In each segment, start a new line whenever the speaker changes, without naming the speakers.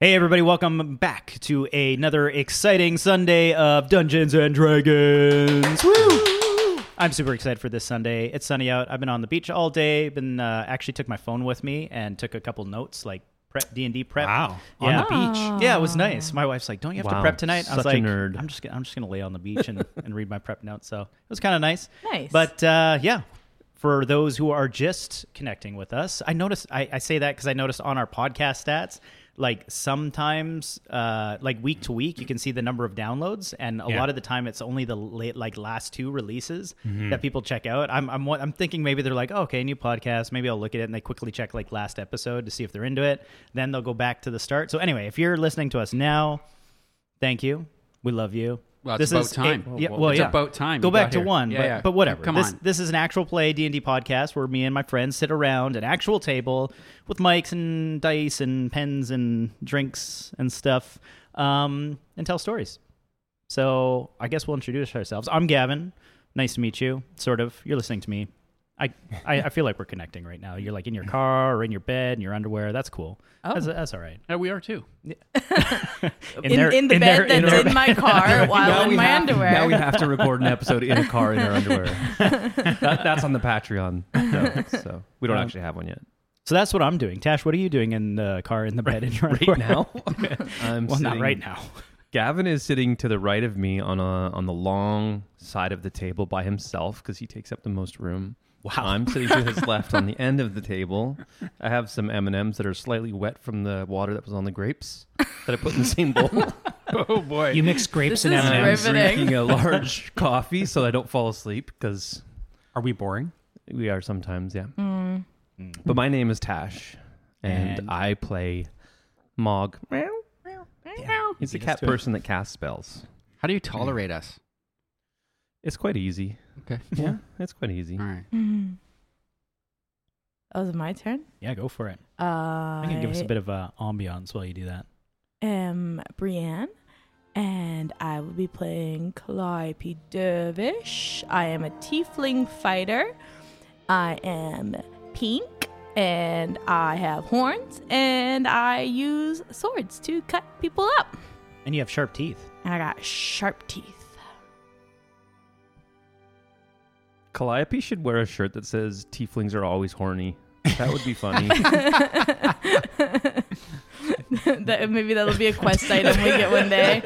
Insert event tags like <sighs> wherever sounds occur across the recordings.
Hey everybody, welcome back to another exciting Sunday of Dungeons and Dragons. Woo! I'm super excited for this Sunday. It's sunny out. I've been on the beach all day. Been uh, actually took my phone with me and took a couple notes like prep D and D prep.
Wow.
Yeah.
On the
Oh.
beach.
Yeah, it was nice. My wife's like, "Don't you have to
Wow,
prep tonight?" I was
such a
like,
nerd.
"I'm just gonna, I'm just gonna lay on the beach and, and read my prep notes." So it was kind of nice.
Nice.
But uh, yeah, for those who are just connecting with us, I noticed I, I say that because I noticed on our podcast stats, like sometimes, uh, like week to week, you can see the number of downloads, and a
Yeah.
lot of the time, it's only the late, like last two releases that people check out. I'm, I'm wa- I'm thinking maybe they're like, oh, okay, new podcast, maybe I'll look at it, and they quickly check like last episode to see if they're into it. Then they'll go back to the start. So anyway, if you're listening to us now, thank you. We love you.
Well, it's about
a-
time.
yeah,
Well,
well,
it's
yeah.
about time
Go
you
back
got
to
here.
one,
Yeah,
but,
yeah.
but whatever.
Come
this,
on.
This is an actual play D and D podcast where me and my friends sit around an actual table with mics and dice and pens and drinks and stuff, um, and tell stories. So I guess we'll introduce ourselves. I'm Gavin. Nice to meet you. Sort of. You're listening to me. I, I, I feel like we're connecting right now. You're like in your car or in your bed in your underwear. That's cool. That's, that's all right.
Yeah, we are too.
Oh. in,
their-
in the
their-
bed that's
their
in, my car while in my
have,
underwear.
Now we have to record an episode in a car in our underwear. that, that's on the Patreon. So, so we don't actually have one yet.
So that's what I'm doing. Tash, what are you doing in the car, in the bed, in your underwear?
Right now, <laughs> I'm
Well, not
sitting-
right now.
Gavin is sitting to the right of me on a on the long side of the table by himself because he takes up the most room. Wow. I'm sitting to his left on the end of the table. I have some M and M's that are slightly wet from the water that was on the grapes that I put in the same bowl.
Oh boy.
<laughs>
You mix grapes
This
and
is
M&Ms.
riveting.
drinking a large coffee so I don't fall asleep because
Are we boring?
we are sometimes, yeah. Mm. But my name is Tash, and,
And-
I play Mog. He's the
Beat us
cat
to it.
person that casts spells.
How do you tolerate us?
It's quite easy.
Okay.
Yeah, it's quite easy.
<laughs> All right.
Mhm. Oh, is it my turn?
Yeah, go for it.
Uh,
I can give us a bit of uh, ambiance while you do that.
am Brienne, and I will be playing Calliope Dervish. I am a tiefling fighter. I am pink, and I have horns, and I use swords to cut people up.
And you have sharp teeth.
And I got sharp teeth.
Calliope should wear a shirt that says "Tieflings are always horny." That would
<laughs>
be
<laughs>
funny.
that, maybe that'll be a quest item we get one day.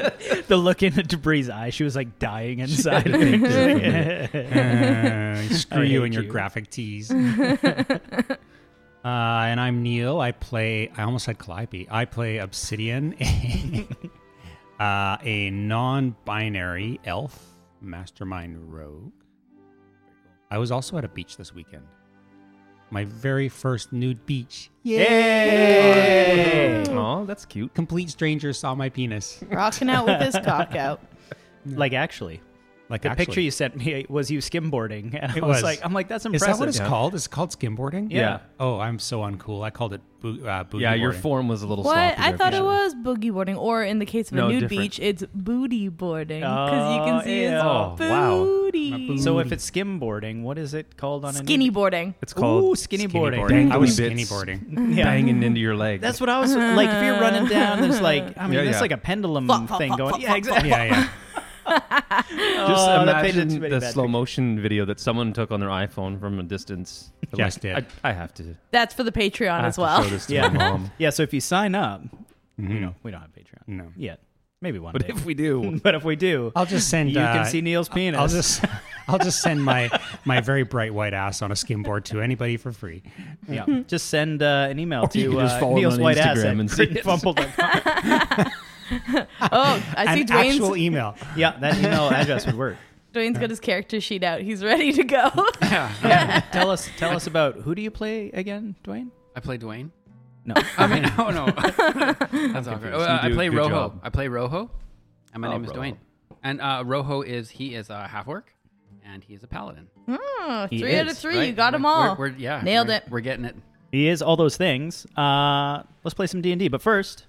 The look in Debris' eye, she was like dying inside. <laughs>
Uh, Screw
I
you
hate
and your
you.
graphic
<laughs>
tees. uh, and I'm Neil. I play, I almost said Calliope. I play Obsidian, <laughs> uh, a non binary elf mastermind rogue. I was also at a beach this weekend. My very first nude beach.
Yay!
Oh, that's cute.
Complete stranger saw my penis.
Rocking out with his cock out.
Like actually,
Like
the
actually.
picture you sent me was you skimboarding, and I
It
was,
was.
like, I'm like, that's
Is
impressive.
that what it's called? Is it called skimboarding?
Yeah. Yeah.
Oh, I'm so uncool. I called it boo- uh, boogie
Yeah, your
boarding.
form was a little
What?
sloppy.
I
there,
thought
for
it
sure.
was boogie boarding, or in the case of
No,
a nude
different.
beach, it's booty boarding because you
Oh,
can see his
ew. Oh,
wow.
booty.
So if it's skimboarding, what is it called on a
Skinny
new-
boarding.
It's called
Ooh, skinny boarding.
boarding.
I was
Bits.
skinny boarding.
Yeah.
banging into your leg.
That's what I was like. If you're running down, there's like, I mean,
Yeah,
there's
yeah.
like a pendulum
Flop, flop,
thing
flop,
going.
flop,
<laughs> yeah,
flop,
exactly.
Yeah, yeah.
Just
Oh, that painted
imagine
too many
the
bad
slow
pictures.
motion video that someone took on their iPhone from a distance. They're
Just
like,
did.
I, I have to.
That's for the
I
Patreon
have
as
to
well. <laughs>
show this to
Yeah.
my
<laughs>
mom.
Yeah. So if you sign up,
Mhm.
we don't have Patreon
No.
yet. Maybe one
Mm-hmm. But
day.
if we do,
<laughs> but if we do,
I'll just send.
you
uh,
can see Neil's penis.
I'll just, I'll just send my my very bright white ass on a skimboard to anybody for free.
<laughs> Yeah, just send uh, an email
you
to
can just
uh,
follow him
Neil's
on
White
Instagram
Ass at <laughs>
and see it.
creepfumble.com.
Oh, I see
An
Dwayne's.
actual
e-
email.
yeah, that email address would
<laughs>
work.
Dwayne's got his character sheet out. He's ready to go. <laughs>
Tell us, tell us about who do you play again, Dwayne?
<laughs> I play Dwayne.
No,
I mean, <laughs> no, no. That's awkward.
confused.
Well, I
You do a
play
good
Rojo.
job.
I play Rojo, and my
Oh,
name is
Rojo.
Dwayne. And uh, Rojo is he is a half orc, and he is a paladin.
Hmm,
He
three out of
is,
three. You
Right?
got them
We're-
all.
we're- yeah,
Nailed
we're-
it.
We're getting it.
he is all those things. Uh, let's play some D and D, but first,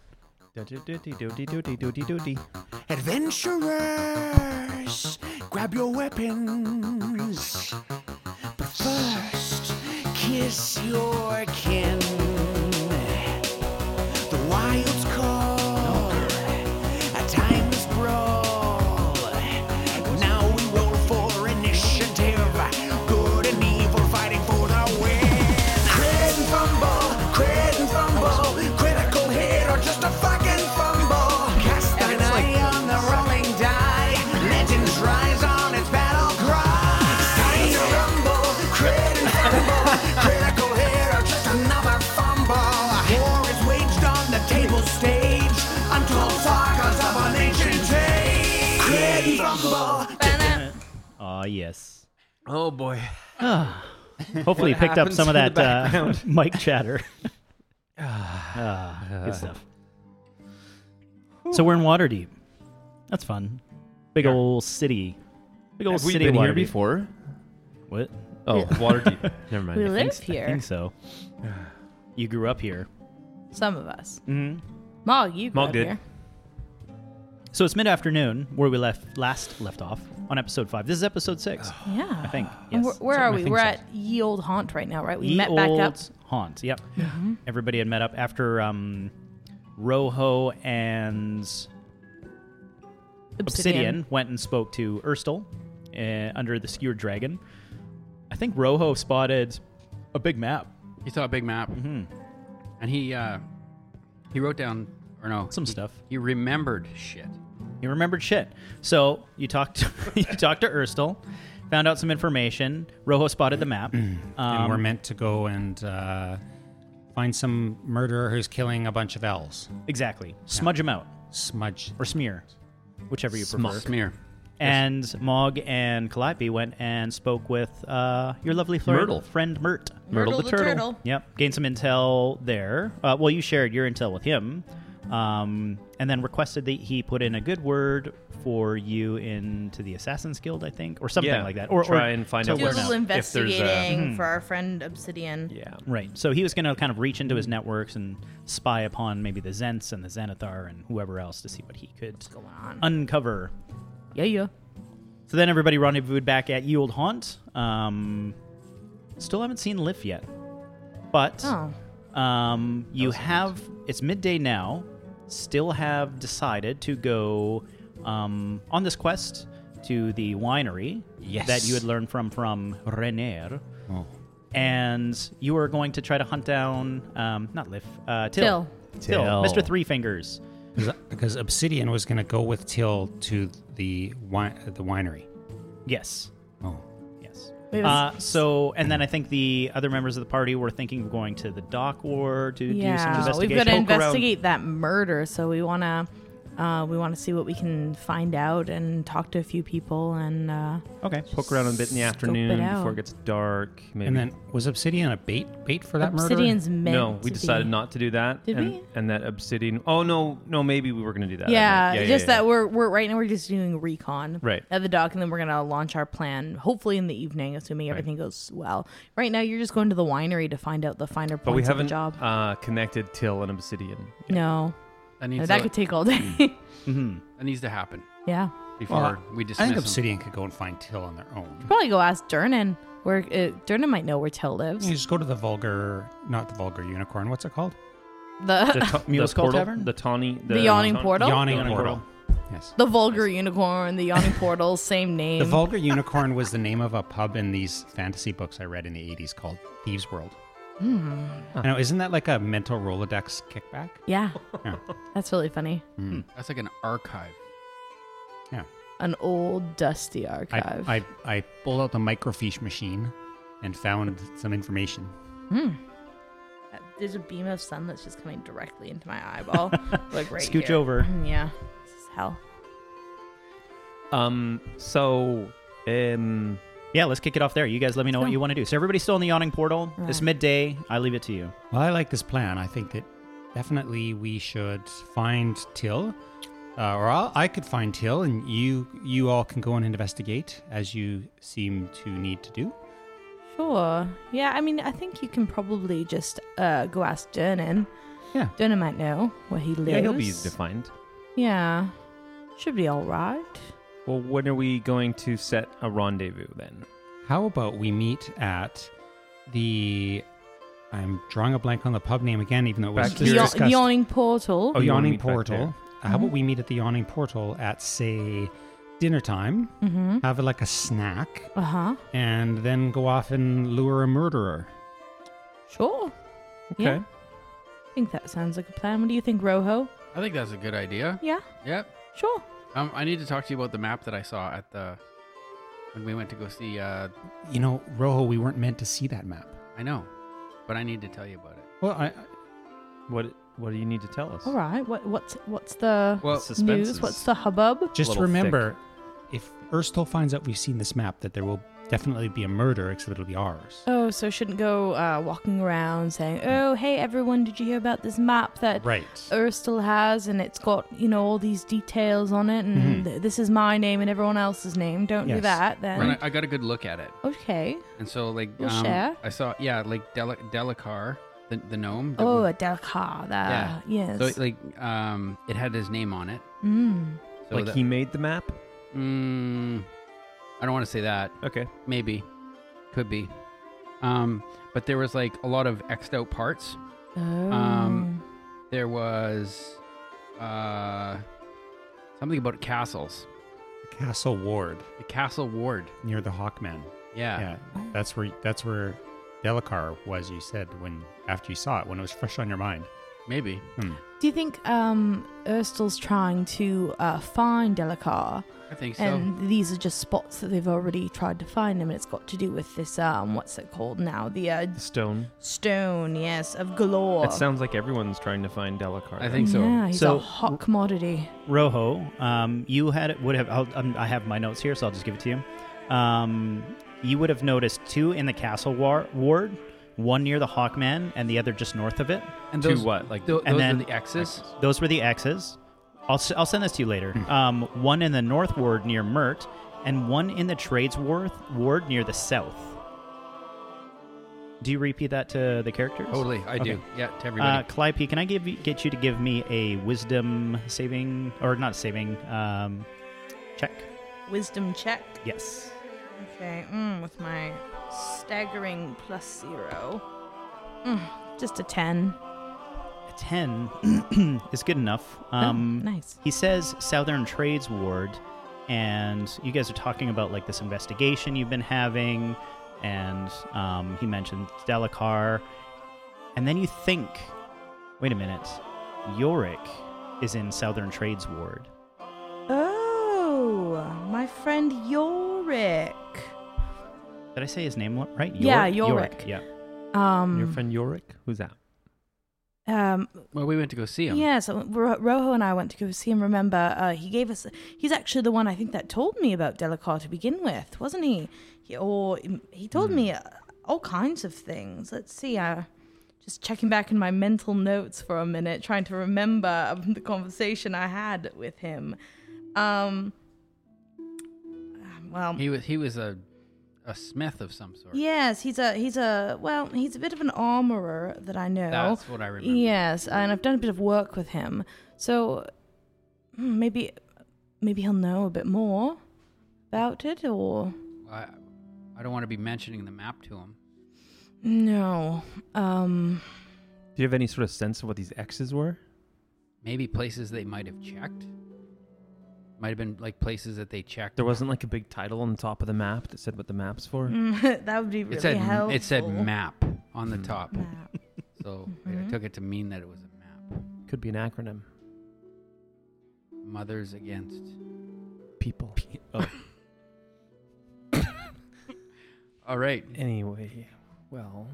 Adventurers, grab your weapons. But first, kiss your kin. The wild's call.
Ah, yes.
Oh boy.
Hopefully, you
What
picked up
happens
some of
in the
that uh, <laughs> mic
<laughs>
chatter. Ah, good stuff. So we're in Waterdeep. That's fun. Big
Yeah.
old city. Big old
Have we
city.
been here
Waterdeep.
before?
What?
Oh,
Yeah.
water <laughs> deep. Never mind.
We
I think
live
so.
I
here.
think
<sighs>
so. You grew up here.
Some of us.
Mm-hmm.
Mog, you grew
Mog
up
did.
here.
So it's mid afternoon where we left last left off on episode five. This is episode six,
Yeah.
<sighs> I
<sighs>
think. Yes.
And where where
So-
are
I
we?
think
We're
so.
at Ye Old Haunt right now, right? We
Ye
met back up.
Olde
Mm-hmm.
Haunt. Yep. Everybody had met up after um, Roho and Obsidian, went and spoke to Urstel uh, under the Skewered Dragon. I think Roho spotted a big map.
He saw a big map, and he uh, he wrote down or no
Some
he-
stuff.
He remembered shit.
He remembered shit. So you talked to, <laughs> you talked to Urstel, found out some information. Roho spotted the map.
and we're
Um,
meant to go and uh, find some murderer who's killing a bunch of elves.
exactly. Smudge them out
Smudge.
or smear, whichever you
Small
prefer.
smear.
And Mog and Calliope went and spoke with uh, your lovely flirt-
Myrtle.
friend Mert.
Myrtle the turtle.
Yep. Gained some intel there. Uh, well, you shared your intel with him, um, and then requested that he put in a good word for you into the Assassin's Guild, I think, or something
Yeah.
like that. Or
Try
or
and find
to learn
out
Do a
what's
about-
little
If there's a- Hmm.
investigating for our friend Obsidian.
Yeah.
Right. So he was going to kind of reach into his networks and spy upon maybe the Zents and the Xanathar and whoever else to see what he could
What's going
Uh,
on?
uncover.
yeah, yeah.
So then everybody rendezvoused back at Ye Old Haunt. Um, still haven't seen Liff yet. But
Oh.
um, you have, it's midday now, still have decided to go um, on this quest to the winery
Yes.
that you had learned from from Renair.
Oh.
and you are going to try to hunt down um, not Liff, uh, Till.
Till.
Till.
Till.
Mr. Three Fingers.
Because- Because Obsidian was going to go with Till to the wi- the winery.
Yes,
Oh.
yes.
Wait, was-
Uh, so, and then I think the other members of the party were thinking of going to the dock war to do some
yeah, we've
investigation.
got
Poke
to
around.
investigate that murder, so we want to uh, we want to see what we can find out and talk to a few people and uh,
Okay.
Poke around a bit in the
Scope it
afternoon
out.
before it gets dark. Maybe.
And then was Obsidian a bait bait for that murder?
Obsidian's meant
no, we
to
decided
be-
not to do that.
Did
and,
we?
And that obsidian. Oh no, no, maybe we were gonna do that.
Yeah,
yeah
just
yeah,
that we're we're right now we're just doing recon
Right.
at the dock, and then we're gonna launch our plan. Hopefully in the evening, assuming everything goes well. Right now, you're just going to the winery to find out the finer points
But we
of
haven't
the job.
Uh, connected till an obsidian.
<laughs> no,
That
No,
needs
that
to,
could take all day.
that needs to happen
<laughs> yeah,
before
Well,
we
I
dismiss
think
him.
Obsidian could go and find Till on their own.
probably go ask Dernan where uh, Dernan might know where Till lives.
You just go to the vulgar, not the vulgar unicorn. What's it called?
The,
<laughs> The
ta- the
Mule Skull
portal,
Tavern?
the tawny, the,
the yawning
tawn-
portal,
Yawning,
Yawning
portal. Yes.
the vulgar unicorn, the yawning portal, same name.
The vulgar unicorn was the name of a pub in these fantasy books I read in the '80s called Thieves World.
Hmm.
I know, isn't that like a mental Rolodex
<laughs>
kickback?
yeah,
Yeah.
that's really funny.
That's like an archive.
Yeah.
An old dusty
I,
archive.
I, I pulled out the microfiche machine and found some information.
Mm.
Uh, There's a beam of sun that's just coming directly into my
<laughs>
eyeball, like right
Scooch
here. Mm,
over.
Yeah, this is hell.
Um. So, um.
Yeah, let's kick it off there. You guys let me know what you want to do. So everybody's still in the yawning portal. It's
Right.
midday. I leave it to you.
Well, I like this plan. I think that definitely we should find Till, uh, or I'll, I could find Till, and you you all can go and investigate as you seem to need to do.
Sure. Yeah, I mean, I think you can probably just uh, go ask Dernan.
Yeah.
Dernan might know where he lives.
Yeah, he'll be easy to find.
Yeah. Should be all right.
Well, when are we going to set a rendezvous then?
How about we meet at the? I'm drawing a blank on the pub name again, even though it was
Back
just
The,
here.
yaw-
discussed.
yawning portal.
Oh,
the
you wanna
yawning
meet back
portal. How about we meet at the yawning portal at say dinner time?
Mm-hmm.
Have like a snack,
Uh huh.
and then go off and lure a murderer.
Sure. Yeah.
Okay.
I think that sounds like a plan. What do you think, Rojo?
I think that's a good idea.
Yeah.
Yep.
Sure.
Um, I need to talk to you about the map that I saw at the when we went to go see. Uh,
You know, Rojo, we weren't meant to see that map.
I know, but I need to tell you about it.
Well, I,
What What do you need to tell us?
All right. What what's what's the
Well,
The suspense
news?
is-
What's the hubbub?
just
little
remember if Urstel finds out we've seen this map, that there will definitely be a murder, except it'll be ours.
Oh, so shouldn't go uh, walking around saying, "Oh, hey everyone, did you hear about this map that
Right.
Urstel has and it's got you know all these details on it, and
Mm-hmm.
Mhm.
th- this is my name and everyone else's name. Don't do
Yes.
that." Then
And I, I got a good look at it,
okay.
and so like
We'll
um,
share.
I saw yeah like Del- Delacar the the gnome. that
Oh,
was-
a Delcar.
Yeah.
That yes.
so like um it had his name on it.
mm.
So
like
that-
he made the map.
Mm, I don't want to say that.
Okay.
Maybe, could be. Um, but there was like a lot of xed out parts.
Oh.
Um, There was uh something about castles,
Castle Ward
the castle ward.
near the Hawkman.
Yeah.
Yeah, that's where that's where Delacar was. You said when after you saw it, when it was fresh on your mind.
maybe.
Hmm.
do you think um, Urstel's trying to uh, find Delacar,
I think so.
and these are just spots that they've already tried to find him, and it's got to do with this um, what's it called now? The uh,
The stone.
stone, yes, of galore.
It sounds like everyone's trying to find Delacar.
I think so.
Yeah, he's
So-
a hot commodity.
Rojo, um, you had would have. I'll, um, I have my notes here, so I'll just give it to you. Um, you would have noticed two in the castle war- ward, one near the Hawkman, and the other just north of it.
And
To
those,
what? Like-
tho-
And
those
then-
are the X's. Hmm.
Those were the X's. I'll, s- I'll send this to you later. Um, one in the north ward near Mert, and one in the trades ward, ward near the south. Do you repeat that to the characters?
Totally, I do.
Okay.
Yeah, to
Uh,
everybody.
Calliope, can I give you, get you to give me a wisdom saving or not saving um, check?
Wisdom check.
Yes.
Okay, mm, with my staggering plus zero. Mm, just a 10.
A 10 <clears throat> is good enough. Um,
oh, nice.
He says Southern Trades Ward, and you guys are talking about like this investigation you've been having, and um, he mentioned Delacar, and then you think, wait a minute, Yorick is in Southern Trades Ward.
Oh, my friend Yorick.
Did I say his name lo- right?
Yeah, Yorick.
Yeah.
Your
Um,
friend Yorick? Who's that?
um,
Uh, well, we went to go see him.
yeah, so Ro- Rojo and I went to go see him. Remember, uh, he gave us, he's actually the one I think that told me about Delacar to begin with, wasn't he? he or he told
Hmm.
me uh, all kinds of things. Let's see, uh, just checking back in my mental notes for a minute, trying to remember um, the conversation I had with him. Um, well,
He was he was a a smith of some sort.
yes, he's a he's a well, he's a bit of an armorer that I know.
That's what I remember.
Yes, and I've done a bit of work with him, so hmm, maybe maybe he'll know a bit more about it, or
I, I don't want to be mentioning the map to him.
no. Um, <laughs>
Do you have any sort of sense of what these X's were?
Maybe places they might have checked. Might have been like places that they checked.
There wasn't like a big title on the top of the map that said what the map's for.
mm, that would be really
it said
helpful.
it said map on the
Hmm.
top,
Map.
so
Mhm.
I took it to mean that it was a map.
Could be an acronym.
Mothers against.
People.
All right.
Anyway, well,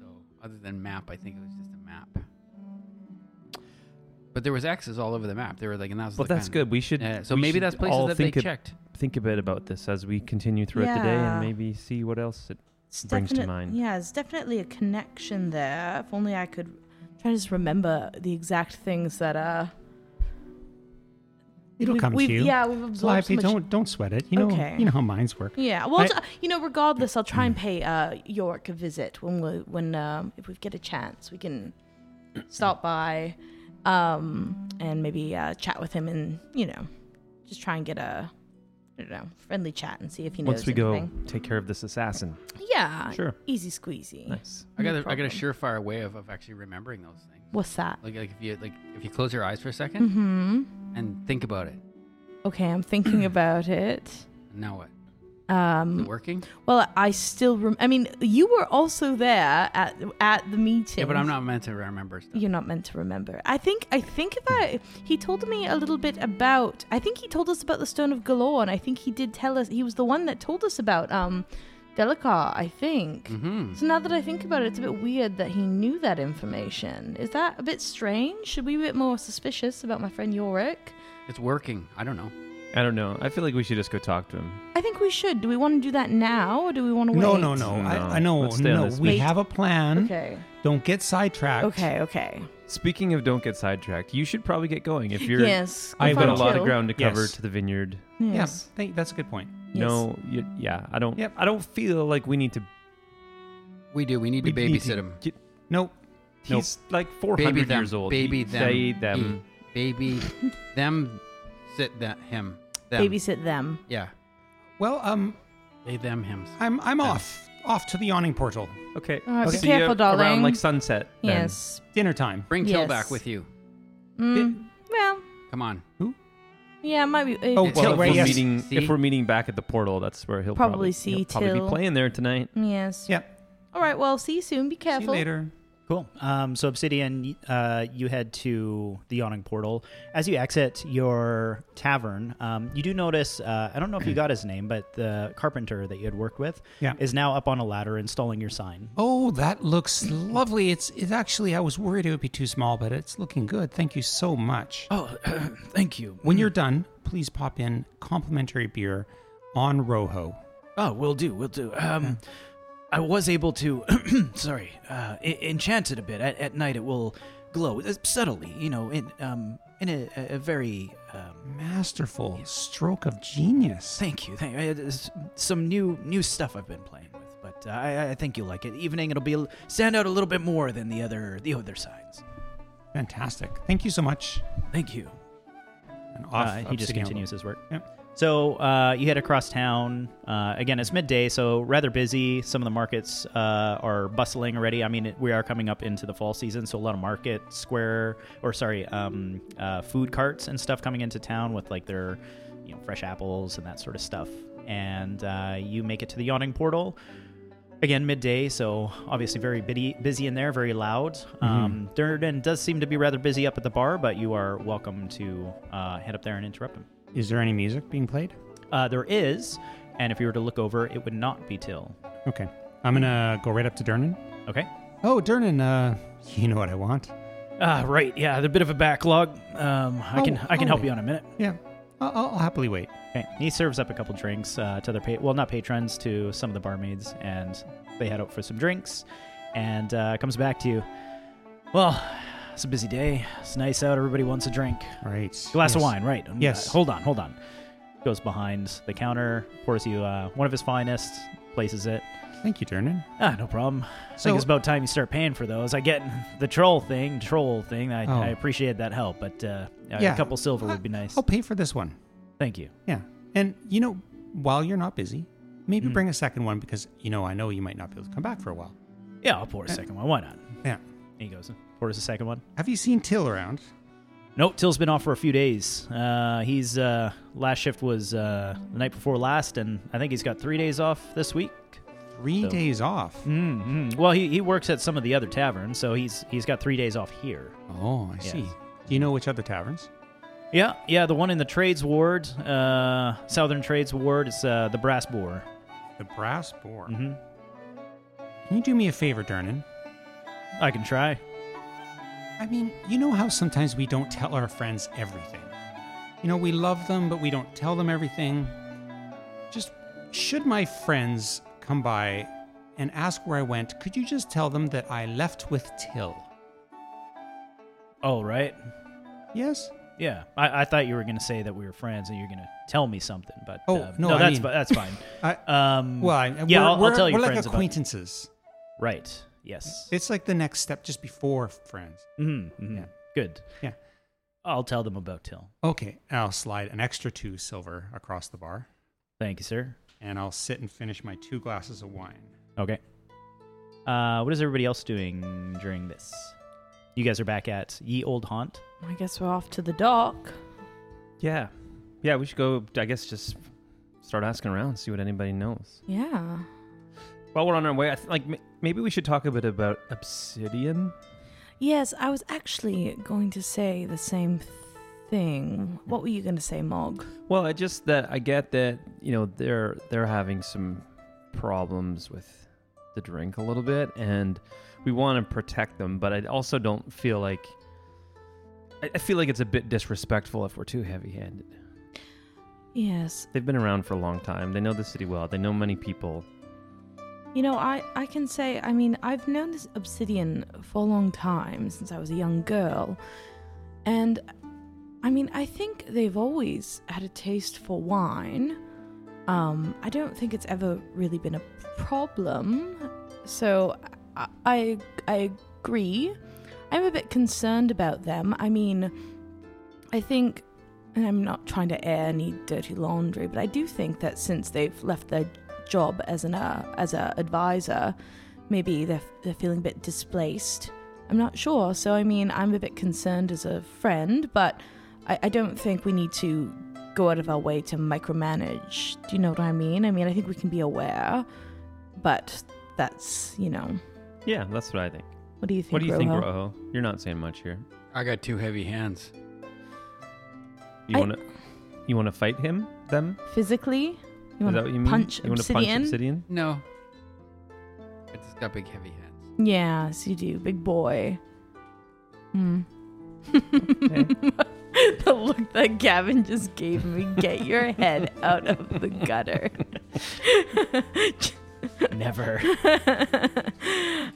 So other than map, I think it was just a map. But there was X's all over the map. They were like, eh. and that was.
well,
the
that's
kind of-
good. We should.
Yeah, so
we
maybe
should
that's
all
places that they
think, a-
checked.
think a bit about this as we continue throughout the day
Yeah.
and maybe see what else. It,
It's
brings to
definite-
mind.
Yeah, it's definitely a connection there. If only I could try to just remember the exact things that uh.
It'll
we've-
come to
we've-
you.
Yeah, we've absorbed so
Calliope,
much.
don't don't sweat it. You know
Okay.
you know how minds work.
Yeah, well,
I-
it's, uh, you know, regardless, I'll try
Mm.
and pay uh, York a visit when we when um, if we get a chance, we can <clears throat> stop by um, and maybe uh, chat with him and you know, just try and get a I don't know friendly chat and see if he knows.
once we
anything.
go take care of this assassin.
yeah,
Sure.
easy squeezy.
Nice.
I got
No
a, I got a
problem.
surefire way of, of actually remembering those things.
Mm-hmm.
What's that?
Like like if you like if you close your eyes for a 2nd
Mm-hmm.
and think about it.
Okay, I'm
<clears throat>
thinking about it.
Now what? Is
Mm-hmm.
it
Um,
working?
well, I still. Rem- I mean, you were also there at at the meeting.
Yeah, but I'm not meant to remember stuff.
You're not meant to remember. I think I think about he told me a little bit about I think he told us about the stone of galore and I think he did tell us he was the one that told us about um Delicar, I think.
Mm-hmm.
So now that I think about it, it's a bit weird that he knew that information. Is that a bit strange? Should we be a bit more suspicious about my friend Yorick?
It's working. I don't know.
I don't know. I feel like we should just go talk to him.
I think we should. Do we want to do that now or do we want to wait?
No, no, no.
No.
I, I know.
Let's stay on
No,
this
we
beat.
have a plan.
Okay.
Don't get sidetracked.
Okay, okay.
Speaking of don't get sidetracked, you should probably get going if
<laughs>
you're.
yes.
I've
You've got a
Fun
lot
too.
of ground to cover
Yes.
to the vineyard.
Yeah,
Yes.
thank, that's a good point.
No, you, yeah, I don't.
Yep.
I don't feel like we need to.
We do. We need
We
to
need
babysit
to
him.
Get,
Nope. Nope.
He's like four
Baby
hundred
them.
years old.
Baby
He-
them.
They them.
He-
<laughs>
Baby them. Sit that him. Them.
Babysit them.
Yeah.
Well, um,
They them hims.
I'm I'm off off to the yawning portal.
Mm.
Okay.
All right, Oh, be
See ya
careful, darling.
Around like sunset. then.
Yes.
Dinner time.
Bring Till
Yes.
back with you.
Mm, well,
Come on.
yeah, it might be. it-
Oh,
It's
Well,
Till,
if,
right,
we're
yes.
meeting,
See?
if we're meeting back at the portal, that's where he'll
Probably
probably
see
he'll probably be
Till.
playing there tonight.
yes.
Yep.
All right, well, see you soon. Be
See
careful.
you later.
Cool. Um, so Obsidian, uh, you head to the Yawning Portal. As you exit your tavern, um, you do notice, uh, I don't know if you got his name, but the carpenter that you had worked with
Yeah.
is now up on a ladder installing your sign.
Oh, that looks lovely. It's it's actually I was worried it would be too small, but it's looking good. Thank you so much.
Oh,
<clears throat>
thank you.
When you're done, please pop in complimentary beer on Rojo.
Oh, we'll do, we'll do. Um, I was able to, <clears throat> sorry, uh, e- enchant it a bit. At, at night, it will glow uh, subtly, you know, in um, in a, a- a very. Um,
Masterful stroke of genius.
thank you, thank. Uh, s- some new new stuff I've been playing with, but uh, I, I think you'll like it. Evening, it'll be a l- stand out a little bit more than the other the other signs.
Fantastic. Thank you so much.
Thank you.
And off
Uh, he just
Obsidian.
continues his work.
Yep.
So uh, you head across town. Uh, again, it's midday, so rather busy. Some of the markets uh, are bustling already. I mean, it, we are coming up into the fall season, so a lot of market square, or sorry, um, uh, food carts and stuff coming into town with like their, you know, fresh apples and that sort of stuff. And uh, you make it to the yawning portal. Again, midday, so obviously very busy, busy in there, very loud.
Mm-hmm.
Um, Durden does seem to be rather busy up at the bar, but you are welcome to uh, head up there and interrupt him.
Is there any music being played?
Uh, there is, and if you were to look over, it would not be Till.
Okay. I'm gonna go right up to Dernan.
Okay.
Oh, Dernan, uh, <laughs> you know what I want.
Ah, right. Yeah, there's a bit of a backlog. Um, I can
Oh,
I can help
oh.
you on a minute.
Yeah, I'll, I'll I'll happily wait.
Okay. He serves up a couple drinks uh, to their pa- well, not patrons, to some of the barmaids, and they head out for some drinks, and uh, comes back to you.
Well, it's a busy day. It's nice out. Everybody wants a drink.
Right.
Glass of
Yes.
wine, right? Um,
Yes.
uh, hold on, hold on.
Goes behind the counter, pours you uh, one of his finest, places it.
Thank you, Dernan.
Ah, no problem. I
So,
think it's about time you start paying for those. I get <laughs> the troll thing, troll thing. I,
Oh.
I appreciate that help, but uh,
Yeah.
a couple silver
I-
would be nice.
I'll pay for this one.
Thank you.
Yeah. And, you know, while you're not busy, maybe bring a second one because, you know, I know you might not be able to come back for a while.
Yeah, I'll pour
Uh,
a second one. Why not?
Yeah.
He goes.
Pours the second one.
Have you seen Till around?
Nope, Till's been off for a few days. Uh, he's uh, last shift was uh, the night before last, and I think he's got three days off this week.
Three
So-
days off.
Mm-hmm. Well, he, he works at some of the other taverns, so he's he's got three days off here.
Oh, I see. Do you know which other taverns?
Yeah, yeah, the one in the Trades Ward, uh, Southern Trades Ward, it's uh, the Brass Boar.
The Brass Boar.
hmm
Can you do me a favor, Dernan?
I can try.
I mean, you know how sometimes we don't tell our friends everything. You know, we love them, but we don't tell them everything. Just should my friends come by and ask where I went, could you just tell them that I left with Till?
All right.
Yes?
Yeah, I, I thought you were going to say that we were friends and you're going to tell me something, but
Oh,
uh,
no, I
that's
mean-
fi- that's fine.
I, <laughs>
Um,
well, I, we're,
yeah, I'll, I'll
we're-
tell you
we're like
friends about-
acquaintances.
Right. Yes.
It's like the next step just before friends.
hmm hmm
Yeah.
Good.
Yeah.
I'll tell them about Till.
Okay, and I'll slide an extra two silver across the bar,
Thank you, sir.
and I'll sit and finish my two glasses of wine.
Okay. Uh, what is everybody else doing during this? You guys are back at Ye Old Haunt.
I guess we're off to the dock.
Yeah, yeah. We should go. I guess just start asking around, see what anybody knows.
Yeah.
While we're on our way, I th- like m- maybe we should talk a bit about obsidian.
Yes, I was actually going to say the same thing. What were you going to say, Mog?
Well, I just that I get that you know they're they're having some problems with the drink a little bit, and we want to protect them, but I also don't feel like I I feel like it's a bit disrespectful if we're too heavy-handed.
Yes.
They've been around for a long time. They know the city well. They know many people.
You know, I, I can say, I mean, I've known this obsidian for a long time, since I was a young girl. And, I mean, I think they've always had a taste for wine. Um, I don't think it's ever really been a problem. So, I, I, I agree. I'm a bit concerned about them. I mean, I think, and I'm not trying to air any dirty laundry, but I do think that since they've left their job as an uh, as a advisor, maybe they're they're feeling a bit displaced. I'm not sure. So I mean, I'm a bit concerned as a friend, but I, I don't think we need to go out of our way to micromanage. Do you know what I mean? I mean, I think we can be aware, but that's you know.
Yeah, that's what I think.
What do you think?
what do you think,
Rojo?
Rojo? You're not saying much here.
I got two heavy hands.
You
I-
want to you want to fight him? Them?
Physically, you
Is
want
that what you
to
mean?
punch
you want to punch
obsidian?
obsidian?
No. I just got big heavy hands.
Yes, you do, big boy. Hmm. <laughs> the look that Gavin just gave me. Get your head out of the gutter. <laughs>
Never.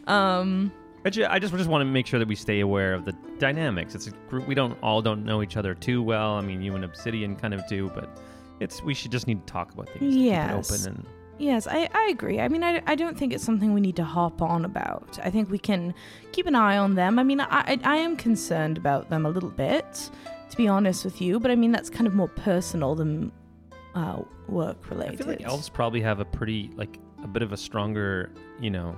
um.
I just, I just just want to make sure that we stay aware of the dynamics. It's a group we don't all don't know each other too well. I mean, you and Obsidian kind of do, but it's we should just need to talk about things.
Yes.
Keep it open
Yes, I, I agree. I mean, I, I don't think it's something we need to hop on about. I think we can keep an eye on them. I mean, I, I, I am concerned about them a little bit, to be honest with you, but I mean, that's kind of more personal than uh, work
and
related.
I feel like elves probably have a pretty like a bit of a stronger, you know,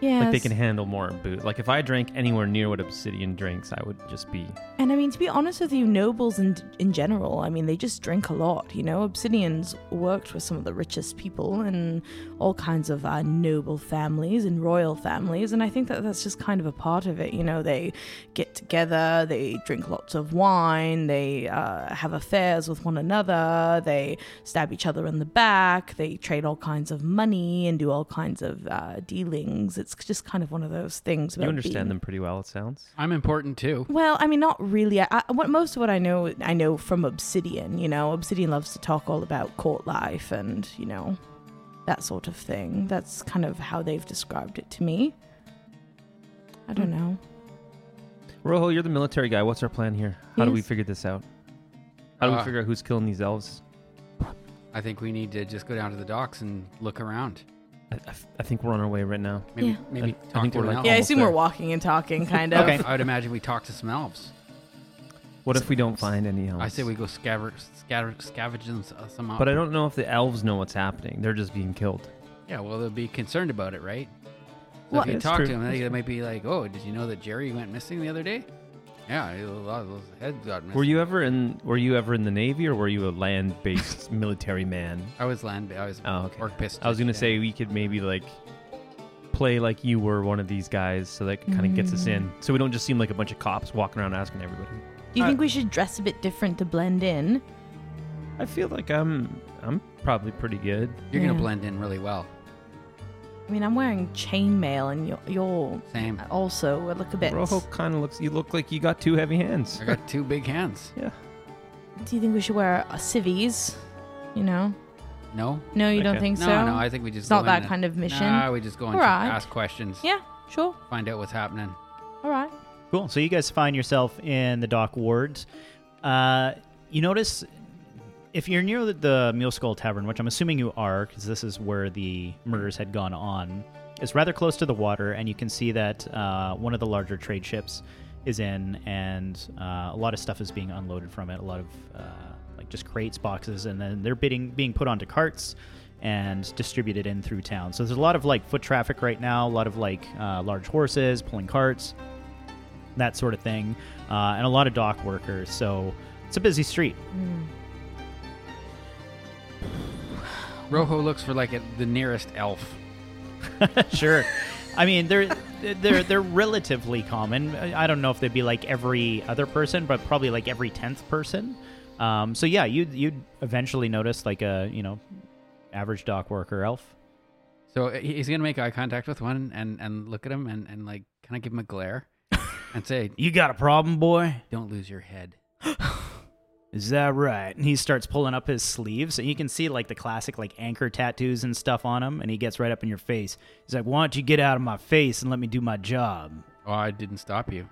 yes.
like they can handle more boot. Like if I drank anywhere near what Obsidian drinks, I would just be
And I mean, to be honest with you, nobles in, in general, I mean, they just drink a lot. You know, Obsidians worked with some of the richest people and all kinds of uh, noble families and royal families. And I think that that's just kind of a part of it. You know, they get together, they drink lots of wine, they uh, have affairs with one another, they stab each other in the back, they trade all kinds of money and do all kinds of uh, dealings. It's just kind of one of those things.
you
about
understand
being-
them pretty well, it sounds.
I'm important too.
well, I mean, not really. I, I, what most of what I know, I know from Obsidian. You know, Obsidian loves to talk all about court life and you know that sort of thing. That's kind of how they've described it to me. I don't
Hmm.
know.
Rojo, you're the military guy. What's our plan here? How do we
Yes.
figure this out? How do we
Uh,
figure out who's killing these elves?
I think we need to just go down to the docks and look around.
I, I f- I think we're on our way right now.
Maybe
Yeah.
maybe
I- I
talk
think
to
we're
an
like
elf.
yeah, I
almost
assume
there.
we're walking and talking, kind of.
Okay.
I would imagine we talk to some elves.
What if we don't find any elves?
I say we go scaver, scatter, scavenge them s- uh, some up.
But I don't know if the elves know what's happening. They're just being killed.
Yeah, well, they'll be concerned about it, right? So
Well,
if you
That's
talk
true.
to them, they,
That's
they might be like, "Oh, did you know that Jerry went missing the other day?" Yeah, a lot of those heads got missing.
Were you ever in? Were you ever in the navy, or were you a land-based <laughs> military man?
I was land. I was
Oh, okay.
orc pissed.
I was gonna say we could maybe like play like you were one of these guys, so that kind of gets us in,
Mm.
so we don't just seem like a bunch of cops walking around asking everybody.
Do you think we should dress a bit different to blend in?
I feel like I'm I'm probably pretty good.
you're
Yeah.
gonna blend in really well.
I mean, I'm wearing chainmail, and you're, you're
Same.
also I look a bit.
Rojo kind of looks. You look like you got two heavy hands.
I got two big hands.
<laughs> Yeah.
Do you think we should wear uh, civvies? You know?
No,
No, you don't
Okay.
think
no,
so.
no. I think we just
it's not
go
that
in and-
kind of mission.
Nah, we just go and
Alright.
ask questions,
Yeah, sure.
find out what's happening.
All right.
Cool. So you guys find yourself in the dock ward. Uh, you notice if you're near the, the Mule Skull Tavern, which I'm assuming you are, because this is where the murders had gone on. It's rather close to the water, and you can see that uh, one of the larger trade ships is in, and uh, a lot of stuff is being unloaded from it. A lot of uh, like just crates, boxes, and then they're bidding, being put onto carts and distributed in through town. So there's a lot of like foot traffic right now. A lot of like uh, large horses pulling carts that sort of thing, uh, and a lot of dock workers. So it's a busy street.
Rojo looks for like a, the nearest elf.
<laughs> sure, I mean they're they're they're relatively common. I I don't know if they'd be like every other person, but probably like every tenth person. Um, so yeah, you would you'd eventually notice like a you know average dock worker elf.
So uh, he- he's gonna make eye contact with one and and look at him and and like kind of give him
<laughs>
a glare and say,
You got a problem, boy?
"Don't lose your head."
Is that right? And he starts pulling up his sleeves, and you can see like the classic like anchor tattoos and stuff on him. And he gets right up in your face. He's like, "Why don't you get out of my face and let me do my job?
Oh, I didn't stop you.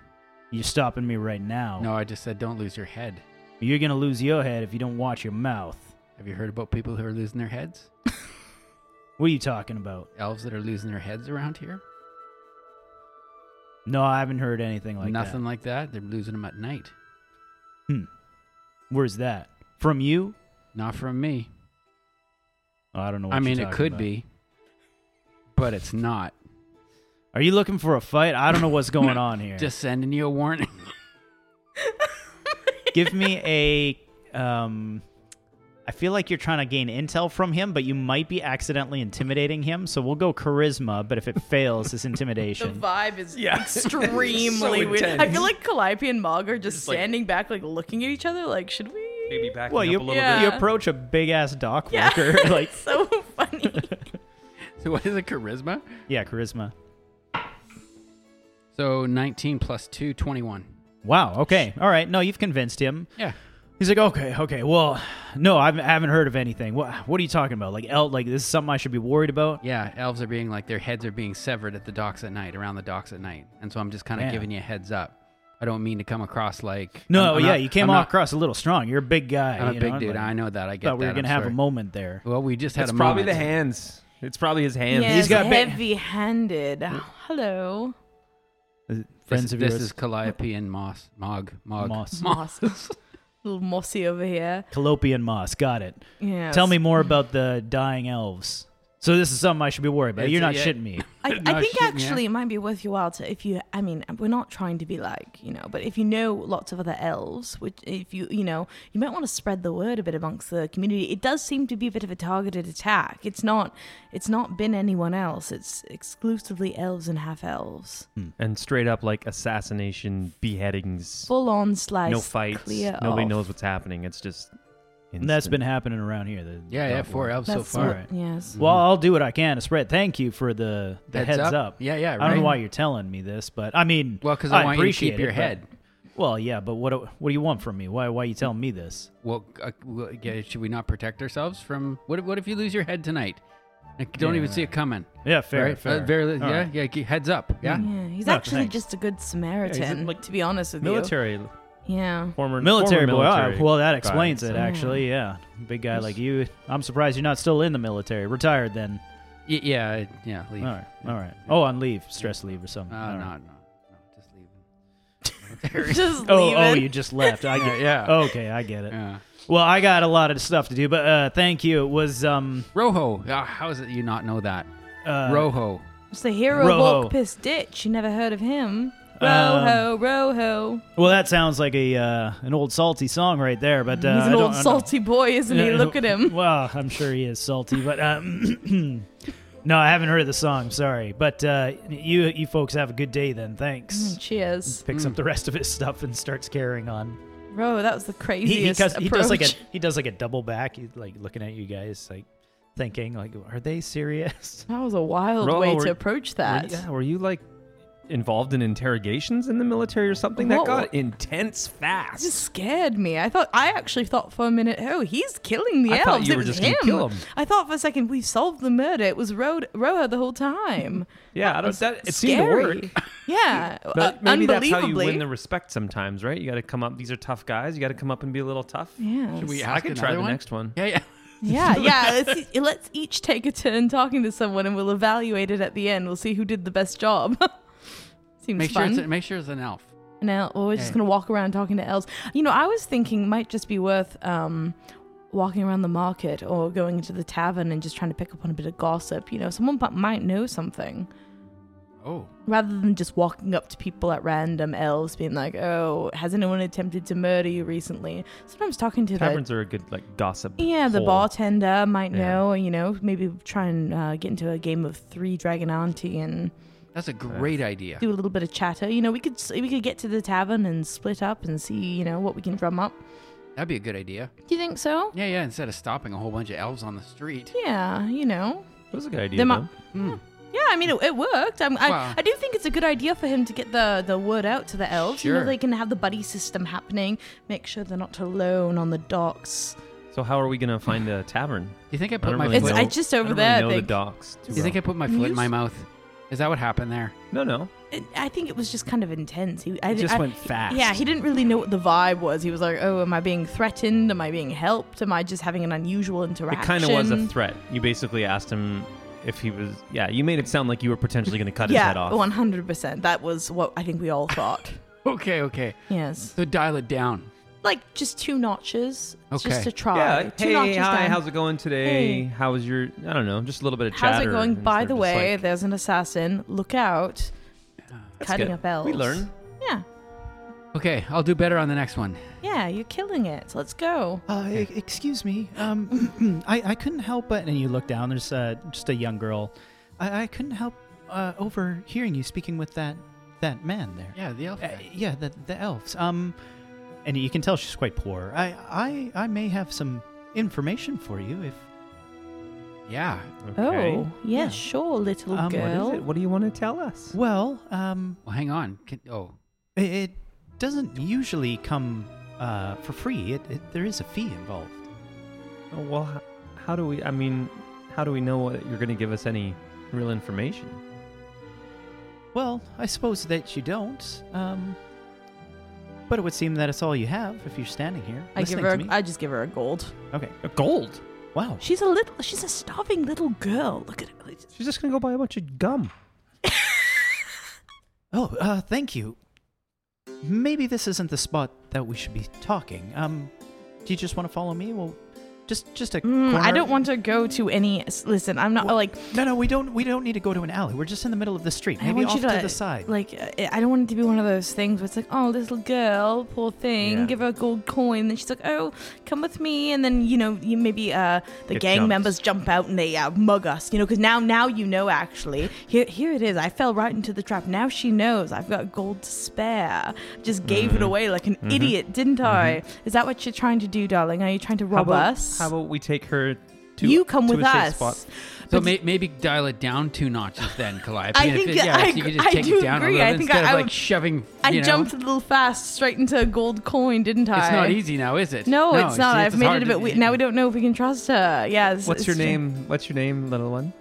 You're stopping me right now.
No, I just said don't lose your head.
You're gonna lose your head if you don't watch your mouth.
Have you heard about people who are losing their heads?
What are you talking about?
Elves that are losing their heads around here?
No, I haven't heard anything like
Nothing
that.
like that. They're losing them at night.
Where's that from? You? Oh,
Not from me.
I don't know. What
I
you're
mean, it
talking
could
about.
be, but it's not.
Are you looking for a fight? I don't know what's going
<laughs>
on here.
Just sending you a warning.
give me a um I feel like you're trying to gain intel from him, but you might be accidentally intimidating him. So we'll go charisma, but if it fails,
<laughs>
it's
The
intimidation.
vibe
<laughs>
is extremely weird. I feel like Calliope and Mog are just, standing back, like looking at each other, like, should we?
Maybe back
well, you,
up a little
Yeah.
you approach a big ass dock
Yeah.
worker, <laughs>
<laughs>
like
It's so <laughs> funny.
<laughs>
so what is it? Charisma.
yeah, charisma.
So 19 plus 2, 21.
Wow. Okay. All right. No, you've convinced him.
Yeah.
He's like, okay, okay. Well, no, I've, I haven't heard of anything. What What are you talking about? Like, el- like this is something I should be worried about.
Yeah, elves are being like their heads are being severed at the docks at night, around the docks at night. And so I'm just kind of
Yeah.
giving you a heads up. I don't mean to come across like
No,
I'm- I'm
yeah,
not-
you came
I'm not-
across a little strong. You're a big guy.
I'm a
you
big
know?
dude.
Like,
I know that. I get
Thought we
that.
were gonna
I'm
have
sorry.
a moment there.
Well, we just had
It's
a
probably
moment.
the hands. It's probably his hands.
yeah,
He's
it's
got big-
heavy-handed. Hello.
This,
Friends of
this
yours,
is Calliope and Moss. Mog. Mog.
Moss.
Moss. Little mossy over here.
Calopian moss. Got it.
Yeah.
Tell me more about the dying elves. So this is something I should be worried about.
It's-
You're not
yeah.
shitting
<laughs>
me.
I,
No
I think
shit, yeah.
actually it might be worth your while to if you I mean we're not trying to be like you know but if you know lots of other elves which if you you know you might want to spread the word a bit amongst the community it does seem to be a bit of a targeted attack it's not it's not been anyone else it's exclusively elves and half elves
and straight up like assassination, beheadings,
full on slice
no fights.
clear
Nobody
off.
knows what's happening. It's just.
And that's been
instant.
happening around here. the-
Yeah,
the
yeah,
dog
four
war.
elves so
That's
far.
what- yes
Well, I'll do what I can to spread. Thank you for the, the heads,
Heads
up.
up? Yeah, yeah,
I don't
right.
know why you're telling me this, but I mean,
Well, because I, want you to
appreciate
keep your
it, but-
head.
Well, yeah, but what do- what do you want from me? Why why are you telling me this?
Well, uh, well, yeah, should we not protect ourselves from what? If, what if you lose your head tonight? Like, don't
Yeah,
even see it coming.
Yeah, fair,
right?
fair.
Uh, very, li-
All
yeah,
right.
yeah. ge- Heads up. Yeah.
yeah he's
No,
actually
thanks.
just a good Samaritan
like,
to be honest with
military,
you yeah <laughs>
former
Military
former
boy. all right,
military
well, that
guy,
explains
so-
it. Actually, yeah, big guy like you. I'm surprised you're not still in the military. Retired then.
Y- yeah. Yeah. Uh, Leave.
All right, all right. Oh, on leave, stress leave or something.
No,
All
no,
right.
no, no. Just leave.
<laughs>
Military.
just
Oh,
leave
oh,
it.
you just left. I
<laughs> yeah.
get.
yeah.
Okay, I get it.
Yeah.
Well, I got a lot of stuff to do, but uh, thank you. It was um
Rojo. Ah, how is it you not know that?
uh,
Rojo.
It's the hero
Rojo.
walk piss ditch. You never heard of him.
Um,
Roho, Roho.
Well, that sounds like a uh, an old salty song right there, but uh,
He's
I
an
don't-
old
I don't-
salty boy, isn't he?
Yeah,
Look
<laughs>
at him.
Well, I'm sure he is salty, but um, <clears throat> no, I haven't heard the song. Sorry, but uh, you you folks have a good day then. Thanks.
Mm, Mm-hmm. Cheers.
Picks up the rest of his stuff and starts carrying on.
Roho, that was the craziest
He, he, does,
approach.
he does like a he does like a double back, he's like looking at you guys, like thinking like, are they serious?
that was a wild
Roho,
way
were-
to approach
Were,
that.
yeah, were you like involved in interrogations in the military or something?
Whoa.
That got intense fast.
It scared me. I thought I actually thought for a minute, oh, he's killing
I
the elves.
thought you
it
were
was
just
him.
gonna kill him.
I thought for a second we solved the murder. It was Ro- Roho the whole time.
yeah, I don't, that, it seemed to
Scary.
work. <laughs>
Yeah,
But
uh,
maybe that's
unbelievably.
how you win the respect sometimes, right? You got to come up. These are tough guys. You got to come up and be a little tough.
Yes.
Should we
I
ask
can try
another
the
one?
next one.
Yeah, yeah. <laughs>
Yeah, yeah. Let's, e, let's each take a turn talking to someone, and we'll evaluate it at the end. We'll see who did the best job. <laughs> Seems
Make sure
fun.
it's a, make sure it's an elf.
now well, we're just
Yeah.
gonna walk around talking to elves. You know, I was thinking might just be worth um, walking around the market or going into the tavern and just trying to pick up on a bit of gossip. You know, someone bu- might know something
Oh.
rather than just walking up to people at random elves, being like, "Oh, has anyone attempted to murder you recently?" Sometimes talking to the
Taverns are a good like gossip.
Yeah, the
hole.
bartender might
Yeah.
know, you know, maybe try and uh, get into a game of three Dragon Auntie and
That's a great idea.
do a little bit of chatter. You know, we could s- we could get to the tavern and split up and see, you know, what we can drum up.
That'd be a good idea.
Do you think so?
Yeah, yeah. Instead of stopping a whole bunch of elves on the street. Hmm.
Yeah, you know.
was a good idea.
Them uh,
though.
up. Yeah, I mean, it, it worked. I'm, I,
Wow.
I do think it's a good idea for him to get the, the word out to the elves. You know,
Sure.
they can have the buddy system happening, make sure they're not alone on the docks.
So how are we gonna find a tavern?
Do you think I
I
put
don't
my
really
It's
foot?
know.
I just
I
over
don't
there.
really know the
I think.
docks. Too
Do you think I
well.
put my foot in my
News?
mouth? Is that what happened there?
No, no.
it, I think it was just kind of intense. He I,
It just
I-
went fast.
Yeah, he didn't really know what the vibe was. He was like, "Oh, am I being threatened? Am I being helped? Am I just having an unusual
It
interaction?"
kind of was a threat. You basically asked him if he was. Yeah, you made it sound like you were potentially gonna cut his head
yeah,
off.
one hundred percent. That was what I think we all
<laughs>
thought.
Okay, okay.
yes,
So dial it down.
like just two notches. It's Just
Okay.
a try.
Yeah.
Two
Hey,
notches
hi.
down.
How's it going today?
Hey.
How was your? I don't know. Just a little bit of
How's
chatter.
it going?
and
By
they're
the
just
way,
like,
there's an assassin. Look out!
"That's
cutting
good.
up elves.
We learn.
Yeah,
Okay, I'll do better on the next one.
yeah, you're killing it. Let's go.
<laughs> Uh, e- excuse me. Um, <clears throat> I, I couldn't help but. And you look down. There's uh, just a young girl. I, I couldn't help uh, overhearing you speaking with that that man there.
Yeah, the elf.
Uh, yeah, the the elves. Um, and you can tell she's quite poor. I I I may have some information for you if
Yeah.
Okay.
Oh, yes,
Yeah.
sure, little
Um, what is
girl.
What is it? What do you want to tell us?
well. Um,
Well, hang on. Can, oh,
i- it, doesn't usually come uh for free. It, it there is a fee involved.
Oh, well, how, how do we? I mean, how do we know what you're gonna give us any real information?
Well, I suppose that you don't. Um, but it would seem that it's all you have if you're standing here.
I give
listening
her.
to
A,
me.
I just give her a gold.
okay.
Gold.
Wow.
She's a little. She's a starving little girl. Look at her.
She's just gonna go buy a bunch of gum.
Oh, uh, thank you. Maybe this isn't the spot that we should be talking. Um, do you just want to follow me? Well, just just a.
Mm, I
corner-
don't want to go to any. Listen, I'm not
Well,
like.
No, no, we don't. We don't need to go to an alley. We're just in the middle of the street.
I
Maybe
want
off
you to,
the side.
Like, uh, I don't want it to be one of those things where it's like, oh, little girl, poor thing,
Yeah.
give her a gold coin. Then she's like, oh, come with me. And then you know, you maybe uh, the
It
gang
jumps.
members jump out and they uh, mug us. You know, because now, now you know actually. Here, here it is. I fell right into the trap. Now she knows I've got gold to spare. Just gave
Mm-hmm.
it away like an idiot, didn't I? Is that what you're trying to do, darling? Are you trying to
how
rob
about,
us?
How about we take her to
you come
to
with
a safe
us.
spot?
So may, maybe dial it down two notches
<laughs>
then, Calliope.
I
And
think
if it, yeah,
I-
if you could just
I
take
do
it down
agree.
a little
I
bit
think
instead
I-
of
I
like
would-
shoving. You
I
know?
jumped a little fast straight into a gold coin, didn't I?
It's not easy now, is it?
No, it's not.
it's-
I've
it's
made
hard
it a
to-
bit weird. Now we don't know if we can trust her. Yeah. it's-
What's
it's
your
true.
name? What's your name, little one?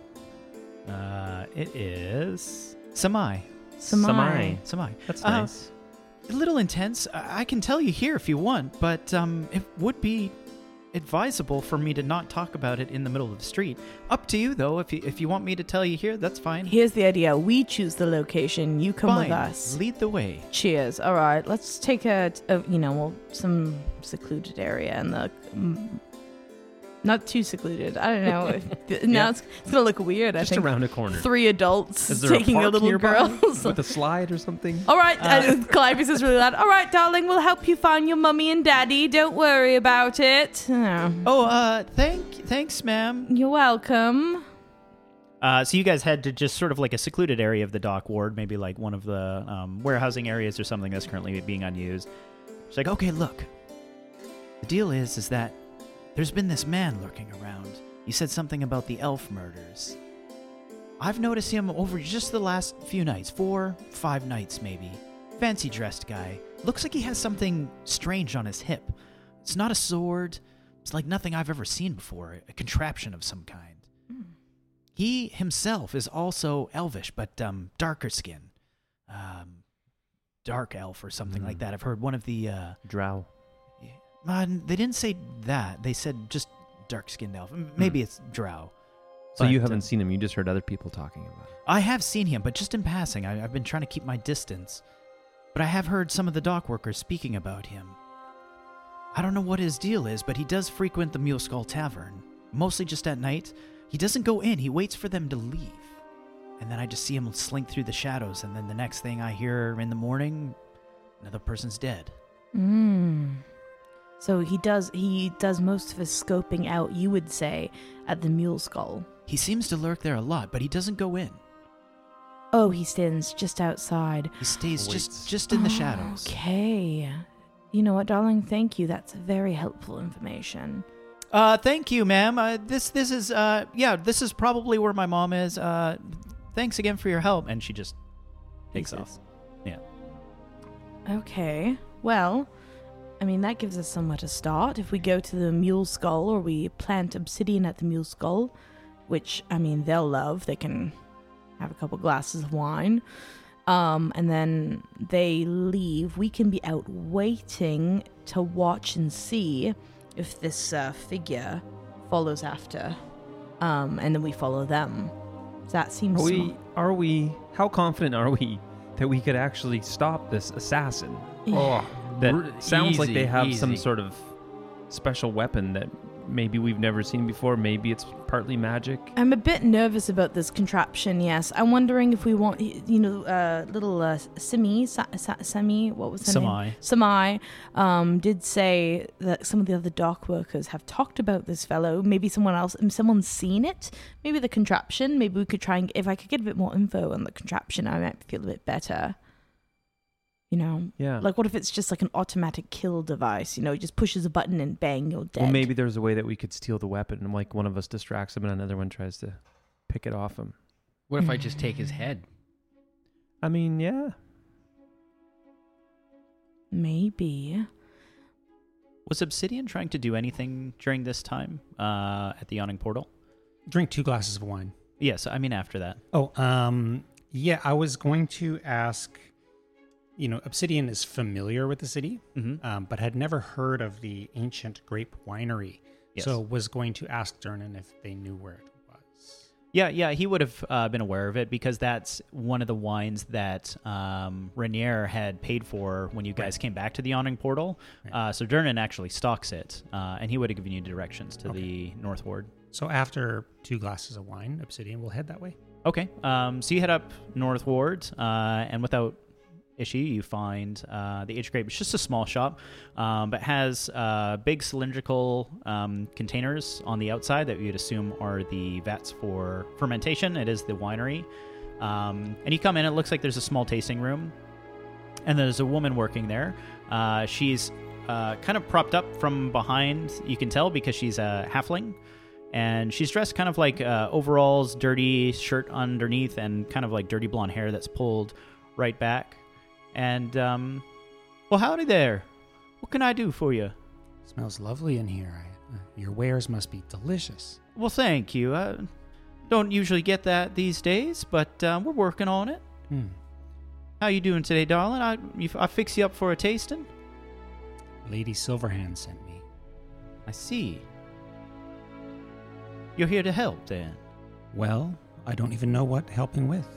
uh, it is Samai.
Samai. Uh-huh.
Samai.
That's
Uh,
nice.
A little intense. I I can tell you here if you want, but um, it would be advisable for me to not talk about it in the middle of the street. Up to you, though. If you if you want me to tell you here, that's fine.
Here's the idea. We choose the location. You come
fine.
with us.
Lead the way.
Cheers. All right. Let's take a, t- a- you know, well, some secluded area in the. mm, not too secluded. I don't
<laughs>
know. If th- now
Yeah.
it's, it's gonna look weird. I
Just
think
around a corner.
three adults
Is there
taking
a,
a,
park
little
nearby
girl. <laughs>
with a slide or something?
All right, uh, Calliope says really loud. All right, darling, we'll help you find your mummy and daddy. Don't worry about it. Oh,
Oh, uh, thank thanks, ma'am.
you're welcome.
Uh, so you guys head to just sort of like a secluded area of the dock ward, maybe like one of the um, warehousing areas or something that's currently being unused. She's like, okay, look. The deal is, is that there's been this man lurking around. You said something about the elf murders. I've noticed him over just the last few nights, four, five nights maybe. Fancy dressed guy. Looks like he has something strange on his hip. It's not a sword. It's like nothing I've ever seen before, a contraption of some kind. He himself is also elvish, but um, darker skin, um, dark elf or something like that. I've heard one of the. Uh,
Drow.
uh, they didn't say that. They said just dark skinned elf. M- Maybe it's drow.
Hmm. So you
But,
haven't
uh,
seen him. You just heard other people talking about it.
I have seen him, but just in passing. I, I've been trying to keep my distance. But I have heard some of the dock workers speaking about him. I don't know what his deal is, but he does frequent the Mule Skull Tavern, mostly just at night. He doesn't go in, he waits for them to leave. And then I just see him slink through the shadows, and then the next thing I hear in the morning, another person's dead.
Mm. So he does he does most of his scoping out, you would say, at the mule skull.
He seems to lurk there a lot, but he doesn't go in.
Oh, he stands just outside.
He stays
Waits.
just just in the shadows.
Okay. You know what, darling? Thank you. That's very helpful information.
Uh, thank you, ma'am. Uh, this this is uh yeah, this is probably where my mom is. Uh, thanks again for your help. And she just takes off.
Okay. Well, I mean, that gives us somewhere to start. If we go to the Mule Skull or we plant obsidian at the Mule Skull, which, I mean, they'll love, they can have a couple glasses of wine. Um, and then they leave. We can be out waiting to watch and see if this uh, figure follows after. Um, and then we follow them. That seems
Are we?
smart.
Are we? How confident are we that we could actually stop this assassin?
Oh,
That
r-
sounds like they
easy,
have some
easy.
sort of special weapon that maybe we've never seen before. Maybe it's partly magic.
I'm a bit nervous about this contraption. Yes, I'm wondering if we want, y- you know, uh, little uh, Simi, Sa- Sa- Semi, what was her name? Samai um, did say that some of the other dock workers have talked about this fellow. Maybe someone else, um, someone's seen it. Maybe the contraption. Maybe we could try and if I could get a bit more info on the contraption, I might feel a bit better. You know,
Yeah.
like what if it's just like an automatic kill device? You know, it just pushes a button and bang, you're dead.
Well, maybe there's a way that we could steal the weapon, and like one of us distracts him, and another one tries to pick it off him.
<laughs> What if I just take
<laughs>
his head?
I mean, yeah.
maybe.
Was Obsidian trying to do anything during this time uh, at the Yawning Portal?
Drink two glasses of wine.
Yes, I mean after that.
Oh, um, yeah, I was going to ask. You know, Obsidian is familiar with the city,
hmm
um, but had never heard of the ancient grape winery.
Yes.
So was going to ask Durnan if they knew where it was.
Yeah, yeah, he would have uh, been aware of it because that's one of the wines that um, Renier had paid for when you guys came back to the Yawning Portal. Uh, so Durnan actually stocks it, uh, and he would have given you directions to the North Ward.
So after two glasses of wine, Obsidian will head that way.
Okay, um, so you head up North Ward, uh, and without issue, you find uh, the H Grape. It's just a small shop, um, but has uh, big cylindrical um, containers on the outside that you'd assume are the vats for fermentation. It is the winery. Um, and you come in, it looks like there's a small tasting room, and there's a woman working there. Uh, she's uh, kind of propped up from behind, you can tell, because she's a halfling. And she's dressed kind of like uh, overalls, dirty shirt underneath, and kind of like dirty blonde hair that's pulled right back. And, um, well, howdy there. What can I do for you?
Smells lovely in here. I, uh, your wares must be delicious.
Well, thank you. I don't usually get that these days, but uh, we're working on it.
Hmm.
How you doing today, darling? I, you, I fix you up for a tasting?
Lady Silverhand sent me.
I see. You're here to help, then.
Well, I don't even know what helping with.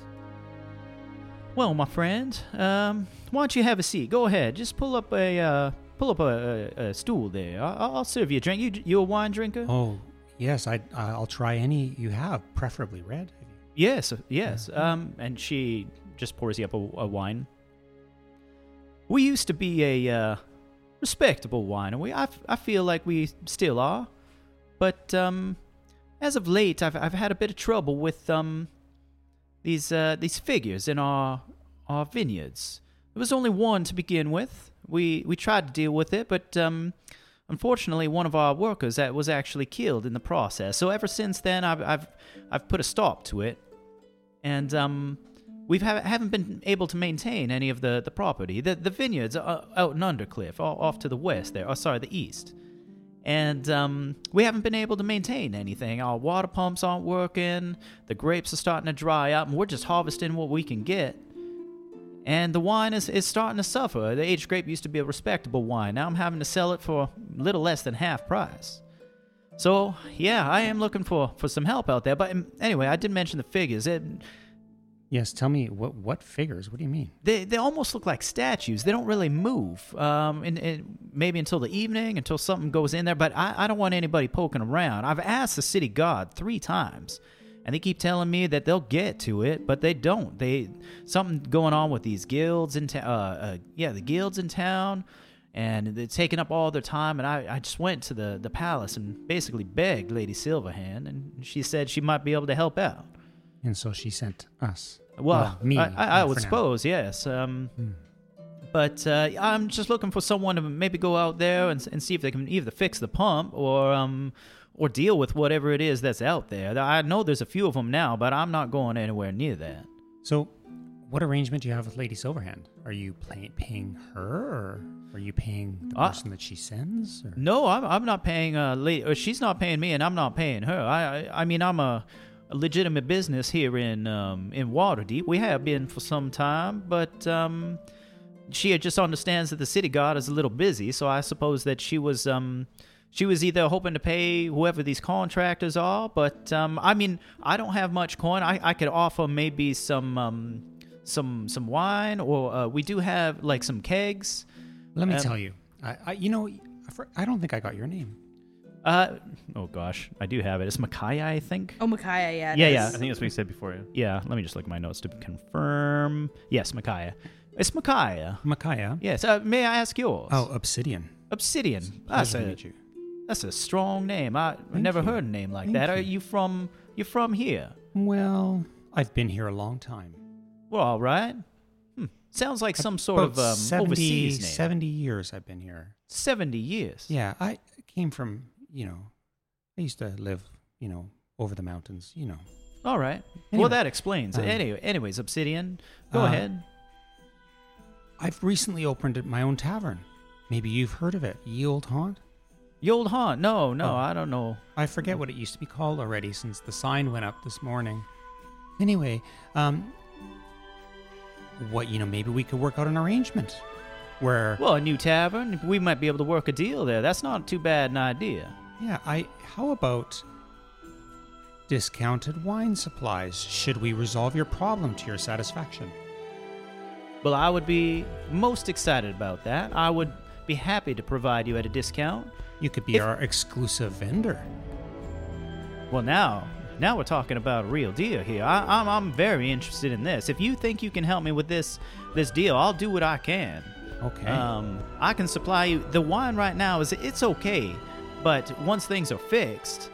Well, my friend, um, why don't you have a seat? Go ahead. Just pull up a uh, pull up a, a, a stool there. I- I'll, I'll serve you a drink. You you a wine drinker?
Oh, yes, I, I'll try any you have, preferably red.
Yes, yes. Um, and she just pours you up a, a wine. We used to be a uh, respectable winery. I, f- I feel like we still are, but um, as of late, I've I've had a bit of trouble with um these uh, these figures in our our vineyards. There was only one to begin with. We we tried to deal with it, but um, unfortunately, one of our workers that was actually killed in the process. So ever since then, I've I've I've put a stop to it, and um, we ha- haven't been able to maintain any of the the property. The the vineyards are out in Undercliff, o- off to the west there. Oh, sorry, the east. And um, we haven't been able to maintain anything. Our water pumps aren't working. The grapes are starting to dry up, and we're just harvesting what we can get. And the wine is, is starting to suffer. The aged grape used to be a respectable wine. Now I'm having to sell it for a little less than half price. So yeah, I am looking for for some help out there. But um, anyway, I did mention the figures. It,
Yes, tell me what what figures? What do you mean?
they they almost look like statues. They don't really move. Um, and, and maybe until the evening, until something goes in there. But I, I don't want anybody poking around. I've asked the city guard three times, and they keep telling me that they'll get to it, but they don't. They something going on with these guilds in town. uh, uh, yeah, the guilds in town. And they're taking up all their time, and I, I just went to the, the palace and basically begged Lady Silverhand, and she said she might be able to help out.
And so she sent us.
Well,
me.
I, I, I
uh,
would
for now. Hmm.
suppose, yes. Um, But uh, I'm just looking for someone to maybe go out there and, s- and see if they can either fix the pump or um or deal with whatever it is that's out there. I know there's a few of them now, but I'm not going anywhere near that.
So, what arrangement do you have with Lady Silverhand? Are you pay- paying her, or are you paying the
Ah.
person that she sends? Or?
No, I'm, I'm not paying uh late, or she's not paying me, and I'm not paying her. I I, I mean I'm a, a legitimate business here in um in Waterdeep. We have been for some time, but um she just understands that the city guard is a little busy, so I suppose that she was um she was either hoping to pay whoever these contractors are, but um I mean I don't have much coin. I I could offer maybe some um some some wine, or uh, we do have like some kegs.
Let me
Um,
tell you. I, I you know, I for- I don't think I got your name.
Uh, oh gosh, I do have it. It's Makaya, I think.
Oh, Micaiah, yeah. it
Yeah,
is.
yeah.
I think that's what you said before. Yeah.
Yeah, let me just look at my notes to confirm. Yes, Micaiah. It's Micaiah.
Micaiah.
Yes. Uh, may I ask yours?
Oh, Obsidian.
Obsidian. That's
Pleasure to
a,
meet you.
that's a strong name. I I never
you.
heard a name like
Thank
that. Are
you.
you from? You're from here?
Well, I've been here a long time.
Well, all right. Hmm. Sounds like some sort
Uh, About
of um,
70,
overseas name.
70 years I've been here.
Seventy years.
Yeah, I came from, you know, I used to live, you know, over the mountains, you know.
All right.
Anyway,
well, that explains.
um,
anyway, anyways, Obsidian. Go
uh,
ahead.
I've recently opened my own tavern. Maybe you've heard of it, Ye Old Haunt?
You old haunt. No, no,
oh.
I don't know.
I forget what it used to be called already since the sign went up this morning. Anyway, um, what, you know, maybe we could work out an arrangement where,
Well, a new tavern. We might be able to work a deal there. That's not too bad an idea.
yeah, I, how about discounted wine supplies? Should we resolve your problem to your satisfaction?
Well, I would be most excited about that. I would be happy to provide you at a discount.
You could be
If-
our exclusive vendor.
Well, now, now we're talking about a real deal here. I, I'm, I'm very interested in this. If you think you can help me with this, this deal, I'll do what I can.
Okay.
Um, I can supply you the wine right now. Is it's okay, but once things are fixed,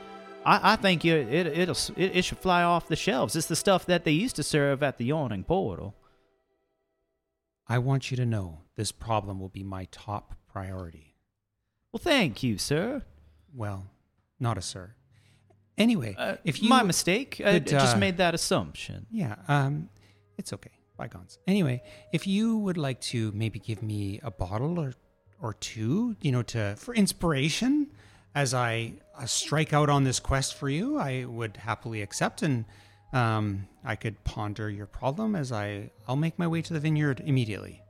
I, I think you it it'll s- it, it should fly off the shelves. It's the stuff that they used to serve at the yawning portal.
I want you to know this problem will be my top priority.
Well, thank you, sir.
Well, not a sir. Anyway,
Uh,
if you
my mistake, I
could,
just
uh,
made that assumption.
Yeah, um, it's okay. Bygones. Anyway, if you would like to maybe give me a bottle or or two, you know, to for inspiration as I uh, strike out on this quest for you, I would happily accept and um, I could ponder your problem as I I'll make my way to the vineyard immediately.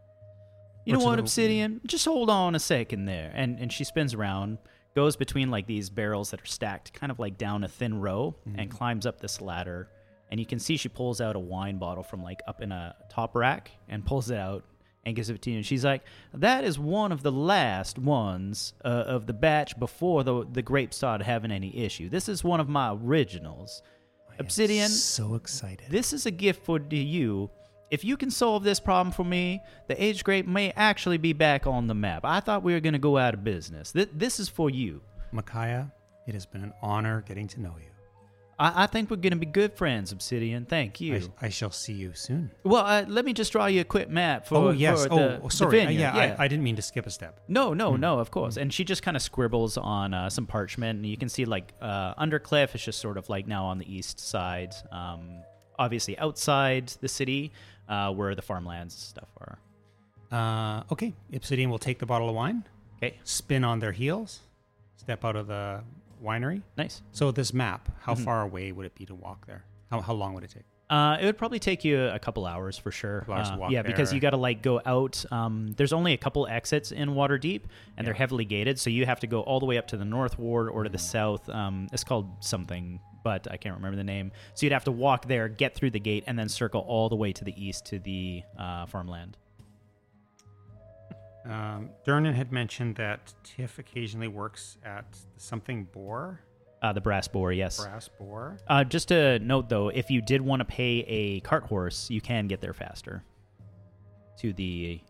You know
Or to
what,
the-
Obsidian? Just hold on a second there. And and she spins around, goes between like these barrels that are stacked kind of like down a thin row,
Mm-hmm.
and climbs up this ladder. And you can see she pulls out a wine bottle from like up in a top rack and pulls it out and gives it to you. And she's like, "That is one of the last ones uh, of the batch before the the grapes started having any issue. This is one of my originals." Obsidian,
So excited.
This is a gift for to you. If you can solve this problem for me, the age grape may actually be back on the map. I thought we were going to go out of business. Th- this is for you.
Micaiah, it has been an honor getting to know you.
I, I think we're going to be good friends, Obsidian. Thank you.
I, I shall see you soon.
well, uh, let me just draw you a quick map for,
oh yes.
for
oh,
the,
oh,
the
sorry. Uh,
vineyard.
yeah, I, Hmm. I didn't mean to skip a step.
No, no, no, of course. And she just kind of scribbles on uh, some parchment, and you can see like uh, Undercliff is just sort of like now on the east side, um, obviously outside the city uh, where the farmlands stuff are.
Uh, okay, Obsidian will take the bottle of wine,
Okay,
spin on their heels, step out of the winery.
nice.
So this map, how
Mm-hmm.
far away would it be to walk there? How, how long would it take?
Uh, it would probably take you a couple hours for sure.
Couple hours to
Uh,
walk
yeah, because
there.
you got to like go out. Um, there's only a couple exits in Waterdeep, and they're heavily gated, so you have to go all the way up to the north ward or to
Mm-hmm.
the south. Um, it's called something, but I can't remember the name. So you'd have to walk there, get through the gate, and then circle all the way to the east to the uh, farmland.
Um, Dernan had mentioned that Tiff occasionally works at something boar,
Uh, the brass boar, yes.
brass boar.
Uh, just to note though, if you did want to pay a cart horse, you can get there faster to the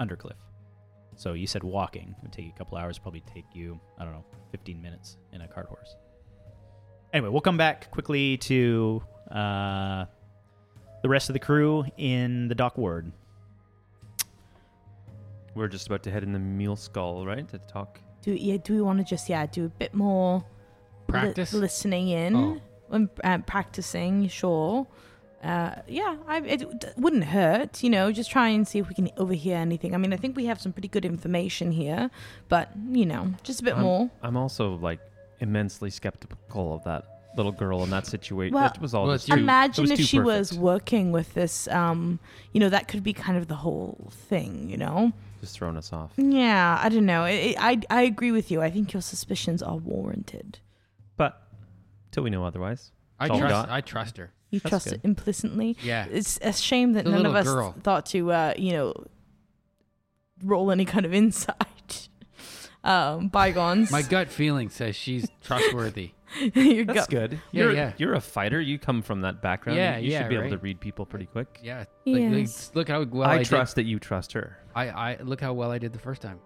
undercliff. So you said walking it would take you a couple hours, probably take you I don't know, fifteen minutes in a cart horse. Anyway, we'll come back quickly to uh, the rest of the crew in the dock ward.
We're just about to head in the mule skull, right? To talk.
Do yeah? Do we want to just yeah do a bit more li-
Practice?
listening in
Oh.
and uh, practicing? Sure. Uh, yeah, I, it d- wouldn't hurt, you know. Just try and see if we can overhear anything. I mean, I think we have some pretty good information here, but you know, just a bit
I'm-
more.
I'm also like immensely skeptical of that little girl in that situation.
Well-
it was all
Well,
just
it's you.
too- it
Imagine
was
if
too
she was
perfect.
working with this, um, you know, that could be kind of the whole thing, you know.
just throwing us
Hmm.
off.
Yeah, I don't know. It, it, I I agree with you. I think your suspicions are warranted.
But till we know otherwise,
I
It's all we
trust.
got.
I trust her.
You
That's
trust
good.
it implicitly.
Yeah.
It's a shame that
The
none of
little
us
girl.
thought to, uh, you know, roll any kind of insight. <laughs> Um, bygones. <laughs>
My gut feeling says she's trustworthy.
Your
that's
gut-
good.
Yeah,
you're,
yeah.
You're a fighter. You come from that background.
Yeah,
you, you
yeah,
should be
right.
able to read people pretty quick.
Yeah.
Yes.
look how well
I,
I, did-
trust that you trust her.
I, I look how well I did the first time,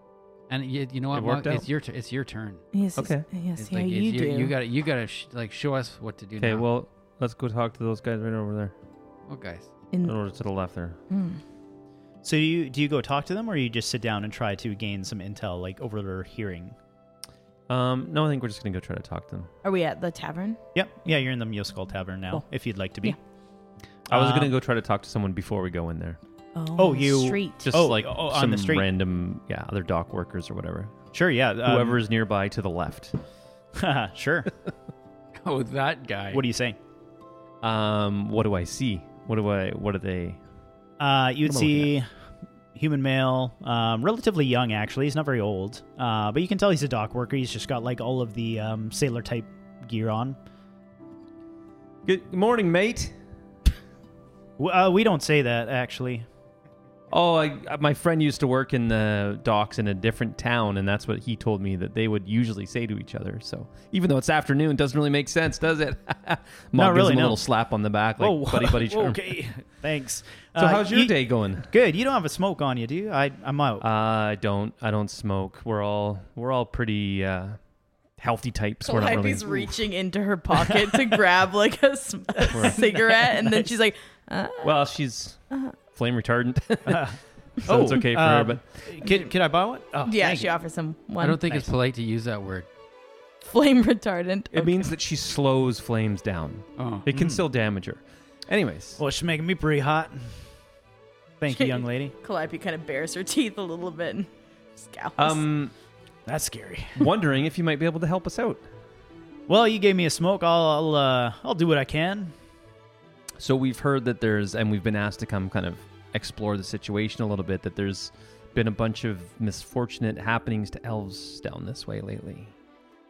and you, you know what?
It worked out.
Mark? It's your tu- it's your turn.
Yes.
Okay.
it's- Yes.
It's
yeah,
like, it's
you do.
your- You got you got to sh- like show us what to do.
Okay,
now.
well, let's go talk to those guys right over there.
oh, guys,
In
In,
order to the left there.
mm.
So do you do you go talk to them, or you just sit down and try to gain some intel, like over their hearing?
Um, no, I think we're just gonna go try to talk to them.
Are we at the tavern?
Yep. Yeah, you're in the Mule Skull Tavern now,
Cool.
if you'd like to be.
Yeah.
I was
Uh,
gonna go try to talk to someone before we go in there.
Oh,
Oh, you-
Street.
Just
Oh,
like
oh, on
some
the street.
random, yeah, other dock workers or whatever.
Sure. Yeah. um,
Whoever <laughs> is nearby to the left.
sure.
oh that guy.
What do you say?
Um, what do I see? What do I? What are they?
Uh, you'd
What am I looking
see human male, um, relatively young actually. He's not very old, uh, but you can tell he's a dock worker. He's just got like all of the um, sailor type gear on.
Good morning, mate.
W- Uh, we don't say that actually.
Oh, I, uh, my friend used to work in the docks in a different town, and that's what he told me that they would usually say to each other. So even though it's afternoon, doesn't really make sense, does it? <laughs> Mom gives
really,
him a
no.
little slap on the back, like buddy, <laughs>
<laughs>
buddy. charm.
okay. Thanks.
So
Uh,
how's your
you-
day going? Uh,
Good. You don't have a smoke on you, do you? I I'm out.
I don't. I don't smoke. We're all we're all pretty uh, healthy types. We're not really.
Calliope's reaching into her
<laughs>
pocket to grab like a, s- a cigarette, and then she's like, uh,
Well, she's flame retardant, <laughs>
<laughs>
so it's Uh, okay for her.
um,
But
Could, could I buy one? Oh,
"Yeah."
thank
She
you.
offers him one.
I don't think it's polite to use that word.
<laughs> flame retardant.
it means that she slows flames down.
Oh,
It can
Mm.
still damage her. Anyways,
Well, she's making me pretty hot. Thank you, young lady.
Calliope kind of bares her teeth a little bit and scowls.
<laughs> um,
That's scary.
wondering if you might be able to help us out.
Well, you gave me a smoke. I'll I'll, uh, I'll do what I can.
So we've heard that there's, and we've been asked to come kind of explore the situation a little bit. That there's been a bunch of misfortunate happenings to elves down this way lately.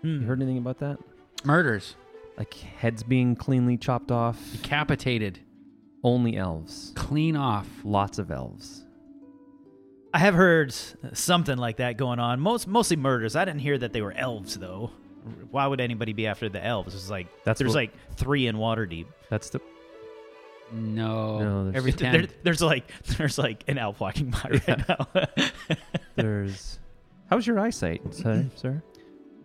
Hmm.
You heard anything about that?
murders,
Like heads being cleanly chopped off.
decapitated,
Only elves.
clean off.
Lots of elves.
I have heard something like that going on. Most mostly murders. I didn't hear that they were elves though. Why would anybody be after the elves? It's like
That's
there's
what-
like three in Waterdeep.
<laughs> That's the
No,
No, there's-
every
There,
ten.
there's
<laughs>
like there's like an elf walking by right now.
there's. How's your eyesight, sir? sir?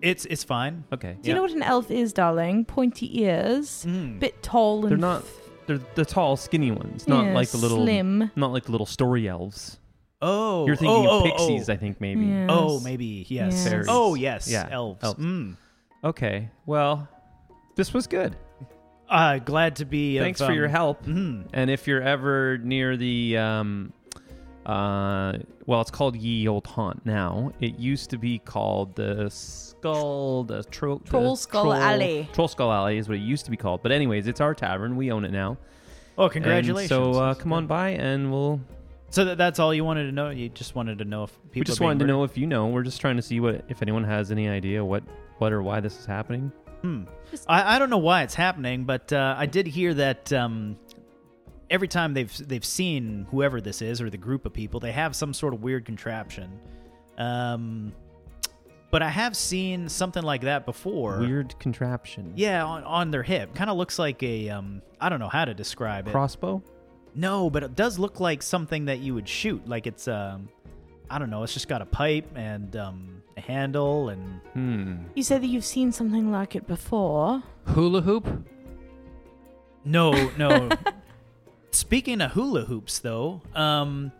it's it's fine.
Okay.
Do you know what an elf is, darling? Pointy ears,
Hmm.
Mm.
bit tall and
They're not. They're the tall, skinny ones. Not
yeah,
like the little.
slim.
Not like the little story elves.
Oh,
You're thinking
oh,
of
oh,
pixies,
Oh,
I think maybe.
Yes.
Oh, maybe yes.
Yes. Fairies.
Oh yes,
Yeah,
elves.
elves.
Mm.
Okay. Well, this was good.
Uh, glad to be.
Thanks
of,
for your
um,
help.
Mm,
And if you're ever near the, um, uh, well, it's called Ye Old Haunt now. It used to be called the Skull, the tro- the
Troll Skull
Troll-
Alley.
Troll Skull Alley is what it used to be called. But anyways, it's our tavern. We own it now.
Oh,
And
congratulations!
so uh, come on by, and we'll.
So that, that's all you wanted to know. You just wanted to know if people.
we just wanted to know if you know. We're just trying to see what if anyone has any idea what what or why this is happening.
I, I don't know why it's happening, but uh, I did hear that um, every time they've they've seen whoever this is or the group of people, they have some sort of weird contraption. Um, but I have seen something like that before.
Weird contraption.
Yeah, on, on their hip. Kind of looks like a um, I don't know how to describe it.
Crossbow.
No, but it does look like something that you would shoot. Like it's um, I don't know. It's just got a pipe and um, a handle and
Hmm.
You said that you've seen something like it before.
hula hoop.
<laughs>
No, no. Speaking of hula hoops, though, um,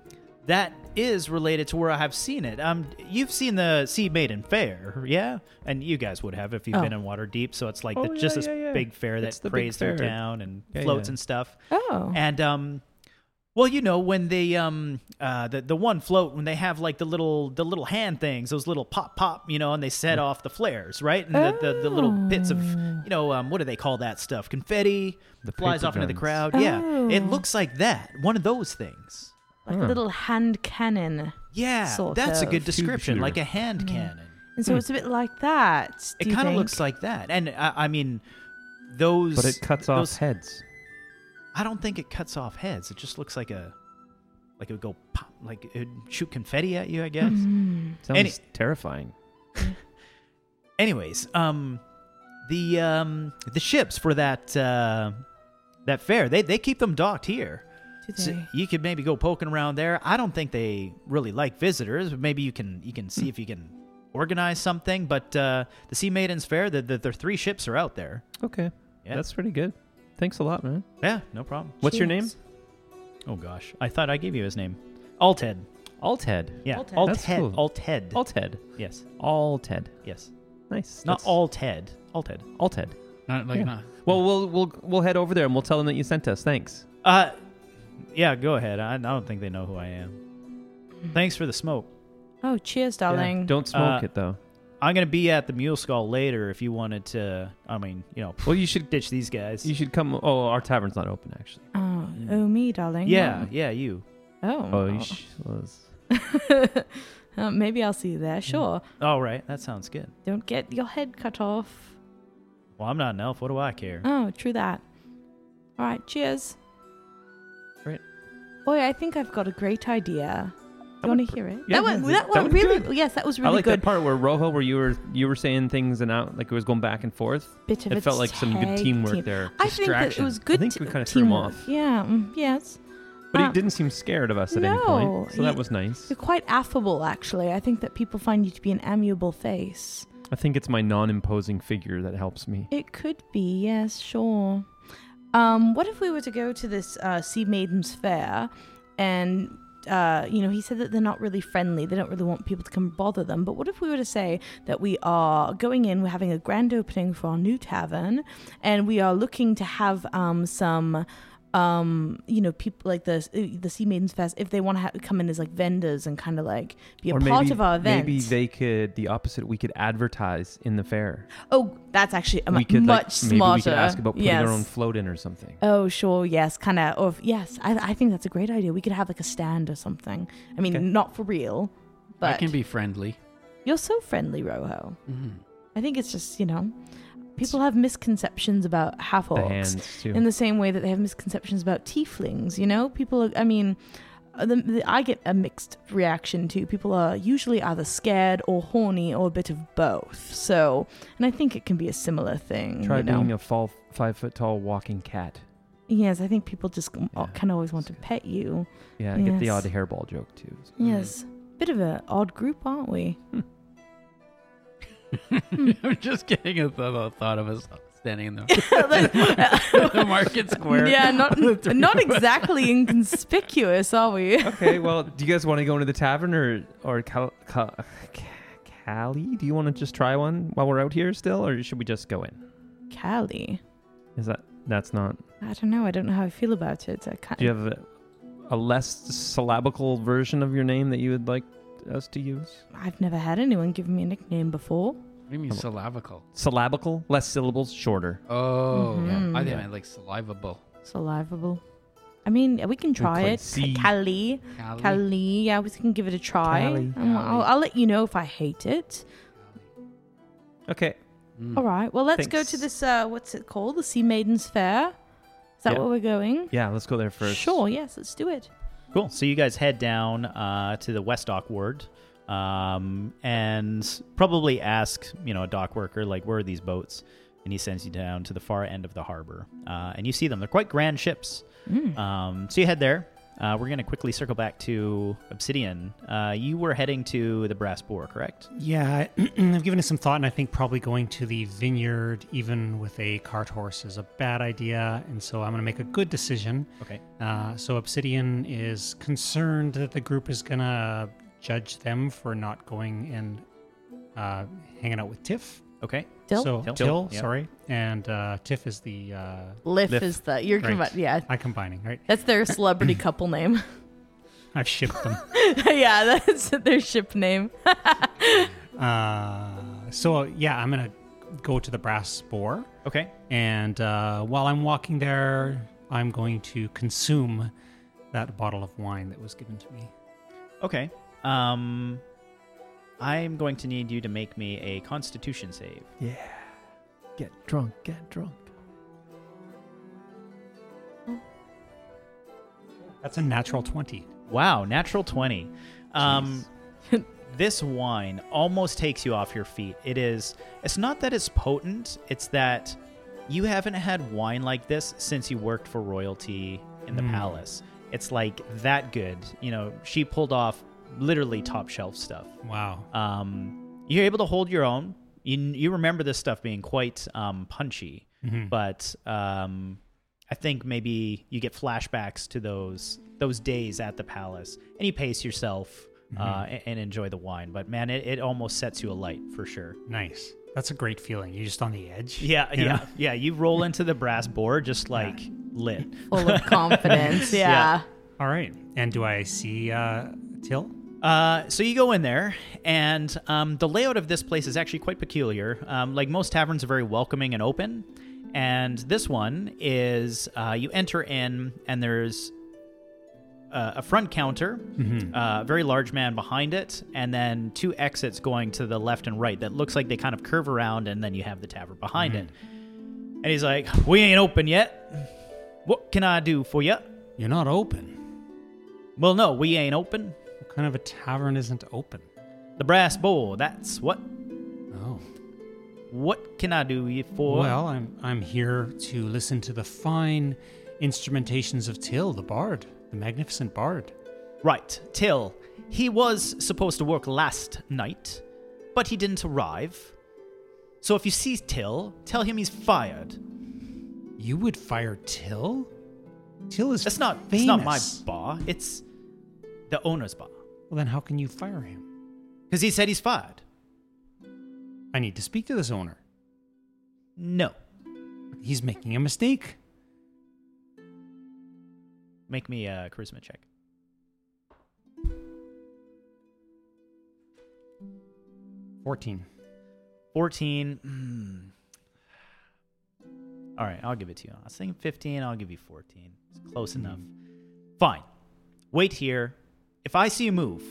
that is related to where I have seen it. Um, you've seen the Sea Maiden Fair, yeah, and you guys would have if you've
Oh.
been in Waterdeep. So it's like
Oh,
the, just
yeah,
this
yeah, yeah.
big fair
It's
that
the big
prays through
fair.
town and
Yeah,
floats
yeah.
and stuff.
Oh.
And um, well, you know when they um uh the, the one float when they have like the little the little hand things, those little pop pop, you know, and they set off the flares, right? And the, the, the little bits of you know um what do they call that stuff? Confetti
The
flies
paper
off into the
guns.
crowd. Yeah,
Oh.
it looks like that. One of those things.
like a little hand cannon.
Yeah,
Sort
that's a
of.
good description,
Shooter.
like a hand cannon.
And so
Hmm.
it's a bit like that.
It
do you
kind of
think?
looks like that, and I, I mean, those.
But it cuts off
those-
heads.
I don't think it cuts off heads. It just looks like a, like it would go pop, like it would shoot confetti at you. I guess.
Mm-hmm.
Sounds
Any-
terrifying.
Anyways, um, the um the ships for that uh, that fair they they keep them docked here.
Do
So
they?
you could maybe go poking around there. I don't think they really like visitors, but maybe you can you can see if you can organize something. But uh, the Sea Maidens Fair, the, the their three ships are out there.
Okay.
Yeah.
That's pretty good. Thanks a lot, man.
Yeah, no problem.
What's your name?
Cheers.
Oh gosh, I thought I gave you his name. Alted.
Alted.
Yeah,
Alted.
Alted.
That's cool.
Alted.
Alted.
Yes,
Alted.
yes.
Nice.
Not
That's-
Alted. Alted.
Alted.
Not like
Yeah.
not.
Well, we'll we'll we'll head over there and we'll tell them that you sent us. Thanks.
Uh, yeah. Go ahead. I, I don't think they know who I am. Thanks for the smoke.
Oh, cheers,
Yeah.
darling.
Don't smoke
Uh,
it though.
I'm gonna be at the Mule Skull later. If you wanted to, I mean, you know,
Well, you should
ditch these guys.
you should come. Oh, our tavern's not open actually.
Oh, oh me, darling.
yeah, yeah. You.
Oh.
Hmm. Oh, you sh- well, it's-
Uh, maybe I'll see you there.
Hmm.
Sure.
All right, that sounds good.
Don't get your head cut off.
Well, I'm not an elf. What do I care?
Oh, true that. All right. Cheers.
Great.
Boy, I think I've got a great idea. You want to hear it?
yeah,
that one.
yeah,
That
that
one
was
really.
good.
Yes, that was
I
really
like
good.
that part where Rojo, where you were you were saying things and out like it was going back and forth.
Bit of
It
a
felt like some good
tag
teamwork
team.
there.
I think that it
Distraction.
was good.
think
t-
we kinda threw 'em
teamwork.
off.
Yeah. mm, Yes.
But
Um,
he didn't seem scared of us at any
no,
point, so that
he-
was nice.
You're quite affable, actually. I think that people find you to be an amiable face.
I think it's my non-imposing figure that helps me.
It could be, yes, sure. Um, what if we were to go to this uh, Sea Maidens Fair and. Uh, you know, he said that they're not really friendly. They don't really want people to come bother them. But what if we were to say that we are going in, we're having a grand opening for our new tavern, and we are looking to have um, some, um, you know, people like the uh, the Sea Maidens Fest, if they want to ha- come in as like vendors and kind of like be a
or
part
maybe,
of our event.
maybe they could the opposite. We could advertise in the fair.
oh, that's actually a mu-
we could
much
like,
smarter.
Maybe we could ask about putting
yes.
our own float in or something.
Oh, sure. Yes. Kind of. Or if- yes, I, I think that's a great idea. We could have like a stand or something. I mean,
Okay.
not for real,
I
but
can be friendly.
you're so friendly, Rojo.
Mhm.
I think it's just, you know, people have misconceptions about half
the
orcs
hands too.
in the same way that they have misconceptions about tieflings, you know? People are, I mean, uh, the, the, I get a mixed reaction to people are usually either scared or horny or a bit of both. So, and I think it can be a similar thing.
Try
you know?
being a fall, five foot tall walking cat.
Yes, I think people just
Yeah,
kind of always want to
that's
pet you.
Yeah, I get the odd
Yes.
hairball joke too.
Yes. Bit of an odd group, aren't <laughs> we?
<laughs> I'm just getting a th- the thought of us standing in <laughs> the, the market square.
<laughs>
yeah,
<laughs>
not not exactly inconspicuous, are we? <laughs>
okay, well, do you guys want to go into the tavern or or Cal, Cal, Ca- Cali? Do you want to just try one while we're out here still, or should we just go in?
Callie.
Is that that's not?
I don't know. I don't know how I feel about it. I kind
Do you have a, a less syllabical version of your name that you would like us to use?
I've never had anyone give me a nickname before.
What do you mean syllabical?
Syllabical, less syllables, shorter.
Oh,
Mhm.
I think
Yeah.
I meant like salivable.
Salivable. I mean, we can try
play
it.
C.
Callie.
Cali-
Callie. Yeah, we can give it a try.
Callie.
Um, I'll, I'll let you know if I hate it.
Okay,
Mm.
All right. Well, let's go
Thanks.
to this, uh, what's it called? The Sea Maidens Fair. Is that
Yeah.
where we're going?
yeah, let's go there first.
Sure. Yes, let's do it.
Cool. So you guys head down uh, to the West Dock Ward um, and probably ask, you know, a dock worker, like, where are these boats? And he sends you down to the far end of the harbor. Uh, and you see them. They're quite grand ships. Um, so you head there. Uh, we're going to quickly circle back to Obsidian. Uh, you were heading to the Brass Boar, correct?
Yeah, I- <clears throat> I've given it some thought, and I think probably going to the vineyard, even with a cart horse, is a bad idea. And so I'm going to make a good decision.
Okay.
Uh, so Obsidian is concerned that the group is going to judge them for not going and uh, hanging out with Tiff.
Okay.
Dill?
So
Till.
Till,
Yeah.
sorry, and uh, Tiff is the uh,
Liff,
Liff.
is the you're
Right.
combi- yeah.
I combining right.
That's their <clears throat> celebrity couple name. <laughs>
I've
<laughs>
shipped them.
yeah, that's their ship name.
uh, so yeah, I'm going to go to the brass boar.
Okay.
And uh, while I'm walking there, I'm going to consume that bottle of wine that was given to me.
Okay. Um, I'm going to need you to make me a Constitution save.
Get drunk, get drunk.
That's a natural 20.
Wow, natural 20. Um, <laughs> this wine almost takes you off your feet. It is, it's not that it's potent, it's that you haven't had wine like this since you worked for royalty in the
Mm.
palace. It's like that good. You know, she pulled off literally top shelf stuff.
Wow.
Um, you're able to hold your own. You, you remember this stuff being quite um, punchy, but um, I think maybe you get flashbacks to those those days at the palace, and you pace yourself uh, and, and enjoy the wine. But man, it, it almost sets you alight for sure.
Nice. That's a great feeling. You're just on the edge.
Yeah, yeah,
You
yeah.
know?
You roll into the brass board just like lit.
Full of confidence. <laughs> Yeah.
All right. And do I see uh, Till?
Uh, so you go in there, and um, the layout of this place is actually quite peculiar. Um, like most taverns are very welcoming and open, and this one is uh, you enter in, and there's uh, a front counter, uh, a very large man behind it, and then two exits going to the left and right that looks like they kind of curve around, and then you have the tavern behind it. And he's like, "We ain't open yet. What can I do for you?"
You're not open.
Well, no, we ain't open.
What kind of a tavern isn't open?
The brass bowl. That's what.
Oh.
What can I do you for?
Well, I'm, I'm here to listen to the fine instrumentations of Till, the bard, the magnificent bard.
right, Till. He was supposed to work last night, but he didn't arrive. So if you see Till, tell him he's fired.
You would fire Till? Till is
That's not.
famous.
It's not my bar. It's the owner's bar.
Well, then how can you fire him?
Because he said he's fired.
I need to speak to this owner.
No,
He's making a mistake.
make me a charisma check.
Fourteen.
14. hmm. All right, I'll give it to you. I was thinking 15. I'll give you 14. It's close enough. Fine. Wait here. If I see you move,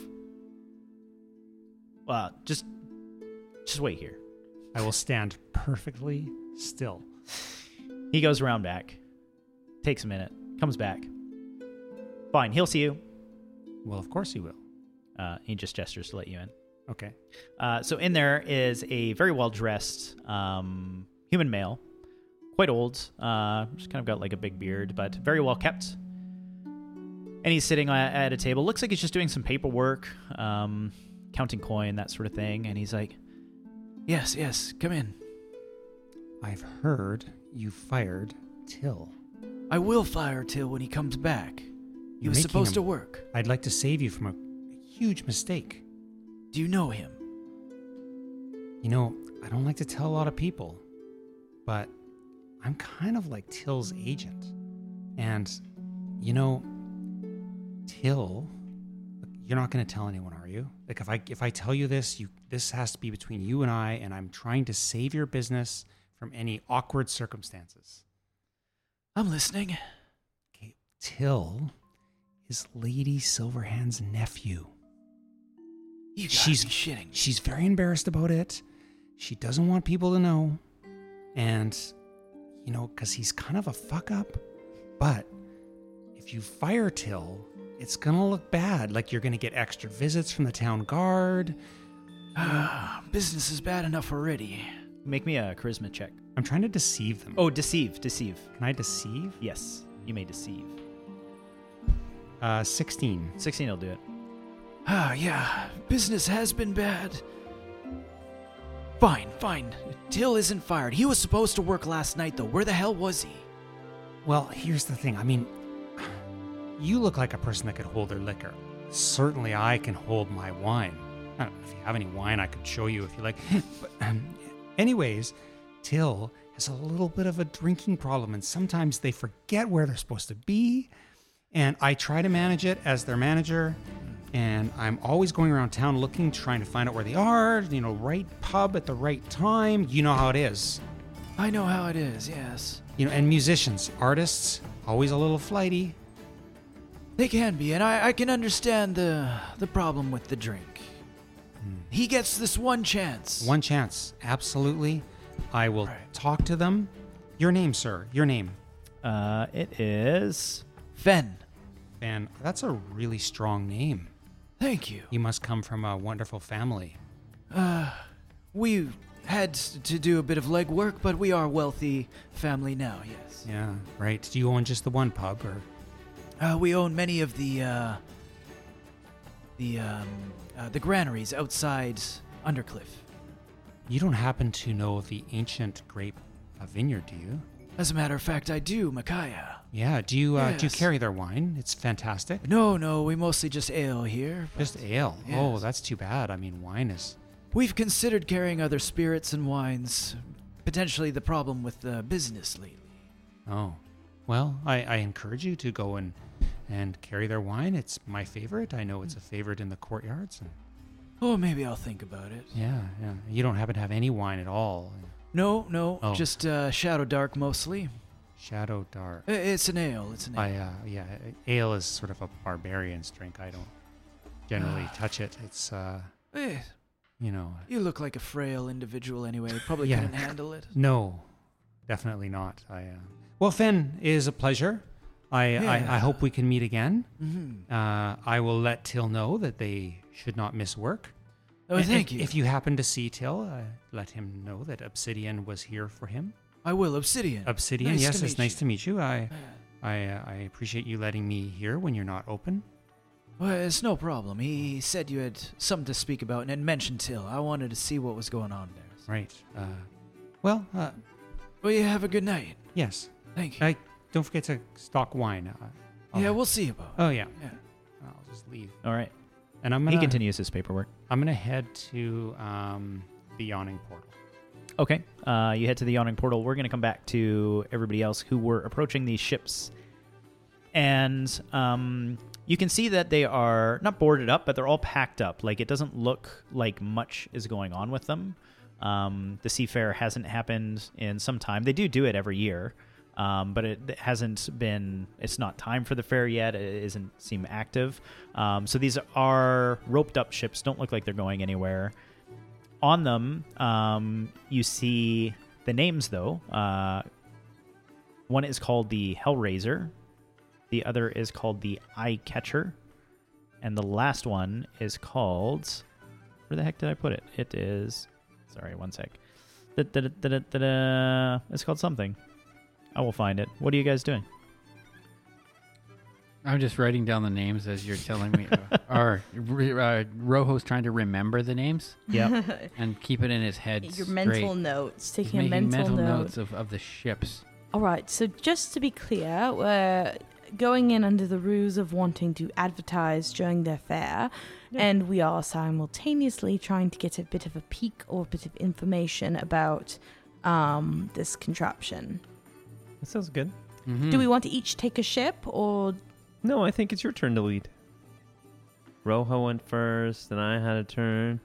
well, just just wait here.
I will stand perfectly still.
He goes around back. Takes a minute. Comes back. Fine. He'll see you.
Well, of course he will.
Uh, he just gestures to let you in.
Okay.
Uh, so in there is a very well dressed um, human male, quite old, uh, just kind of got like a big beard, but very well kept. And he's sitting a- at a table. Looks like he's just doing some paperwork, um, counting coin, that sort of thing. And he's like,
Yes, yes, come in.
I've heard you fired Till.
I will fire Till when he comes back. He
You're
was
making
supposed to
him-
work.
I'd like to save you from a huge mistake.
Do you know him?
You know, I don't like to tell a lot of people, but I'm kind of like Till's agent. And, you know, Till, you're not going to tell anyone, are you? Like, if I if I tell you this, you this has to be between you and I, and I'm trying to save your business from any awkward circumstances.
I'm listening.
Okay, Till is Lady Silverhand's nephew.
You gotta
She's-
be shitting. me.
She's very embarrassed about it. She doesn't want people to know. And, you know, because he's kind of a fuck up. But if you fire Till, it's going to look bad. Like you're going to get extra visits from the town guard.
Ah, business is bad enough already.
"Make me a charisma check."
I'm trying to deceive them.
Oh, deceive, deceive.
Can I deceive?
Yes, you may deceive.
Uh, Uh, 16.
16 will do it.
Ah, yeah. Business has been bad. Fine, fine. Till isn't fired. He was supposed to work last night, though. Where the hell was he?
Well, here's the thing. I mean, you look like a person that could hold their liquor. Certainly, I can hold my wine. I don't know if you have any wine I could show you if you like. <laughs> but, um, anyways, Till has a little bit of a drinking problem, and sometimes they forget where they're supposed to be. And I try to manage it as their manager, and I'm always going around town looking, trying to find out where they are, you know, right pub at the right time. You know how it is
I know how it is, yes.
you know, and musicians, artists, always a little flighty.
They can be, and I, I can understand the the problem with the drink. He gets this one chance.
Hmm. One chance, absolutely. I will talk to them. Your name, sir. Your name.
Uh, it is.
Fen.
And that's a really strong name.
Thank you.
You must come from a wonderful family.
We had to do a bit of legwork, but we are a wealthy family now, yes.
Yeah, right. Do you own just the one pub, or
Uh, we own many of the uh, the um, uh, the granaries outside Undercliff.
you don't happen to know the ancient grape uh, vineyard, do you?
As a matter of fact, I do, Micaiah.
Yeah. Do you uh, do you
Yes.
carry their wine? It's fantastic.
No, no, we mostly just ale here.
Just ale. Oh,
Yes.
that's too bad. I mean, wine is.
We've considered carrying other spirits and wines. Potentially the problem with the business lately.
Oh, well, I, I encourage you to go and and carry their wine. It's my favorite. I know it's a favorite in the courtyards. And
Oh, maybe I'll think about it.
yeah, yeah. You don't happen to have any wine at all.
No, no,
Oh.
just uh, Shadow Dark mostly.
Shadow dark.
I- It's an ale. It's an ale.
I uh, yeah, ale is sort of a barbarian's drink. I don't generally
Ah.
touch it. It's uh,
Eh,
you know,
you look like a frail individual anyway. Probably
Yeah.
couldn't handle it.
no, definitely not. I uh, well, Finn, it is a pleasure. I, I, I
Yeah.
hope we can meet again.
Mm-hmm.
Uh, I will let Till know that they should not miss work.
Oh,
I- if,
thank you.
If you happen to see Till, uh, let him know that Obsidian was here for him.
I will. Obsidian.
Obsidian,
Nice to
yes, it's
meet
nice
you.
to meet you. I, I, uh, I appreciate you letting me hear when you're not open.
Well, it's no problem. He said you had something to speak about and had mentioned Till. I wanted to see what was going on there.
Right. Uh, well, uh,
Well, you have a good night.
yes.
Thank you.
I don't forget to stock wine. Uh, I'll-
yeah, we'll see about it.
Oh yeah.
Yeah.
I'll just leave.
All right.
And I'm
He
gonna.
continues his paperwork.
I'm gonna head to um, the yawning portal.
Okay. Uh, you head to the yawning portal. We're going to come back to everybody else who were approaching these ships. And um, you can see that they are not boarded up, but they're all packed up. Like, it doesn't look like much is going on with them. Um, the Seafair hasn't happened in some time. They do do it every year, um, but it hasn't been, it's not time for the fair yet. It isn't seem active. Um, so these are roped up ships, don't look like they're going anywhere on them, um, you see the names though. Uh, one is called the Hellraiser, the other is called the Eye Catcher, and the last one is called. Where the heck did I put it? It is. Sorry, one sec. Da-da-da-da-da-da. It's called something. I will find it. What are you guys doing?
I'm just writing down the names as you're telling me. <laughs> Or re- uh, Rojo's trying to remember the names
Yeah.
and keep it in his head.
Your
straight.
mental notes,
He's
taking a
making
mental, note.
notes of, of the ships.
All right, so just to be clear, we're going in under the ruse of wanting to advertise during their fair, and we are simultaneously trying to get a bit of a peek or a bit of information about um, this contraption.
That sounds good.
Mm-hmm.
Do we want to each take a ship, or
No, I think it's your turn to lead. Rojo went first, and I had a turn.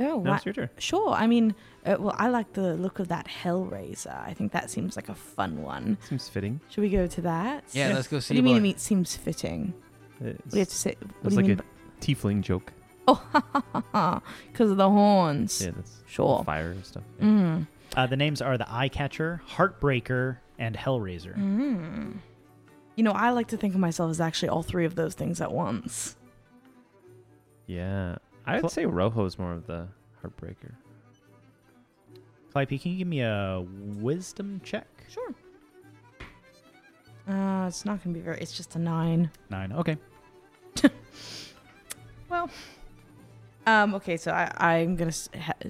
oh,
Now
wha-
it's your turn.
sure? I mean, uh, well, I like the look of that Hellraiser. I think that seems like a fun one.
Seems fitting.
Should we go to that?
Yeah,
Yeah.
let's go
What
see.
do you mean?
about-
I mean, it seems fitting.
It's,
We have to say. What
it's
do you
like
mean?
a tiefling joke.
Oh, ha ha ha ha! <laughs> Because of the horns.
Yeah, that's
Sure.
fire and stuff.
Mm.
Uh, the names are the Eye Catcher, Heartbreaker, and Hellraiser.
Mm. You know, I like to think of myself as actually all three of those things at once.
Yeah, I'd
Cl-
say Rojo's more of the heartbreaker.
Clype, can you give me a wisdom check?
Sure. Uh, it's not going to be very. It's just a nine.
Nine. Okay.
well. Um. Okay. So I, I'm gonna s- ha-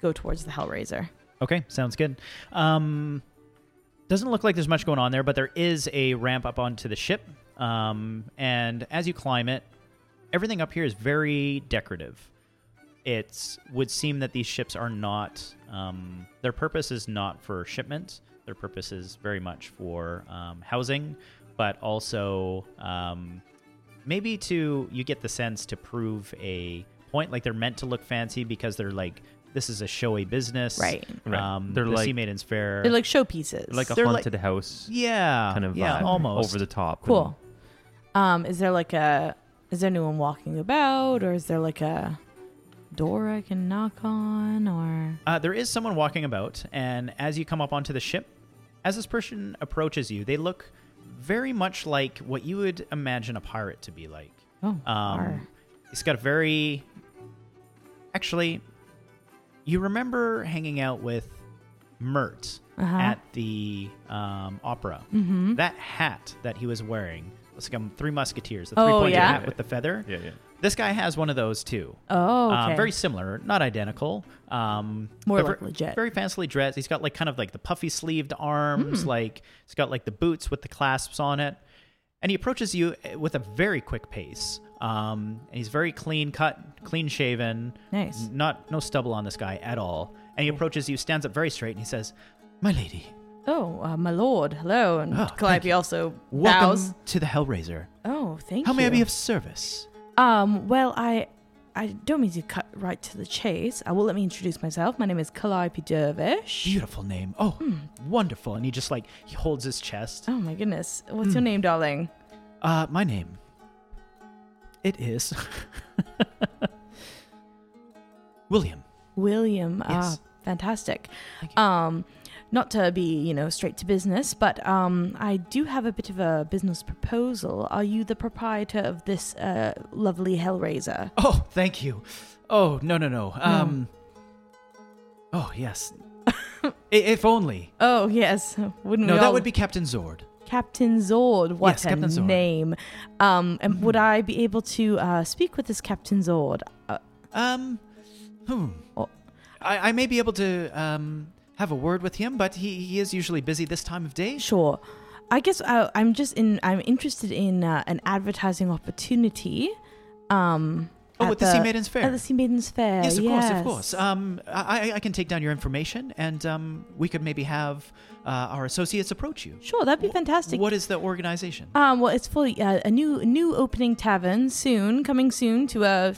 go towards the Hellraiser.
Okay, sounds good. Um, doesn't look like there's much going on there, but there is a ramp up onto the ship. Um, and as you climb it, everything up here is very decorative. It would seem that these ships are not, um, their purpose is not for shipment. Their purpose is very much for um, housing, but also um, maybe to you get the sense to prove a point like they're meant to look fancy because they're like this is a showy business
Right.
Right.
um
They're
the
like-
sea maidens fair
They're like showpieces.
like a
They're like-
haunted house
yeah
kind of
yeah
vibe,
almost
over the top.
cool. Um. Is there like a is there anyone walking about, or is there like a door I can knock on, or
Uh, there is someone walking about, and as you come up onto the ship, as this person approaches you, they look very much like what you would imagine a pirate to be like.
oh,
Um,
arr.
it's got a very. Actually, you remember hanging out with Mert
Uh-huh. Mm-hmm.
at the um, opera. That hat that he was wearing, it's like um, Three Musketeers, the
Oh,
three pointed
yeah?
hat with the feather.
And, yeah, yeah.
This guy has one of those too.
oh, okay.
Um, very similar, not identical. Um,
More
but
like
ver-
legit.
Very fancily dressed. He's got like kind of like the puffy sleeved
Hmm.
arms. Like he's got like the boots with the clasps on it, and he approaches you eh, with a very quick pace. Um, and he's very clean cut, clean shaven.
Nice.
N- Not no stubble on this guy at all. And he approaches you, stands up very straight, and he says, "My lady,
oh, uh, my lord. Hello, and
Oh,
oh,
thank
Calliope also
welcome
bows.
to the Hellraiser.
Oh, thank
How
you.
may I be of service?"
Um, well, I I don't mean to cut right to the chase. I will let me introduce myself. My name is Calliope Dervish.
Beautiful name. Oh,
Hmm.
wonderful. And he just like he holds his chest.
Oh my goodness. What's
Hmm.
your name, darling?
Uh, my name. It is. William.
William.
Yes.
Ah, fantastic.
Thank
Um not to be, you know, straight to business, but um I do have a bit of a business proposal. Are you the proprietor of this uh lovely Hellraiser?
Oh, thank you. Oh, no, no, no. Um. Oh, yes. <laughs> I- if only.
Oh, yes. Wouldn't
No,
we
that
all-
would be Captain Zord.
Captain Zord. What
Yes,
a
Captain Zord. Mm-hmm.
name. Um and would I be able to uh speak with this Captain Zord? Uh,
Um. Hmm.
Oh.
I, I may be able to um have a word with him, but he, he is usually busy this time of day.
Sure. I guess I, I'm just in. I'm interested in uh, an advertising opportunity. Um,
Oh,
at
with the, Sea Maidens Fair.
At the Sea Maidens Fair.
Yes, of course,
yes.
of course. Um, I, I- I can take down your information, and um, we could maybe have uh, our associates approach you.
Sure, that'd be fantastic.
What is the organization?
Um, well, it's for uh, a new new opening tavern soon, coming soon to a.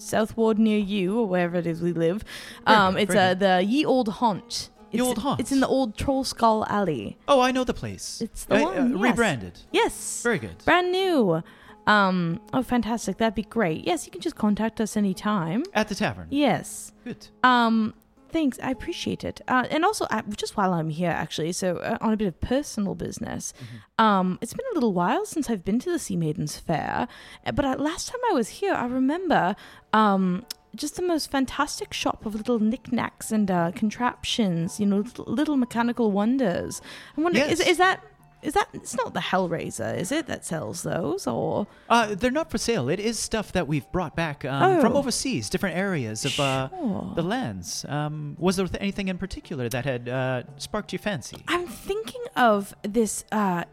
South Ward near you, or wherever it is we live.
Very
Um,
good,
it's
very
uh, the Ye Old Haunt.
Ye
It's-
Olde Haunt.
It's in the old Troll Skull Alley.
oh, I know the place. uh,
It's the one, yes.
Rebranded.
Yes.
Very good.
Brand new. Um, oh, fantastic. That'd be great. Yes, you can just contact us anytime.
At the tavern.
Yes.
Good.
Um, thanks. I appreciate it. Uh, and also, I, just while I'm here, actually, so uh, on a bit of personal business, um, it's been a little while since I've been to the Sea Maidens Fair, uh, but uh, last time I was here, I remember um, just the most fantastic shop of little knickknacks and uh, contraptions, you know, little, little mechanical wonders. I'm wondering, is,
Yes.
is that. Is that it's not the Hellraiser, is it, that sells those or
Uh, they're not for sale. It is stuff that we've brought back um,
Oh.
from overseas, different areas of uh,
Sure.
the lands. Um, was there anything in particular that had uh, sparked your fancy?
I'm thinking of this uh,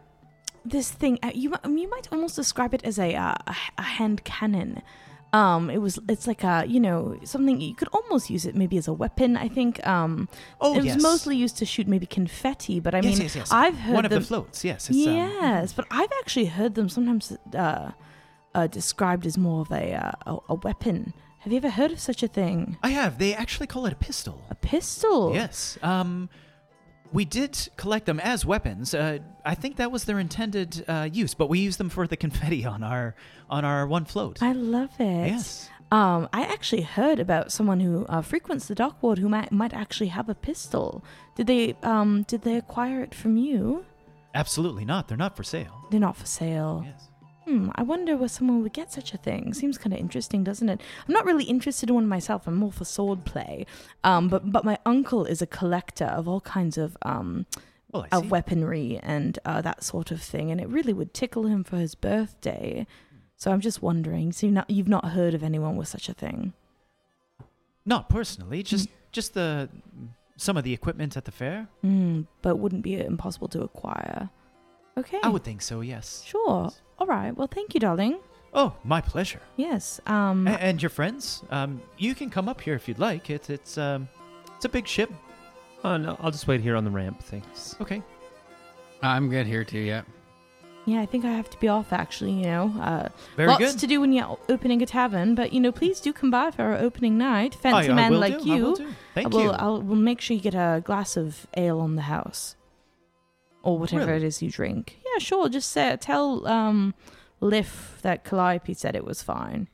this thing. Uh, you mi- you might almost describe it as a uh, a h- a hand cannon. Um, it was it's like a you know something you could almost use it maybe as a weapon. I think. Um,
Oh,
it was
yes.
mostly uh, used to shoot maybe confetti, but I
yes,
mean
yes, yes.
I've heard
one of
them,
the floats. Yes. It's, um,
yes, but I've actually heard them sometimes uh, uh, described as more of a, uh, a a weapon. Have you ever heard of such a thing?
I have. They actually call it a pistol.
A pistol.
Yes. Um, we did collect them as weapons. Uh, I think that was their intended uh, use, but we used them for
<laughs>
the confetti on our on our one float.
I love it.
yes.
Um, I actually heard about someone who uh, frequents the dock ward who might might actually have a pistol. Did they um did they acquire it from you?
Absolutely not. They're not for sale.
They're not for sale.
Yes.
Hmm. I wonder where someone would get such a thing. Seems kind of interesting, doesn't it? I'm not really interested in one myself. I'm more for swordplay. Um, but but my uncle is a collector of all kinds of um
Well, I
of
see.
weaponry and uh, that sort of thing, and it really would tickle him for his birthday. So I'm just wondering. So you've not, you've not heard of anyone with such a thing?
Not personally,
Mm-hmm.
just just the some of the equipment at the fair.
Hmm, but wouldn't be impossible to acquire. Okay.
I would think so. Yes.
Sure. All right. Well, thank you, darling.
Oh, my pleasure.
Yes. Um.
A- and your friends, um, you can come up here if you'd like. It's it's um, it's a big ship.
Oh, no, I'll just wait here on the ramp. Thanks.
Okay.
Uh, I'm good here too. Yeah.
Yeah, I think I have to be off actually, you know. Uh,
Very
lots
good.
to do when you're opening a tavern, but you know, please do come by for our opening night. Fancy
Oh, I- I
men
will
like
do, I
you.
will do. Thank
I will,
you.
I'll, we'll make sure you get a glass of ale on the house. Or whatever
Really?
it is you drink. Yeah, sure. Just say, tell um, Liff that Calliope said it was fine.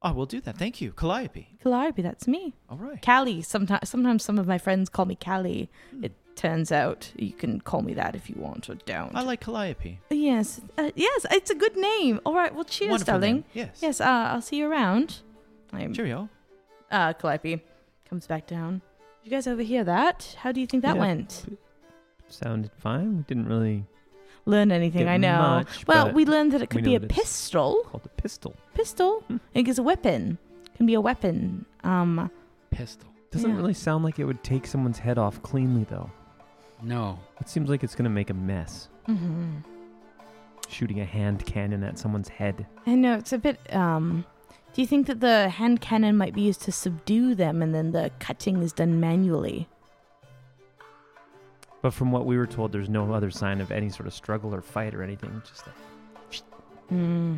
I will do that. Thank you, Calliope.
Calliope, that's me.
All right.
Callie. Sometimes, sometimes some of my friends call me Callie.
Hmm.
It turns out you can call me that if you want or don't.
I like Calliope.
yes, uh, yes, it's a good name. All right, well, cheers,
Wonderful
darling.
name. Yes.
Yes, uh, I'll see you around. I'm
Cheerio.
uh Calliope comes back down. You guys overhear that? How do you think that
Yeah.
went?
Sounded fine. We didn't really
Learn anything?
Didn't
I know.
much,
well,
but
we learned that it
we
could
know
be a
that it's-
pistol.
call it a pistol.
Pistol.
Hmm.
It is a weapon. Can be a weapon. Um.
Pistol.
Doesn't
Yeah.
really sound like it would take someone's head off cleanly, though.
No.
It seems like it's going to make a mess. Mm-hmm.
mhm.
Shooting a hand cannon at someone's head.
I know it's a bit. Um. Do you think that the hand cannon might be used to subdue them, and then the cutting is done manually?
But from what we were told, there's no other sign of any sort of struggle or fight or anything. Just uh, that
Hmm.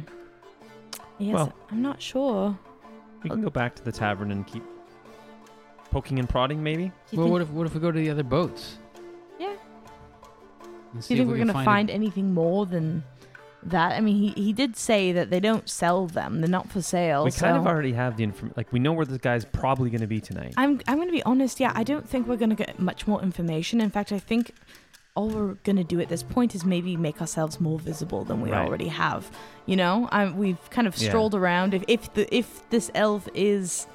Yes,
Well.
I'm not sure.
we can go back to the tavern and keep poking and prodding, maybe.
Do you
well,
think,
what if what if we go to the other boats?
Yeah.
And
do
see
you think
if
we're
we
gonna
can
find,
find, a-
anything more than that? I mean, he, he did say that they don't sell them; they're not for sale.
we kind
so-
of already have the information. Like we know where this guy's probably going to be tonight.
I'm I'm gonna be honest. Yeah, I don't think we're gonna get much more information. In fact, I think all we're gonna do at this point is maybe make ourselves more visible than we
Right.
already have. You know, I, we've kind of
Yeah.
strolled around. If if the if this elf is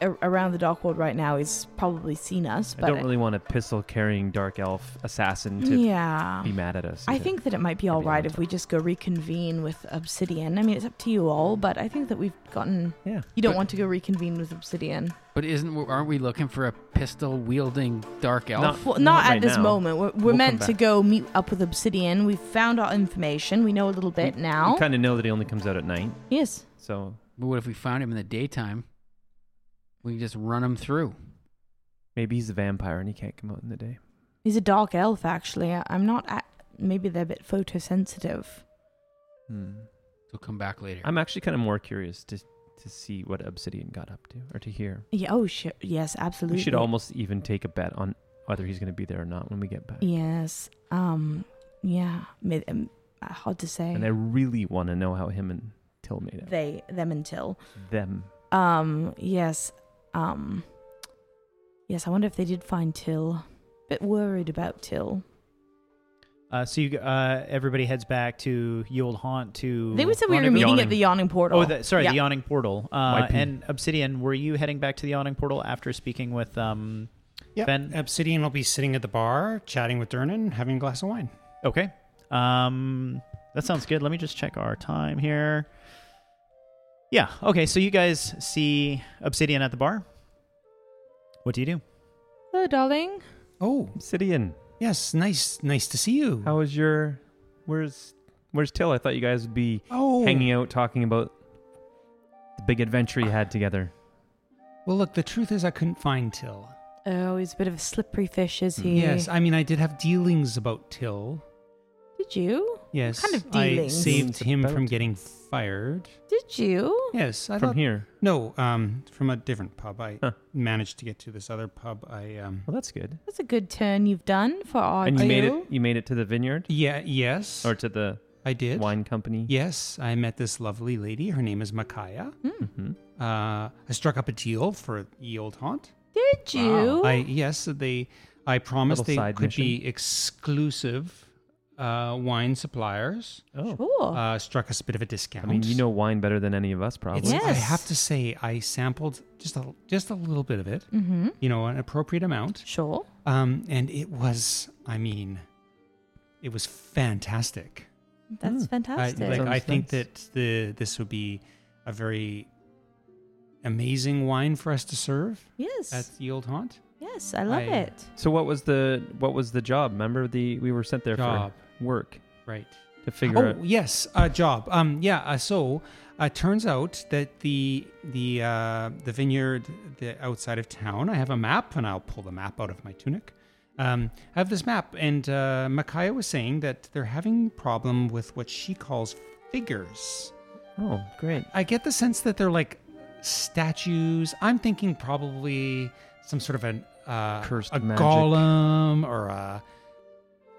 a- around the dock world right now, he's probably seen us.
I
But
don't really want a pistol carrying dark elf assassin to
yeah.
be mad at us.
I
either.
think that it might be
Maybe
all
another
right if we
time.
just go reconvene with Obsidian. I mean, it's up to you all, but I think that we've gotten.
Yeah.
You don't
But-
want to go reconvene with Obsidian.
But isn't aren't we looking for a pistol wielding dark elf?
Not- Uh,
Well, not,
Not
at
right
this
now.
moment. We're, we're
We'll come
meant to
back.
go meet up with Obsidian. We've found our information. We know a little bit now.
You kind of know that he only comes out at night,
yes.
so
But what if we found him in the daytime? We can just run him through.
maybe he's a vampire and he can't come out in the day.
He's a dark elf, actually. I, I'm not. At, maybe they're a bit photosensitive.
Hmm.
He'll come back later.
I'm actually kind of more curious to to see what Obsidian got up to or to hear.
Yeah, oh, sure. Yes, absolutely.
We should almost even take a bet on whether he's going to be there or not when we get back.
Yes. Um. Yeah. Mid, um, uh, hard to say.
And I really want to know how him and Till made out.
they, them, and Till.
Them.
Um. Yes. Um. Yes. I wonder if they did find Till. Bit worried about Till.
Uh, so you, uh, everybody heads back to ye old haunt to.
They would say we were
Yawning-
meeting at
Yawning.
the Yawning Portal.
Oh, the, sorry,
Yeah.
the yawning portal. Uh,
YP.
and Obsidian, were you heading back to the yawning portal after speaking with um,
Yep.
Ben?
Obsidian will be sitting at the bar, chatting with Dernan, having a glass of wine.
Okay. Um, that sounds good. Let me just check our time here. Yeah. Okay. So you guys see Obsidian at the bar. What do you do?
Hello, darling.
Oh,
Obsidian,
yes, nice, nice to see you.
how is your? Where's Where's Till? I thought you guys would be
oh,
hanging out talking about the big adventure you had together.
Well, look, the truth is, I couldn't find Till.
Oh, he's a bit of a slippery fish, is he?
Yes, I mean, I did have dealings about Till.
Did you?
Yes,
kind of
I
dealings?
saved him
About-
from getting fired.
Did you?
Yes, I
From
thought-
here.
No, um, from a different pub. I
Huh.
managed to get to this other pub. I um,
Well, that's good.
That's a good turn you've done for our
And you
two.
made it. You made it to the vineyard
yeah, yes,
or to the
I did.
wine company.
Yes, I met this lovely lady. Her name is Makaya.
hmm
Uh, I struck up a deal for ye old haunt. Ah.
Did you?
I yes, they. I promised
Little
they
side
could
mission.
be exclusive uh, wine suppliers.
Oh,
Sure.
Uh, struck us a bit of a discount.
I mean, you know wine better than any of us, probably.
It's, I
Yes.
have to say, I sampled just a just a little bit of it.
mm-hmm.
You know, an appropriate amount.
Sure.
Um, and it was, I mean, it was fantastic.
That's
Hmm.
I,
fantastic.
like, I
Sounds
think
nice.
that the this would be a very amazing wine for us to serve
yes.
at the old haunt.
yes, I love
I-
it.
So what was the what was the job? Remember the we were sent there
Job.
for work
Right.
to figure out.
Oh yes, a job. Um, yeah. Uh, so, uh, turns out that the the uh, the vineyard the outside of town. I have a map, and I'll pull the map out of my tunic. Um, I have this map, and uh, Micaiah was saying that they're having problem with what she calls figures.
Oh, great.
I get the sense that they're like statues. I'm thinking probably some sort of an uh,
Cursed
a
magic.
golem or a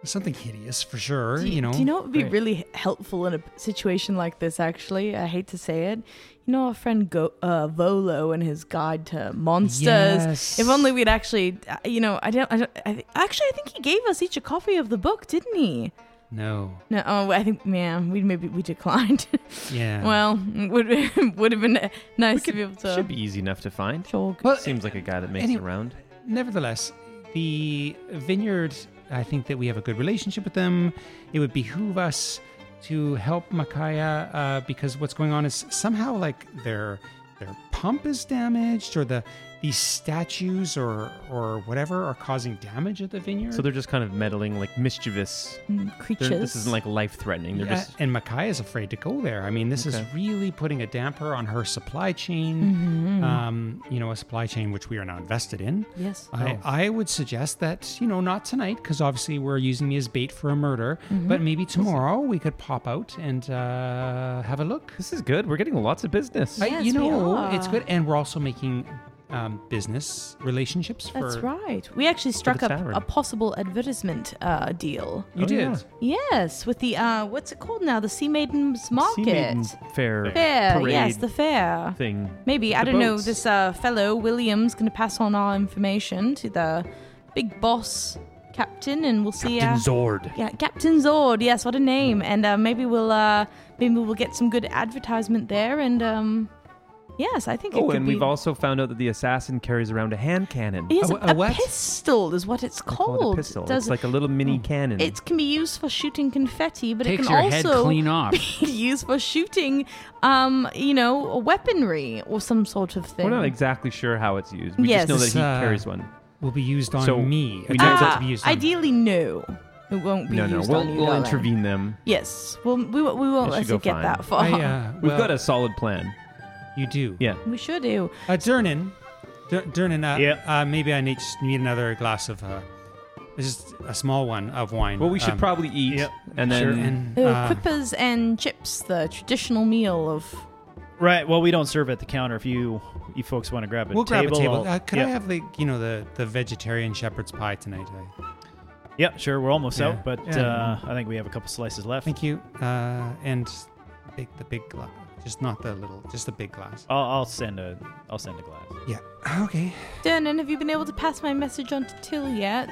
something hideous for sure.
Do
you know.
do you know what would be
Great.
really helpful in a situation like this, actually? I hate to say it. You know, our friend Go- uh, Volo and his guide to monsters.
Yes.
If only we'd actually, uh, you know, I don't, I don't, I th- actually, I think he gave us each a copy of the book, didn't he?
No.
No, oh, I think, yeah, we maybe we declined. <laughs>
Yeah.
well, would would <laughs> have been uh, nice to be able to.
Should be easy enough to find.
Sure.
Well,
Seems like a guy that makes
any-
it around.
nevertheless, the vineyard, I think that we have a good relationship with them. It would behoove us to help Makaya uh, because what's going on is somehow like their their pump is damaged or the these statues or or whatever are causing damage at the vineyard.
So they're just kind of meddling, like mischievous.
Mm,
They're-
creatures.
This isn't like life threatening. They're
Yeah,
just
and Makaya is afraid to go there. I mean, this
Okay.
is really putting a damper on her supply chain.
Mhm.
Um, you know, a supply chain which we are now invested in.
yes.
I, I would suggest that, you know, not tonight, because obviously we're using me as bait for a murder,
Mm-hmm.
but maybe tomorrow we could pop out and uh, have a look.
This is good. We're getting lots of business.
I- you
Yes, we
know, it's
are.
good. And we're also making um, business relationships for.
That's right. We actually struck
the
up
tavern.
a possible advertisement uh, deal.
You
Oh,
did.
yeah.
Yes, with the uh, what's it called now? The Sea Maidens Market.
Sea Maiden Fair.
Fair,
Parade
yes, the fair.
thing.
Maybe
with
I
the
don't know.
boats.
This uh, fellow William's going to pass on our information to the big boss captain, and we'll see. Uh,
Zord.
yeah, Captain Zord. Yes, what a name. And uh, maybe we'll uh, maybe we'll get some good advertisement there. And um, yes, I think. it
Oh,
could
and
be...
we've also found out that the assassin carries around a hand cannon.
It is
A
a,
wh- a
a
what?
pistol, is what it's
They call
called.
it a pistol.
Does
It's like a little mini cannon.
It can be used for shooting confetti, but
Takes
it
your
can
head
also
clean off.
<laughs> be used for shooting, um, you know, weaponry or some sort of thing.
We're not exactly sure how it's used. We
Yes.
just know that
It's,
he
uh,
carries one.
Will be used on
So
me.
we
It's
know
not
that-
to be used on-
Uh, ideally, no. It won't be
No, no,
used
we'll,
on you,
we'll
darling.
intervene them.
Yes, we'll, we, won't- we
It
won't
should
let
go
you get
fine.
that far.
I, uh,
<laughs> We've
well,
got a solid plan.
You do.
Yeah.
<laughs> We sure do.
Uh, Dernan. Der- Dernan, uh,
Yeah.
uh, maybe I need, just need another glass of. Uh, just a small one of wine.
Well, we should
Um,
probably eat
Yep.
and then
Sure.
And,
Oh,
uh,
quippers and chips, the traditional meal of.
Right. Well, we don't serve at the counter. If you you folks want to grab a
We'll
table,
grab a table.
I'll-
Uh, could I
yeah.
have the you know the the vegetarian shepherd's pie tonight? I,
Yeah, sure. We're almost
Yeah.
out, but
Yeah.
uh, I think we have a couple slices left.
thank you. Uh, and big the big glass, just not the little, just the big glass.
I'll, I'll send a I'll send a glass.
Yeah. Okay.
Dernan, have you been able to pass my message on to Till yet?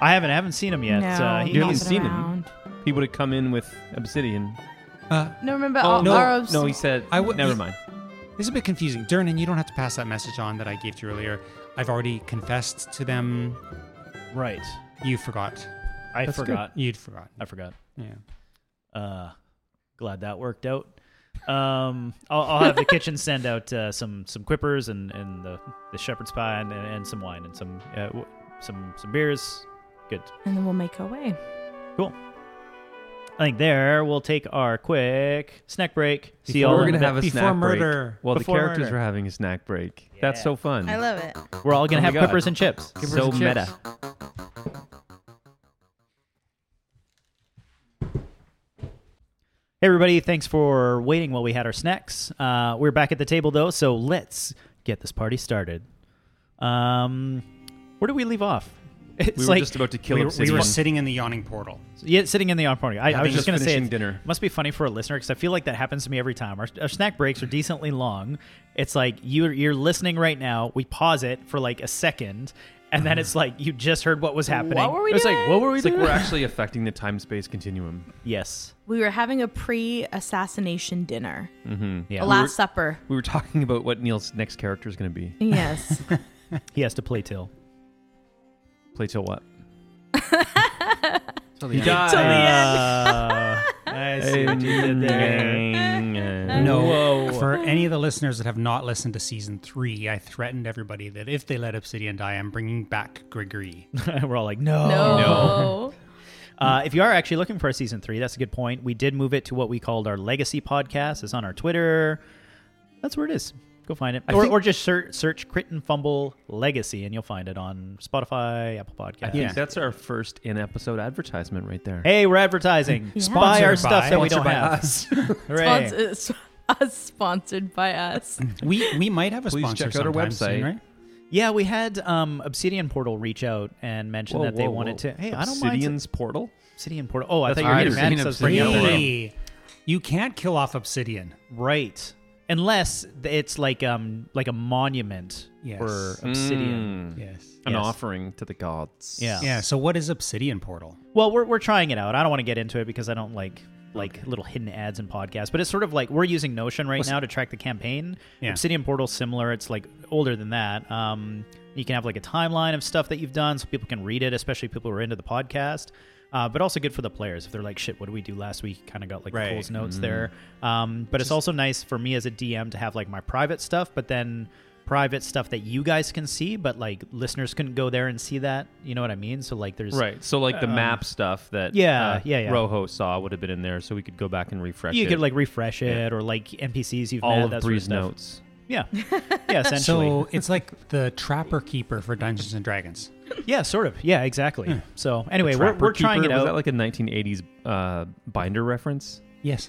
I haven't I haven't seen him yet.
no,
uh, he-
You haven't
he's been
seen him?
around.
he would have come in with obsidian.
Uh,
No, remember
oh,
our,
no,
our
no, he said.
I would-
never mind.
this is a bit confusing, Dernan. You don't have to pass that message on that I gave to you earlier. I've already confessed to them.
right.
You forgot.
I
That's good.
forgot.
You'd forgotten.
I forgot.
Yeah.
Uh, glad that worked out. Um, I'll, I'll
<laughs>
have the kitchen send out uh, some some quippers and, and the, the shepherd's pie and, and some wine and some uh, w- some some beers. Good.
and then we'll make our way.
I think there we'll take our quick snack break. See y'all.
We're
in
gonna
a bit.
have a
before
snack
murder.
break. Well,
Before
the characters
murder.
are having a snack break. That's
Yeah.
so fun.
love it.
We're all gonna
Oh my
have
God.
peppers and chips.
Give her
so
some chips.
meta.
Hey everybody! Thanks for waiting while we had our snacks. Uh, we're back at the table though, so let's get this party started. Um, where do we leave off? <laughs> It's
We were
like
just about to kill
We were, we
obsidian.
were sitting in the yawning portal.
yeah, sitting in the on party. I, I
Having
was just gonna say
finishing
it's-
dinner.
Must be funny for a listener because I feel like that happens to me every time. Our, our snack breaks are decently long. It's like you're you're listening right now. We pause it for like a second, and then it's like you just heard what was happening.
What were we
it's like
doing?
what were we
It's like
doing? <laughs>
we're actually affecting the time space continuum.
yes,
We were having a pre-assassination dinner,
yeah.
a last supper.
Mm-hmm. We were talking about what Neil's next character is going to be.
Yes.
<laughs>
he has to play till.
Play till what?
Till the
He
end.
dies.
Uh, <laughs> I see what you did there.
<laughs>
No,
Whoa.
for any of the listeners that have not listened to season three, I threatened everybody that if they let Obsidian die, I'm bringing back
<laughs>
Gregory.
<laughs> We're all like,
Oh,
no.
No.
Uh, if you are actually looking for a season three, that's a good point. We did move it to what we called our legacy podcast. It's on our Twitter. That's where it is. Go find it,
I
or,
think-
or just search, search "Crit and Fumble Legacy" and you'll find it on Spotify, Apple
I
Podcasts.
think that's our first in-episode advertisement right there.
Hey, we're advertising.
Yeah.
Buy our
Sponsored
stuff
by-
that we don't
sponsored by
have.
us.
<laughs> Hooray.
Spons- it's <laughs> us sponsored by us.
we we might have a
Please
sponsor
check out our
sometime
website.
soon, right?
Yeah, we had um, Obsidian Portal reach out and mention that they wanted to. Hey, I don't mind
Obsidian's portal.
Obsidian Portal. Oh, I
That's
thought you were getting
weird.
mad. because
Obsidian
I was bringing up
Portal.
Portal.
Hey, you can't kill off Obsidian.
Right. Unless th- it's like um like a monument
Yes.
for obsidian.
Mm.
Yes.
An
Yes.
offering to the gods.
Yeah.
Yeah. So what is Obsidian Portal?
Well, we're we're trying it out. I don't want to get into it because I don't like like little hidden ads and podcasts. But it's sort of like we're using Notion right now to track the campaign.
Yeah.
Obsidian Portal's similar. It's like older than that. Um, you can have like a timeline of stuff that you've done, so people can read it, especially people who are into the podcast. Uh, but also good for the players if they're like, "Shit, what did we do last week?" Kind of got like
Right. Mm-hmm.
Cole's notes there. Um, but it's also nice for me as a DM to have like my private stuff, but then private stuff that you guys can see, but like listeners couldn't go there and see that. You know what I mean? So like, there's
Right. So like the map stuff that
Um, yeah,
uh,
yeah, yeah.
Rojo saw would have been in there, so we could go back and refresh.
you
it.
could like refresh it or like NPCs you've
all
met,
of
that
Bree's
sort of stuff.
notes.
Yeah, yeah, essentially.
So it's like the Trapper Keeper for Dungeons and Dragons.
yeah, sort of. Yeah, exactly. So anyway, we're,
Trapper
we're trying
Keeper,
it
Was
out.
that like a 1980s uh, binder reference?
Yes.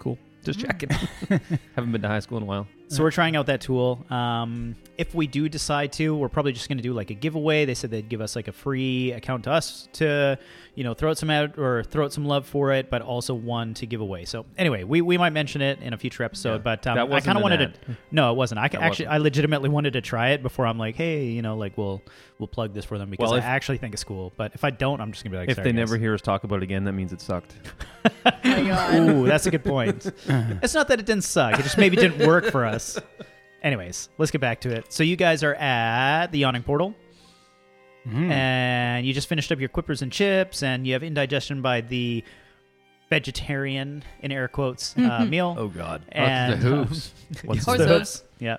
Cool. Just
Mm.
checking.
<laughs>
Haven't been to high school in a while.
so we're trying out that tool. Um, if we do decide to, we're probably just going to do like a giveaway. They said they'd give us like a free account to us to, you know, throw out some ad or throw out some love for it, but also one to give away. So anyway, we, we might mention it in a future episode, but um,
That
I
wasn't
kind of
an
wanted
ad.
to. No, it wasn't. I ca-
That
actually I legitimately wanted to try it before I'm like, hey, you know, like we'll we'll plug this for them because
Well,
I
if-
actually think it's cool. But if I don't, I'm just gonna be like,
If
"Sorry,
they
guys."
never hear us talk about it again, that means it sucked.
Ooh, that's
<laughs>
a good point. it's not that it didn't suck. It just maybe didn't work for us. Anyways, let's get back to it. So you guys are at the yawning portal,
Mm-hmm.
and you just finished up your quippers and chips, and you have indigestion by the vegetarian in air quotes uh,
Mm-hmm.
meal.
Oh, God.
and um, <laughs>
hooves.
What's
Horse
the
hooves.
hooves?
yeah,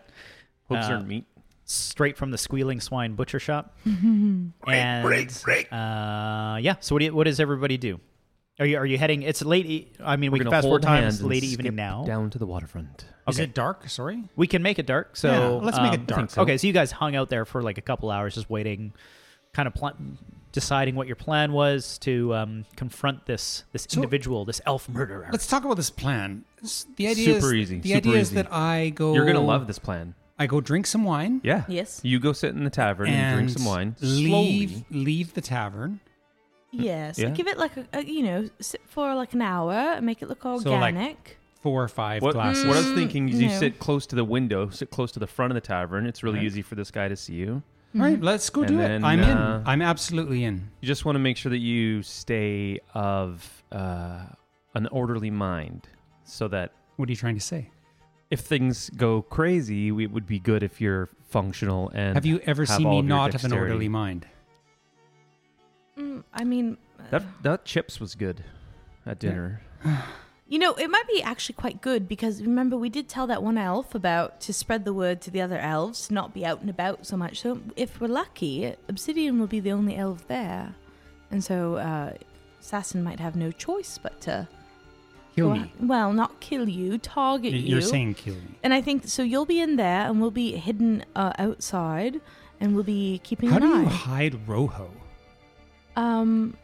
Hooves
Uh,
are meat.
straight from the squealing swine butcher
<laughs>
shop. and Uh, yeah. So what do you, what does everybody do? Are you are you heading? It's late. E- I mean, we can
We're gonna
fast forward
hold
time.
hands
It's
and
late
skip
evening now.
Down to the waterfront.
Is it dark? Sorry.
We can make it dark. So
Yeah, let's make it
um,
dark. I think
so.
Okay, so you guys hung out there for like a couple hours, just waiting, kind of pl- deciding what your plan was to um, confront this this individual, this elf murderer.
Let's talk about this plan. S- The idea
Super
is,
easy,
The
super
idea is
easy.
that I go.
You're gonna love this plan.
I go drink some wine
Yeah.
Yes.
You go sit in the tavern and,
and
drink some wine.
Leave
Slowly.
leave the tavern.
Yes.
Yeah.
Give it like a, a you know sit for like an hour and make it look organic.
So, like, Four or five
What,
glasses.
what I was thinking is you
Mm, no.
sit close to the window, sit close to the front of the tavern. It's really easy for this guy to see you.
All right, let's go
And
do
then,
it. I'm
uh,
in. I'm absolutely in.
You just want to make sure that you stay of uh, an orderly mind so that
What are you trying to say?
if things go crazy, we- it would be good if you're functional and
Have you ever
have
seen
all
me
of your
not have an
dexterity.
orderly mind?
Mm, I mean,
That that chips was good at dinner.
you know, it might be actually quite good because remember we did tell that one elf about to spread the word to the other elves, to not be out and about so much. So if we're lucky, Obsidian will be the only elf there, and so uh, Assassin might have no choice but to
Kill
go
me.
out- Well, not kill you, target you.
You're saying kill me.
And I think so. You'll be in there, and we'll be hidden uh, outside, and we'll be keeping
How
an
do
eye.
you hide Rojo?
Um,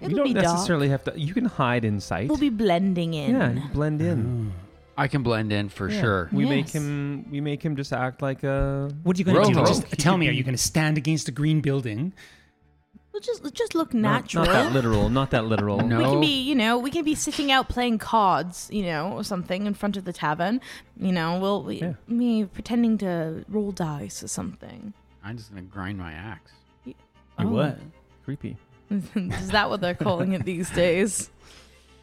it'll
you don't
be
necessarily have to. You can hide in sight.
dark. We'll be blending in.
yeah, you blend in.
I can blend in for sure.
Oh. We make
Yes.
him. We make him just act like a.
What are you going to
Rojo.
do? Just
He
tell
could
me, are
be-
you going to stand against a green building?
We'll just we'll just look
Not,
natural.
not that literal. Not that literal.
No.
We can be, you know, we can be sitting out playing cards, you know, or something in front of the tavern. You know, we'll we,
Yeah.
me pretending to roll dice or something. <laughs>
I'm just gonna grind my axe.
Oh.
You what?
Creepy.
Is that what they're calling
<laughs>
it these days?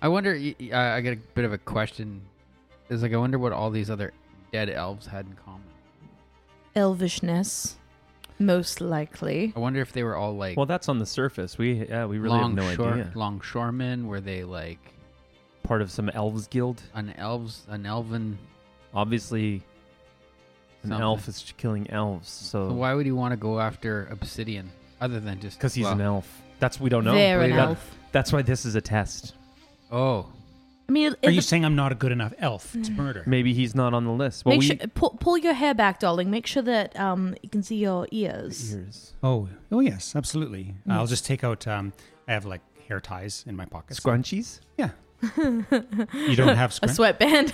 I wonder. y- y- I I got a bit of a question. Is like I wonder what all these other dead elves had in common.
Elvishness, most likely.
I wonder if they were all like
Well, that's on the surface. We yeah. We really
longshore
have no idea. part of some elves guild.
An elves, an elven.
Obviously, an
something.
elf is killing elves,
So
so
why would he want to go after obsidian other than just
because he's
well,
an elf. That's we don't know.
They're an
That-
elf.
That's why this is a test.
Oh,
I mean,
Are
if
you
the- Mm.
saying I'm not a good enough elf to murder?
Maybe he's not on the list. Well,
make
we
sure, pull, pull your hair back, darling. Make sure that um you can see your ears.
Ears.
Oh, oh yes, absolutely. I'll just take out. Um, I have like hair ties in my pockets.
scrunchies.
<laughs>
Yeah. you don't have
A
scrunch.
sweatband.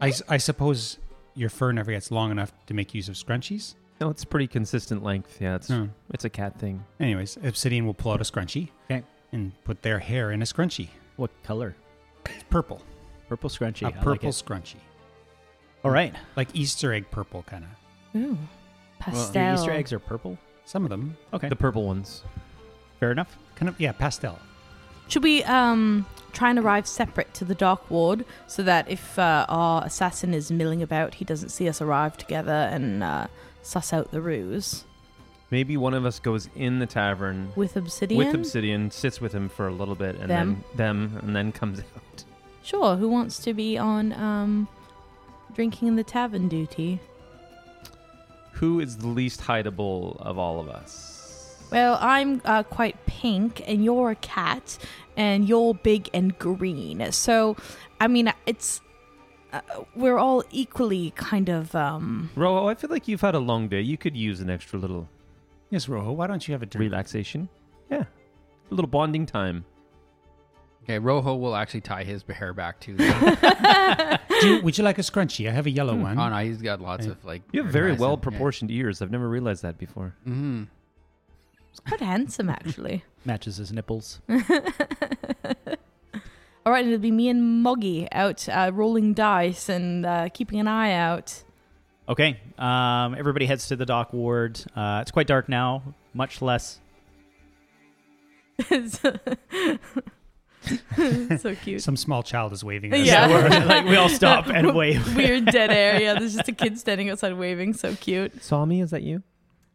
I, s- I suppose your fur never gets long enough to make use of scrunchies.
No, it's pretty consistent length. Yeah, it's
No.
it's a cat thing.
Anyways, Obsidian will pull out a scrunchie
Okay.
and put their hair in a scrunchie.
What color?
It's purple.
Purple scrunchie. I
a
like
purple
it.
scrunchie.
All right.
Like Easter egg purple, kind of.
Ooh,
The
pastel.
Easter eggs are purple.
Some of them.
Okay.
The purple ones.
Fair enough.
Kind of, yeah, pastel.
Should we um try and arrive separate to the Dark Ward so that if uh, our assassin is milling about, he doesn't see us arrive together and uh, suss out the ruse
Maybe one of us goes in the tavern
with obsidian?
with Obsidian, sits with him for a little bit, and
Them?
then them, and then comes out.
Sure. Who wants to be on um drinking in the tavern duty?
Who is the least hideable of all of us?
Well, I'm uh, quite pink, and you're a cat, and you're big and green. So, I mean, it's uh, we're all equally kind of um.
Ro, I feel like you've had a long day. You could use an extra little
Yes, Rojo, why don't you have a drink?
relaxation. Yeah, a little bonding time.
okay. Rojo will actually tie his hair
<laughs>
back too. oh
Do you- would you like a scrunchie? I have a yellow one.
no, he's got lots
Hey.
of like.
You have very well proportioned ears. I've never realized that before.
Mm-hmm.
<laughs>
Quite handsome, actually.
Matches his nipples.
All right, it'll be me and Moggy out uh, rolling dice and uh, keeping an eye out. <laughs>
Okay. Um, everybody heads to the dock ward. Uh, it's quite dark now. Much less. <laughs>
so so cute.
Some small child is waving. At us.
Yeah.
we're- like we all stop
<laughs>
and wave.
Weird dead air. Yeah, there's just a kid standing outside waving. So cute.
Saw me? Is that you?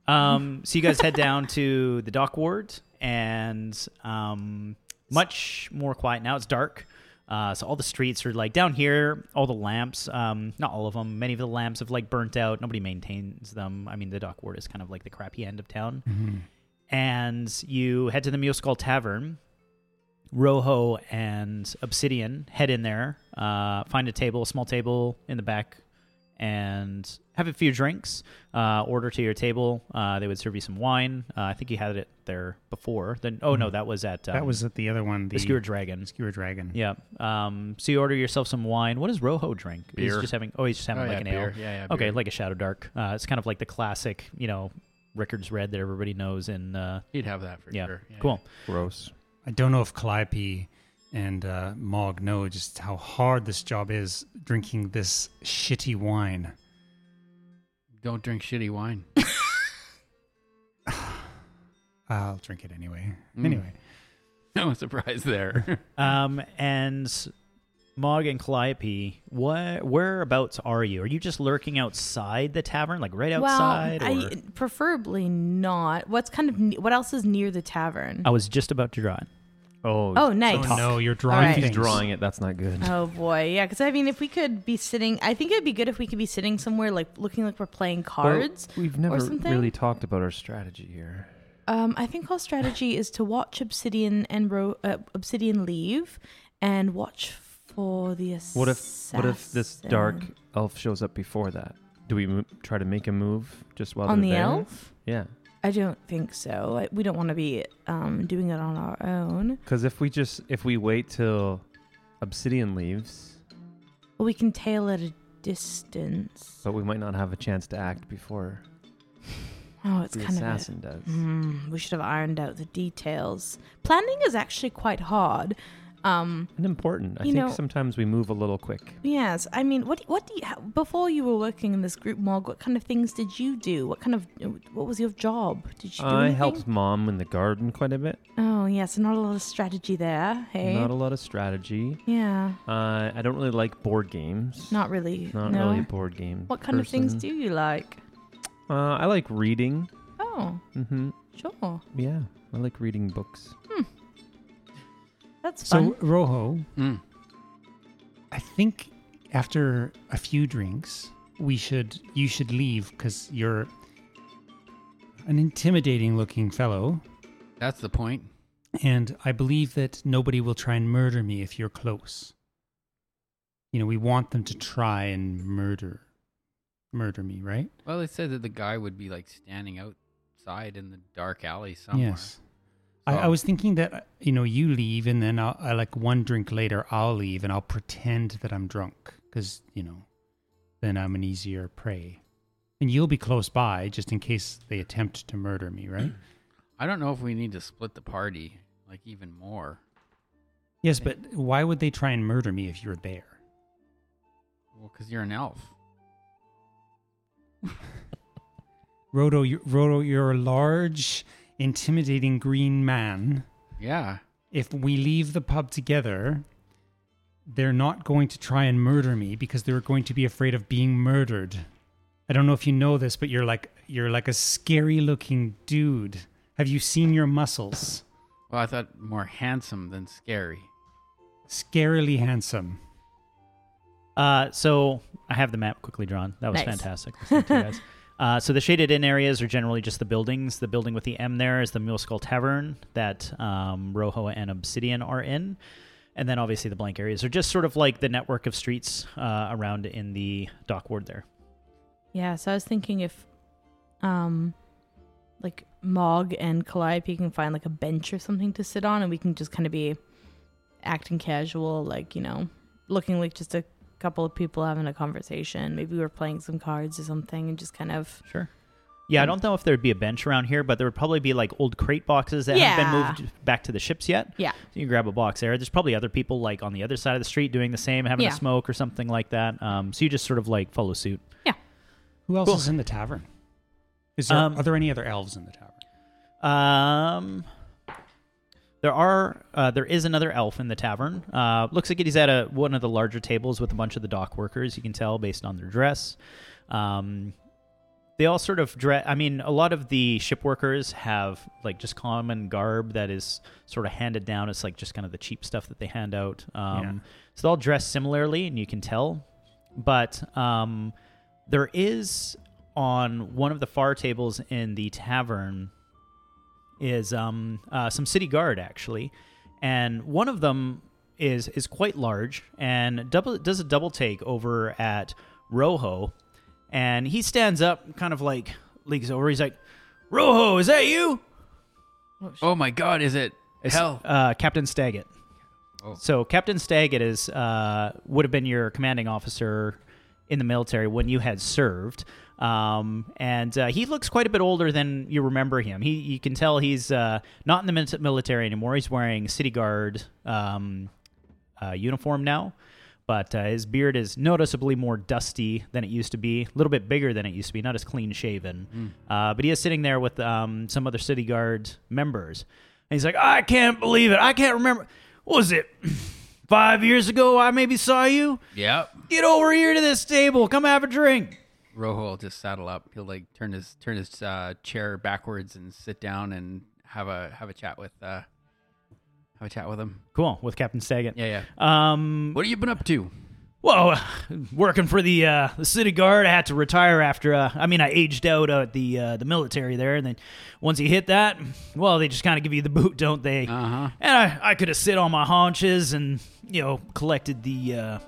Um, so you guys head down to the dock ward, and um, much more quiet now. It's dark. Uh, so all the streets are like down here. All the lamps, um, not all of them. Many of the lamps have like burnt out. Nobody maintains them. I mean, the dock ward is kind of like the crappy end of town.
Mm-hmm.
And you head to the Mule Skull Tavern. Rojo and Obsidian head in there, uh, find a table, a small table in the back, and have a few drinks. Uh, order to your table. Uh, they would serve you some wine. Uh, I think you had it there before. Then, oh no, that was at um,
Mm-hmm. That was at the other one. The,
the Skewer Dragon.
skewer dragon.
Yeah. Um, so you order yourself some wine. What does Rojo drink? He's
Beer.
just having. Oh, he's just having
Oh,
like
yeah,
an
beer.
ale.
Yeah, yeah.
Okay,
beer.
like a Shadow Dark. Uh, it's kind of like the classic, you know, Rickards Red that everybody knows. And uh,
he'd have that for
yeah,
sure. Yeah.
cool.
Gross.
I don't know if Calliope and uh, Mog know just how hard this job is drinking this shitty wine.
Don't drink shitty wine. <laughs>
I'll drink it anyway.
Mm.
Anyway,
No surprise
<laughs>
there.
Um, and Mog and Calliope, what whereabouts are you? Are you just lurking outside the tavern, like right outside?
well,
or-
I, preferably not. What's kind of ne- what else is near the tavern?
I was just about to draw it.
Oh,
Oh, nice.
oh no, you're
All
drawing.
right.
He's
things.
drawing it. That's not good.
Oh boy, yeah. Because I mean, if we could be sitting, I think it'd be good if we could be sitting somewhere like looking like we're playing cards.
we've
never
never
something? really
really talked about our strategy here.
Um, I think our strategy is to watch Obsidian and Ro- uh, Obsidian leave, and watch for the assassin.
What if what if this dark elf shows up before that? Do we mo- try to make a move just while
on
they're
the
there?
elf?
Yeah,
I don't think so. I- We don't want to be um, doing it on our own.
because if we just if we wait till Obsidian leaves,
But we can tail at a distance.
but we might not have a chance to act before
Oh, it's
the
kind of a-
assassin does.
Mm, we should have ironed out the details. Planning is actually quite hard. Um,
And important. I
You
think
know-
sometimes we move a little quick.
yes, I mean, what what do you ha- before you were working in this group, Mog? What kind of things did you do? What kind of what was your job? Did you do
I
anything?
helped mom in the garden quite a bit.
Oh yes, not a lot of strategy there. Hey,
Not a lot of strategy.
yeah,
Uh, I don't really like board games.
not really.
Not
no.
really a board game.
what kind of things do
person.
you like?
Uh, I like reading.
Oh,
hmm
sure.
Yeah, I like reading books.
That that's fun.
So Rojo,
Mm.
I think after a few drinks, we should you should leave because you're an intimidating looking fellow,
That's the point.
and I believe that nobody will try and murder me if you're close. You know, we want them to try and murder murder me, right?
Well, they said that the guy would be like standing outside in the dark alley somewhere.
Yes. I, I
So-
was thinking that uh, you know you leave and then I'll, I like one drink later I'll leave and I'll pretend that I'm drunk because you know then I'm an easier prey, and you'll be close by just in case they attempt to murder me, right?
I don't know if we need to split the party like even more.
yes, but why would they try and murder me if you're there?
Well, because you're an elf.
Roto, you, Roto, you're a large, intimidating green man.
Yeah.
If we leave the pub together, they're not going to try and murder me because they're going to be afraid of being murdered. I don't know if you know this, but you're like you're like a scary looking dude. Have you seen your muscles?
Well, I thought more handsome than scary.
Scarily handsome.
Uh, so I have the map quickly drawn. That was
Nice.
fantastic. Listening to you
<laughs>
guys. Uh, so the shaded in areas are generally just the buildings. The building with the M there is the Mule Skull Tavern that um, Rojo and Obsidian are in. And then obviously the blank areas are just sort of like the network of streets uh, around in the dock ward there.
Yeah, so I was thinking if, um, like Mog and Calliope can find like a bench or something to sit on, and we can just kind of be acting casual, like you know, looking like just a couple of people having a conversation. Maybe we're playing some cards or something, and just kind of
Sure. Yeah,
Hmm.
I don't know if there would be a bench around here, but there would probably be like old crate boxes that
Yeah.
haven't been moved back to the ships yet.
yeah,
So you grab a box there. There's probably other people like on the other side of the street doing the same, having
Yeah.
a smoke or something like that. Um, so you just sort of like follow suit.
Who else
Cool.
is in the tavern? Is there
Um,
are there any other elves in the tavern?
Um, there are uh, there is another elf in the tavern. Uh, looks like he's at a, one of the larger tables with a bunch of the dock workers. You can tell based on their dress. Um, they all sort of dress. I mean, a lot of the ship workers have like just common garb that is sort of handed down. It's like just kind of the cheap stuff that they hand out. Um,
Yeah.
So they all dress similarly, and you can tell. But um, there is on one of the far tables in the tavern is um, uh, some city guard actually, and one of them is is quite large and double does a double take over at Rojo, and he stands up kind of like leagues over. He's like, "Rojo, is that you?"
Oh my God, is it
It's,
hell?
uh, Captain Staggett.
Oh.
So Captain Staggett is uh, would have been your commanding officer in the military when you had served, um, and uh, he looks quite a bit older than you remember him. He you can tell he's uh, not in the mil- military anymore. He's wearing city guard um, uh, uniform now. But uh, his beard is noticeably more dusty than it used to be, a little bit bigger than it used to be, not as clean shaven. Uh, but he is sitting there with um, some other city guard members. And he's like, I can't believe it. I can't remember. What was it? <sniffs> Five years ago, I maybe saw you?
Yep.
Get over here to this table. Come have a drink.
Rojo will just saddle up. He'll like turn his turn his uh, chair backwards and sit down and have a have a chat with uh, have a chat with him.
Cool, with Captain Sagan.
Yeah, yeah.
Um,
What have you been up to?
Well, uh, working for the uh, the city guard, I had to retire after. Uh, I mean, I aged out at the uh, the military there, and then once you hit that, well, they just kind of give you the boot, don't they?
Uh huh.
And I, I could have sit on my haunches and you know collected the uh,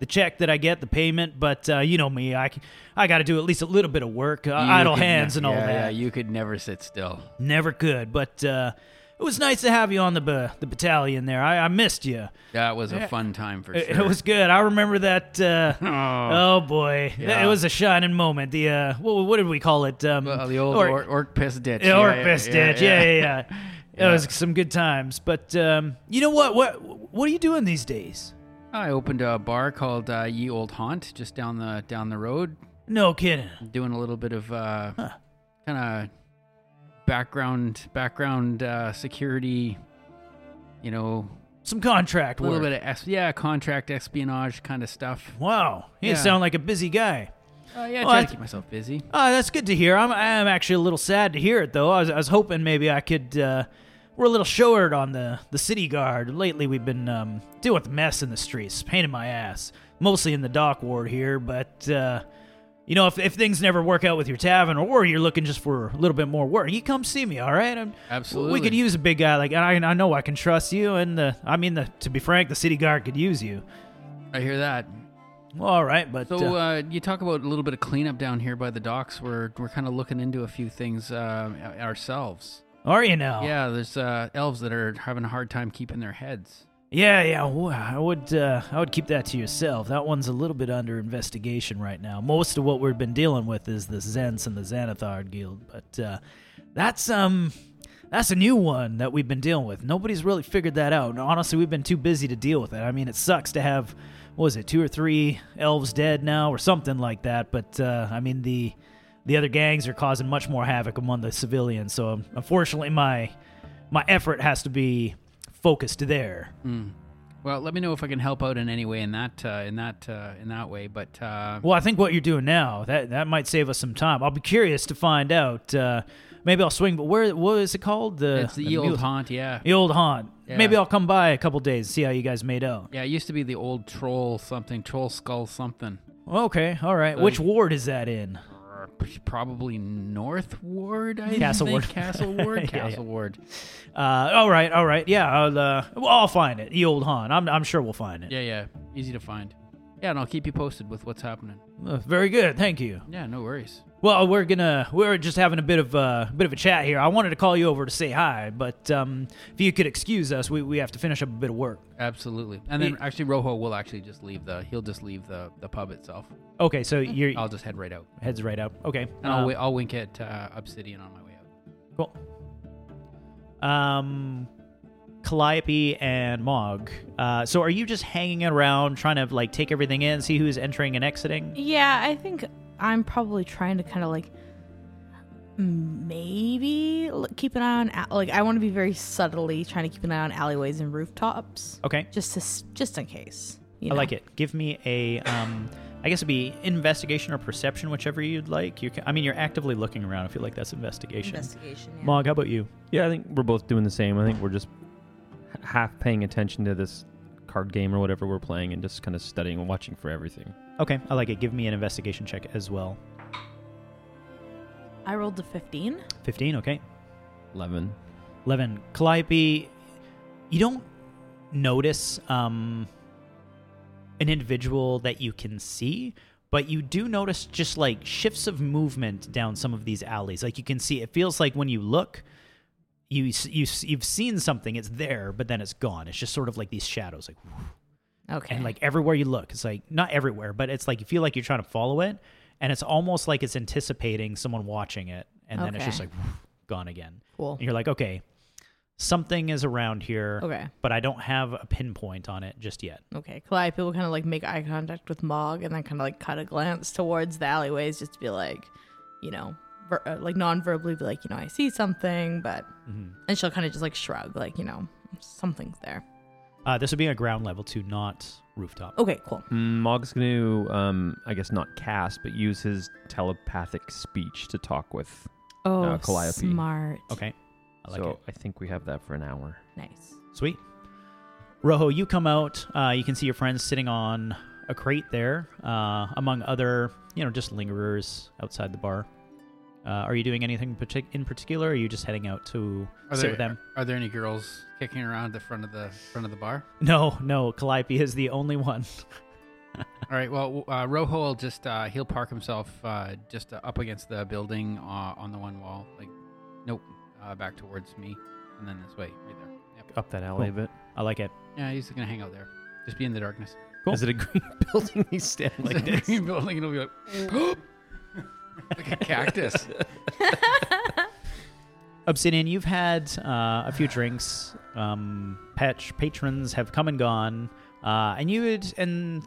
the check that I get, the payment. But uh, you know me, I c- I got to do at least a little bit of work, uh, idle hands, and all that.
Yeah, you could never sit still.
Never could, but uh, it was nice to have you on the ba- the battalion there. I, I missed you.
That was a fun time for
Eh, It-
sure.
It was good. I remember that. Uh, oh. boy, Th-
Yeah.
it was a shining moment. The uh, what, what did we call it? Um,
Well, the old
or-
orc, orc, piss ditch.
the orc fist ditch. Yeah, yeah, yeah. It was some good times. But um, you know what? What what are you doing these days?
I opened a bar called uh, Ye Old Haunt just down the down the road.
No kidding.
Doing a little bit of uh, kind of background background uh, security. You know,
Some contract
a
work.
little bit of es- yeah contract espionage kind of stuff.
Wow, you
Yeah.
sound like a busy guy.
Uh, yeah,
Well,
I try
I-
to keep myself busy.
Oh, that's good to hear. I'm I'm actually a little sad to hear it though. I was, I was hoping maybe I could uh, we're a little short on the the city guard lately. We've been um, dealing with mess in the streets, pain in my ass, mostly in the dock ward here. But uh, you know, if if things never work out with your tavern, or you're looking just for a little bit more work, you come see me. All right? I'm-
Absolutely.
We could use a big guy like I. I know I can trust you, and the I mean, the to be frank, the city guard could use you.
I hear that.
Well, all right, but
So
uh,
uh, you talk about a little bit of cleanup down here by the docks. We're we're kind of looking into a few things uh, ourselves.
are you now?
Yeah, there's uh, elves that are having a hard time keeping their heads.
Yeah, yeah. w- I would, uh, I would keep that to yourself. That one's a little bit under investigation right now. Most of what we've been dealing with is the Zents and the Xanathar Guild, but uh, that's um, that's a new one that we've been dealing with. Nobody's really figured that out. And honestly, we've been too busy to deal with it. I mean, it sucks to have, what was it, two or three elves dead now, or something like that. But uh, I mean, the the other gangs are causing much more havoc among the civilians. So um, unfortunately, my my effort has to be focused there.
Well, let me know if I can help out in any way in that uh, in that uh, in that way. But uh,
Well, I think what you're doing now that that might save us some time. I'll be curious to find out. Uh, maybe I'll swing. But where what is it called? The
it's the,
uh, the
old
mule-
haunt. Yeah,
The old haunt.
Yeah.
Maybe I'll come by a couple days see how you guys made out.
yeah. It used to be the old troll something, troll skull something.
Okay, all right. Which ward is that in?
Probably North Ward. I
Castle
think.
Ward. <laughs>
Castle Ward.
Yeah, yeah.
Castle Ward.
Uh, all right, all right. Yeah, I'll uh, well, I'll find it. The old haunt. I'm I'm sure we'll find it.
Yeah, yeah. Easy to find. Yeah, and I'll keep you posted with what's happening.
Uh, very good. Thank you.
Yeah, no worries.
Well, we're gonna we're just having a bit of uh, bit of a chat here. I wanted to call you over to say hi, but um, if you could excuse us, we, we have to finish up a bit of work.
Absolutely. And then actually, Rojo will actually just leave the. He'll just leave the the pub itself.
Okay,
<laughs>
so your
I'll just head right out,
heads right up. Okay,
and I'll,
um,
wi- I'll wink at uh, Obsidian on my way out.
Cool. Um, Calliope and Mog. Uh, so are you just hanging around trying to like take everything in, see who's entering and exiting?
Yeah, I think I'm probably trying to kind of like maybe l- keep an eye on a- like I want to be very subtly trying to keep an eye on alleyways and rooftops
Okay,
just to, s- just in case.
I
You know?
like it. Give me a um. I guess it'd be investigation or perception, whichever you'd like. You, can, I mean, you're actively looking around. I feel like that's investigation.
Investigation. yeah.
Mog, how about you?
Yeah, I think we're both doing the same. I think we're just h- half paying attention to this card game or whatever we're playing and just kind of studying and watching for everything.
Okay, I like it. Give me an investigation check as well.
I rolled a 15.
Fifteen. Okay.
11.
Levin, Calliope, you don't notice um, an individual that you can see, but you do notice just like shifts of movement down some of these alleys. Like you can see, it feels like when you look, you s- you s- you've seen something. It's there, but then it's gone. It's just sort of like these shadows, like
Okay.
and like everywhere you look, it's like not everywhere, but it's like you feel like you're trying to follow it, and it's almost like it's anticipating someone watching it, and then it's
Okay.
just like gone again.
cool.
And you're like, okay, something is around here,
Okay.
but I don't have a pinpoint on it just yet.
Okay. Calliope will kind of like make eye contact with Mog and then kind of like cut a glance towards the alleyways just to be like, you know, ver- uh, like non verbally be like, you know, I see something, but,
Mm-hmm.
and she'll kind of just like shrug, like, you know, something's there.
Uh, this would be a ground level to not rooftop.
Okay, cool.
Mm, Mog's going to, um, I guess, not cast, but use his telepathic speech to talk with.
Oh,
Uh, Calliope.
smart.
Okay, I like
so
it.
I think we have that for an hour.
Nice.
Sweet. Rojo, you come out. Uh, you can see your friends sitting on a crate there, uh, among other, you know, just lingerers outside the bar. Uh, are you doing anything partic- in particular? Or are you just heading out to <laughs>
Are
sit
there,
with them?
Are there any girls kicking around the front of the front of the bar?
No, no. Calliope is the only one.
All right. Well, uh, Rojo will just uh, he'll park himself uh, just uh, up against the building uh, on the one wall. Like, nope, uh, back towards me, and then this way, right there. Yep.
Up that alley a bit.
I like it.
Yeah, he's gonna hang out there. Just be in the darkness.
Cool.
Is it a <laughs> green building? He's standing like this.
Green <laughs> building, and he'll be like, <gasps> like a cactus.
Obsidian, you've had uh, a few drinks. Um, patch patrons have come and gone, uh, and you would an-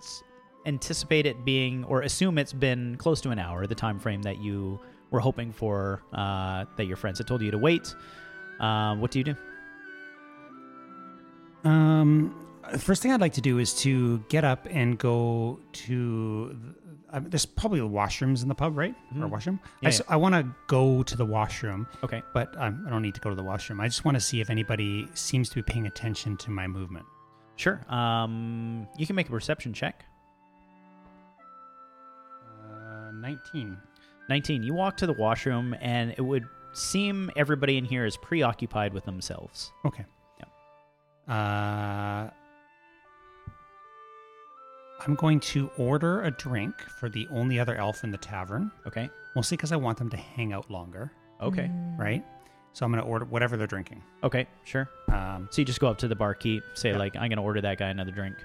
anticipate it being, or assume it's been close to an hour, the time frame that you were hoping for, uh, that your friends had told you to wait. Uh, what do you do?
Um, the first thing I'd like to do is to get up and go to. I mean, there's probably washrooms in the pub, right? Or washroom.
Yeah,
I, s-
yeah.
I want to go to the washroom,
Okay.
but um, I don't need to go to the washroom. I just want to see if anybody seems to be paying attention to my movement.
Sure. Um, you can make a perception check.
Uh, 19.
19. You walk to the washroom, and it would seem everybody in here is preoccupied with themselves.
Okay. Uh, I'm going to order a drink for the only other elf in the tavern,
Okay.
mostly because I want them to hang out longer,
<laughs> Okay.
Mm.
right? So I'm going to order whatever they're drinking.
Okay. Sure.
Um,
So you just go up to the barkeep, say like, "I'm gonna order that guy another drink."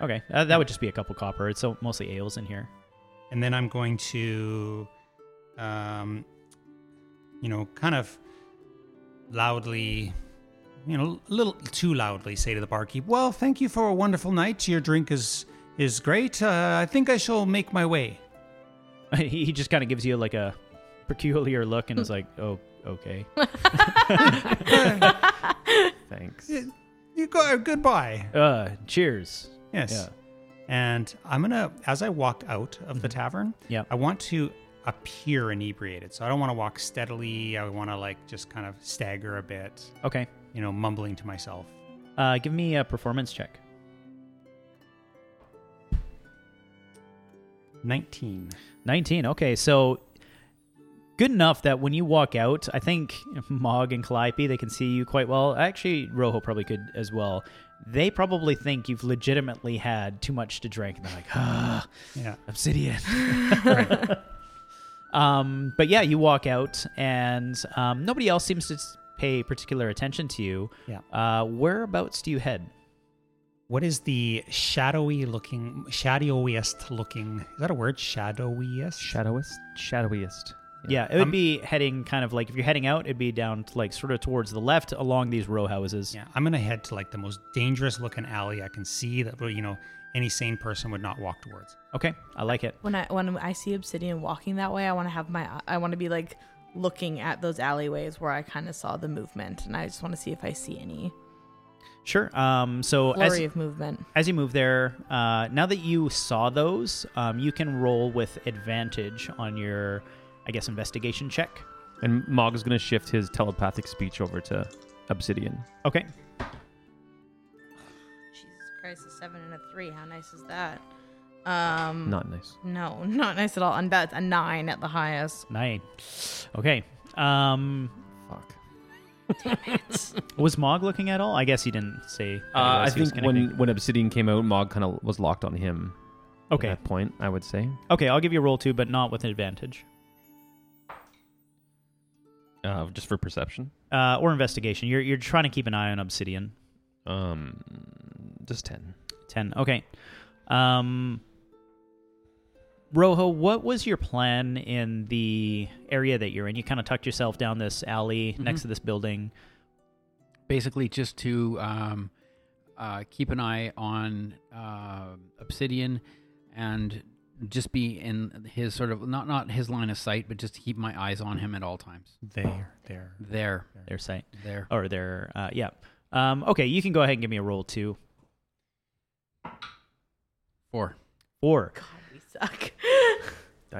Okay. Uh, that would just be a couple copper. It's so mostly ales in here. <laughs>
and then I'm going to, um, you know, kind of loudly, you know, a little too loudly say to the barkeep, "Well, thank you for a wonderful night. Your drink is is great. Uh, I think I shall make my way." <laughs>
he he just kind of gives you like a <laughs> peculiar look and is like, "Oh, okay."
<laughs> Thanks.
You go. Goodbye.
Uh, cheers.
Yes.
Yeah.
And I'm gonna, as I walk out of the tavern,
Yep.
I want to appear inebriated. So I don't want to walk steadily. I want to like just kind of stagger a bit,
Okay.
you know, mumbling to myself.
Uh, give me a performance check.
Nineteen.
19. Okay, so good enough that when you walk out, I think <laughs> Mog and Calliope, they can see you quite well. Actually, Rojo probably could as well. They probably think you've legitimately had too much to drink, and they're like, ah,
Yeah.
obsidian.
<laughs>
um, but yeah, you walk out, and um, nobody else seems to s- pay particular attention to you.
Yeah.
Uh, whereabouts do you head?
What is the shadowy looking, shadowiest looking? Is that a word? Shadowiest.
Shadowist? Shadowiest.
Yeah, it would
I'm-
be heading kind of like if you're heading out, it'd be down to like sort of towards the left along these row houses.
yeah. I'm gonna head to like the most dangerous looking alley I can see that you know any sane person would not walk towards.
Okay, I like it.
When I when I see Obsidian walking that way, I want to have my I want to be like looking at those alleyways where I kind of saw the movement, and I just want to see if I see any
Sure. Um, so as,
flurry of movement.
as you move there, uh, now that you saw those, um, you can roll with advantage on your, I guess, investigation check.
And Mog is going to shift his telepathic speech over to Obsidian.
Okay.
Jesus Christ, a seven and a three. How nice is that? Um,
Not nice.
no, <laughs> not nice at all. And that's a nine at the highest.
Nine. Okay. Um,
Fuck.
was Mog looking at all? I guess he didn't say. that he
Uh, I
was. He was
think
kinda
when, when Obsidian came out, Mog kind of was locked on him
gonna- Okay.
at that point, I would say.
Okay, I'll give you a roll too, but not with an advantage.
Uh, just for perception.
Uh, or investigation. You're, you're trying to keep an eye on Obsidian.
Um, Just 10.
10. Okay. Um Rojo, what was your plan in the area that you're in? You kind of tucked yourself down this alley
Mm-hmm.
next to this building.
basically just to um, uh, keep an eye on uh, Obsidian and just be in his sort of not not his line of sight, but just to keep my eyes on him at all times.
There, there.
There,
Their site
there.
or their uh yeah. Um okay, you can go ahead and give me a roll too.
Four.
Or
God, we suck.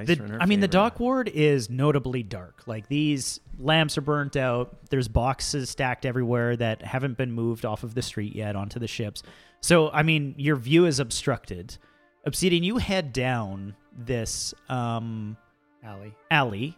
the, I mean the dock ward is notably dark. Like these lamps are burnt out. There's boxes stacked everywhere that haven't been moved off of the street yet onto the ships. So I mean your view is obstructed. Obsidian, you head down this um
Alley.
alley,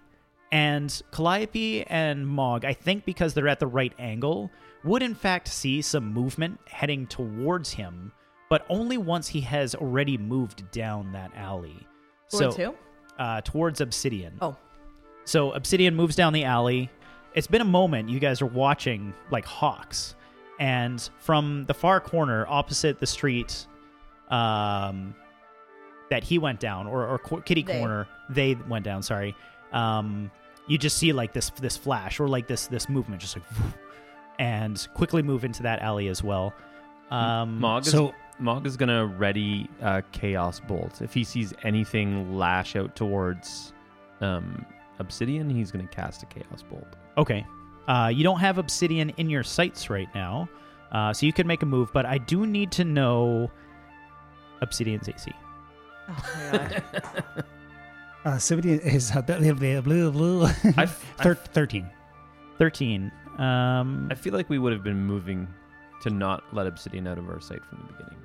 and Calliope and Mog, I think because they're at the right angle, would in fact see some movement heading towards him, but only once he has already moved down that alley.
Towards
so,
who?
Uh, towards Obsidian.
<laughs>
Oh, <laughs>
So Obsidian moves down the alley. It's been a moment. You guys are watching like hawks. And from the far corner opposite the street um, that he went down, or, or co- kitty
They.
corner, they went down, sorry. Um, you just see like this this flash or like this this movement, just like, <laughs> and quickly move into that alley as well. Um,
Mog is,
So-
Mog is gonna ready uh, chaos bolt. If he sees anything lash out towards um, Obsidian, he's gonna cast a chaos bolt.
Okay. Uh, you don't have obsidian in your sights right now, Uh, so you can make a move, but I do need to know Obsidian's AC.
Oh my god.
Uh, somebody is uh, blah, blah, blah, blah, blah.
I, f- I
Thir-
f-
13.
13. Um,
I feel like we would have been moving to not let Obsidian out of our sight from the beginning.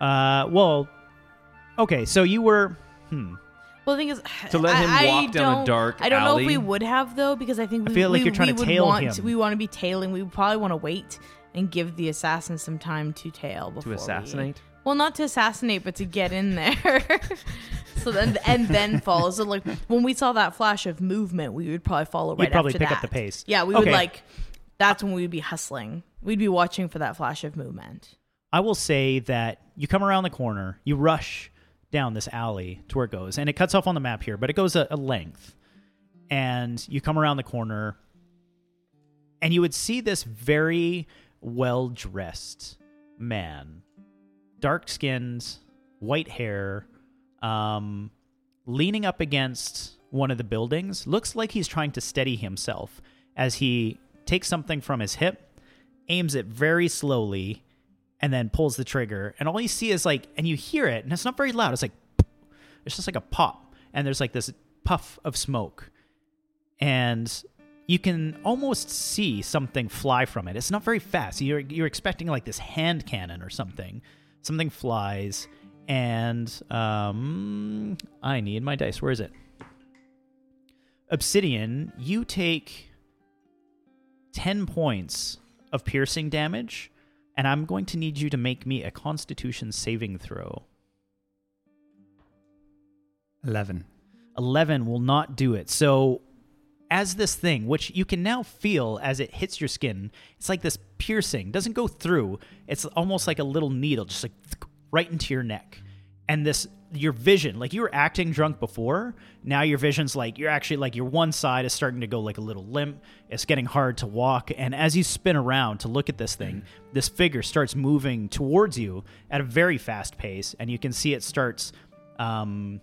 uh, well, okay, so you were. Hmm.
well, the thing is,
To let him
I, I
walk down a
don't-
dark
I don't know
alley.
if we would have though, because I think
I
we,
feel like
we-
you're trying
we
to
would
tail
want,
him.
We want to be tailing. We probably want to wait and give the assassin some time to tail before
To
we-
assassinate?
Well, not to assassinate, but to get in there. <laughs> so then, and then follow. So like when we saw that flash of movement, we would probably follow right.
You'd probably
after
pick up
that.
the pace.
Yeah, we
Okay.
would like. That's when we'd be hustling. We'd be watching for that flash of movement.
I will say that you come around the corner, you rush down this alley to where it goes, and it cuts off on the map here, but it goes a, a length. And you come around the corner, and you would see this very well dressed man, dark skinned, white hair, um, leaning up against one of the buildings. Looks like he's trying to steady himself as he takes something from his hip, aims it very slowly, and then pulls the trigger. And all you see is like, and you hear it, and it's not very loud. It's like, <sniffs> it's just like a pop. And there's like this puff of smoke. And you can almost see something fly from it. It's not very fast. You're, you're expecting like this hand cannon or something. Something flies. And um, I need my dice. Where is it? Obsidian, you take 10 points of piercing damage, and I'm going to need you to make me a constitution saving throw.
11.
11 will not do it. So, as this thing, which you can now feel as it hits your skin, it's like this piercing, doesn't go through. It's almost like a little needle, just like right into your neck. And this, your vision, like you were acting drunk before. Now your vision's like, you're actually like your one side is starting to go like a little limp. It's getting hard to walk. And as you spin around to look at this thing, this figure starts moving towards you at a very fast pace. And you can see it starts, um,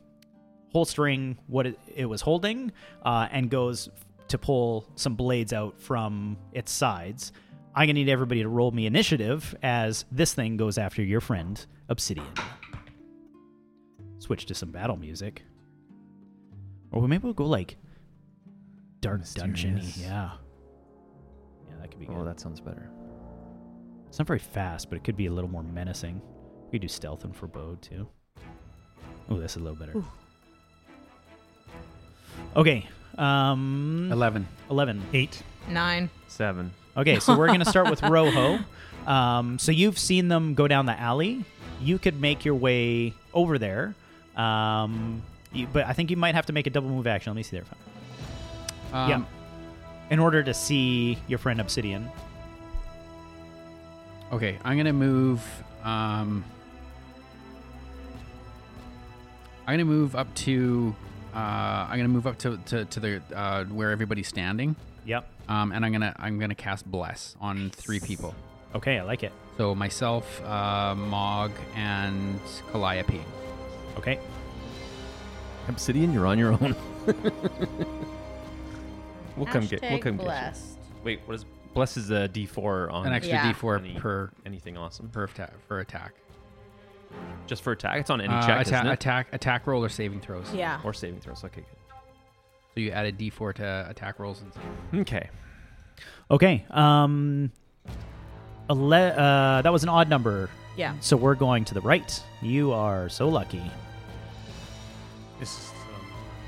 holstering what it, it was holding uh, and goes to pull some blades out from its sides. I'm going to need everybody to roll me initiative as this thing goes after your friend, Obsidian. Switch to some battle music. Or maybe we'll go like Dark Dungeon.
Mysterious.
Yeah. Yeah, that could be good.
Oh, that sounds better.
It's not very fast, but it could be a little more menacing. We could do stealth and forebode too. Oh, that's a little better. Okay. Um,
11.
11.
8.
Nine.
Seven.
Okay, so we're going to start with Rojo. Um, so you've seen them go down the alley. You could make your way over there. Um, you, but I think you might have to make a double move action. Let me see there.
Um,
yeah. In order to see your friend Obsidian.
Okay, I'm gonna move. Um, I'm gonna move up to. Uh, I'm gonna move up to to, to the uh, where everybody's standing,
Yep.
um, and I'm gonna I'm gonna cast bless on three people.
Okay, I like it.
So myself, uh, Mog, and Calliope.
Okay.
Obsidian, you're on your own. we'll come get. We'll come get you. Wait, what is bless is a D4 on
An extra
Yeah.
D4
Any-
per
anything awesome
per attack for attack.
just for attack? It's on any
Uh,
check,
attack,
isn't it?
attack, attack roll or saving throws.
Yeah.
or saving throws. Okay,
So you add a D4 to attack rolls and.
good. Okay.
Okay. Um, ele- uh, that was an odd number.
Yeah.
So we're going to the right. You are so lucky.
This,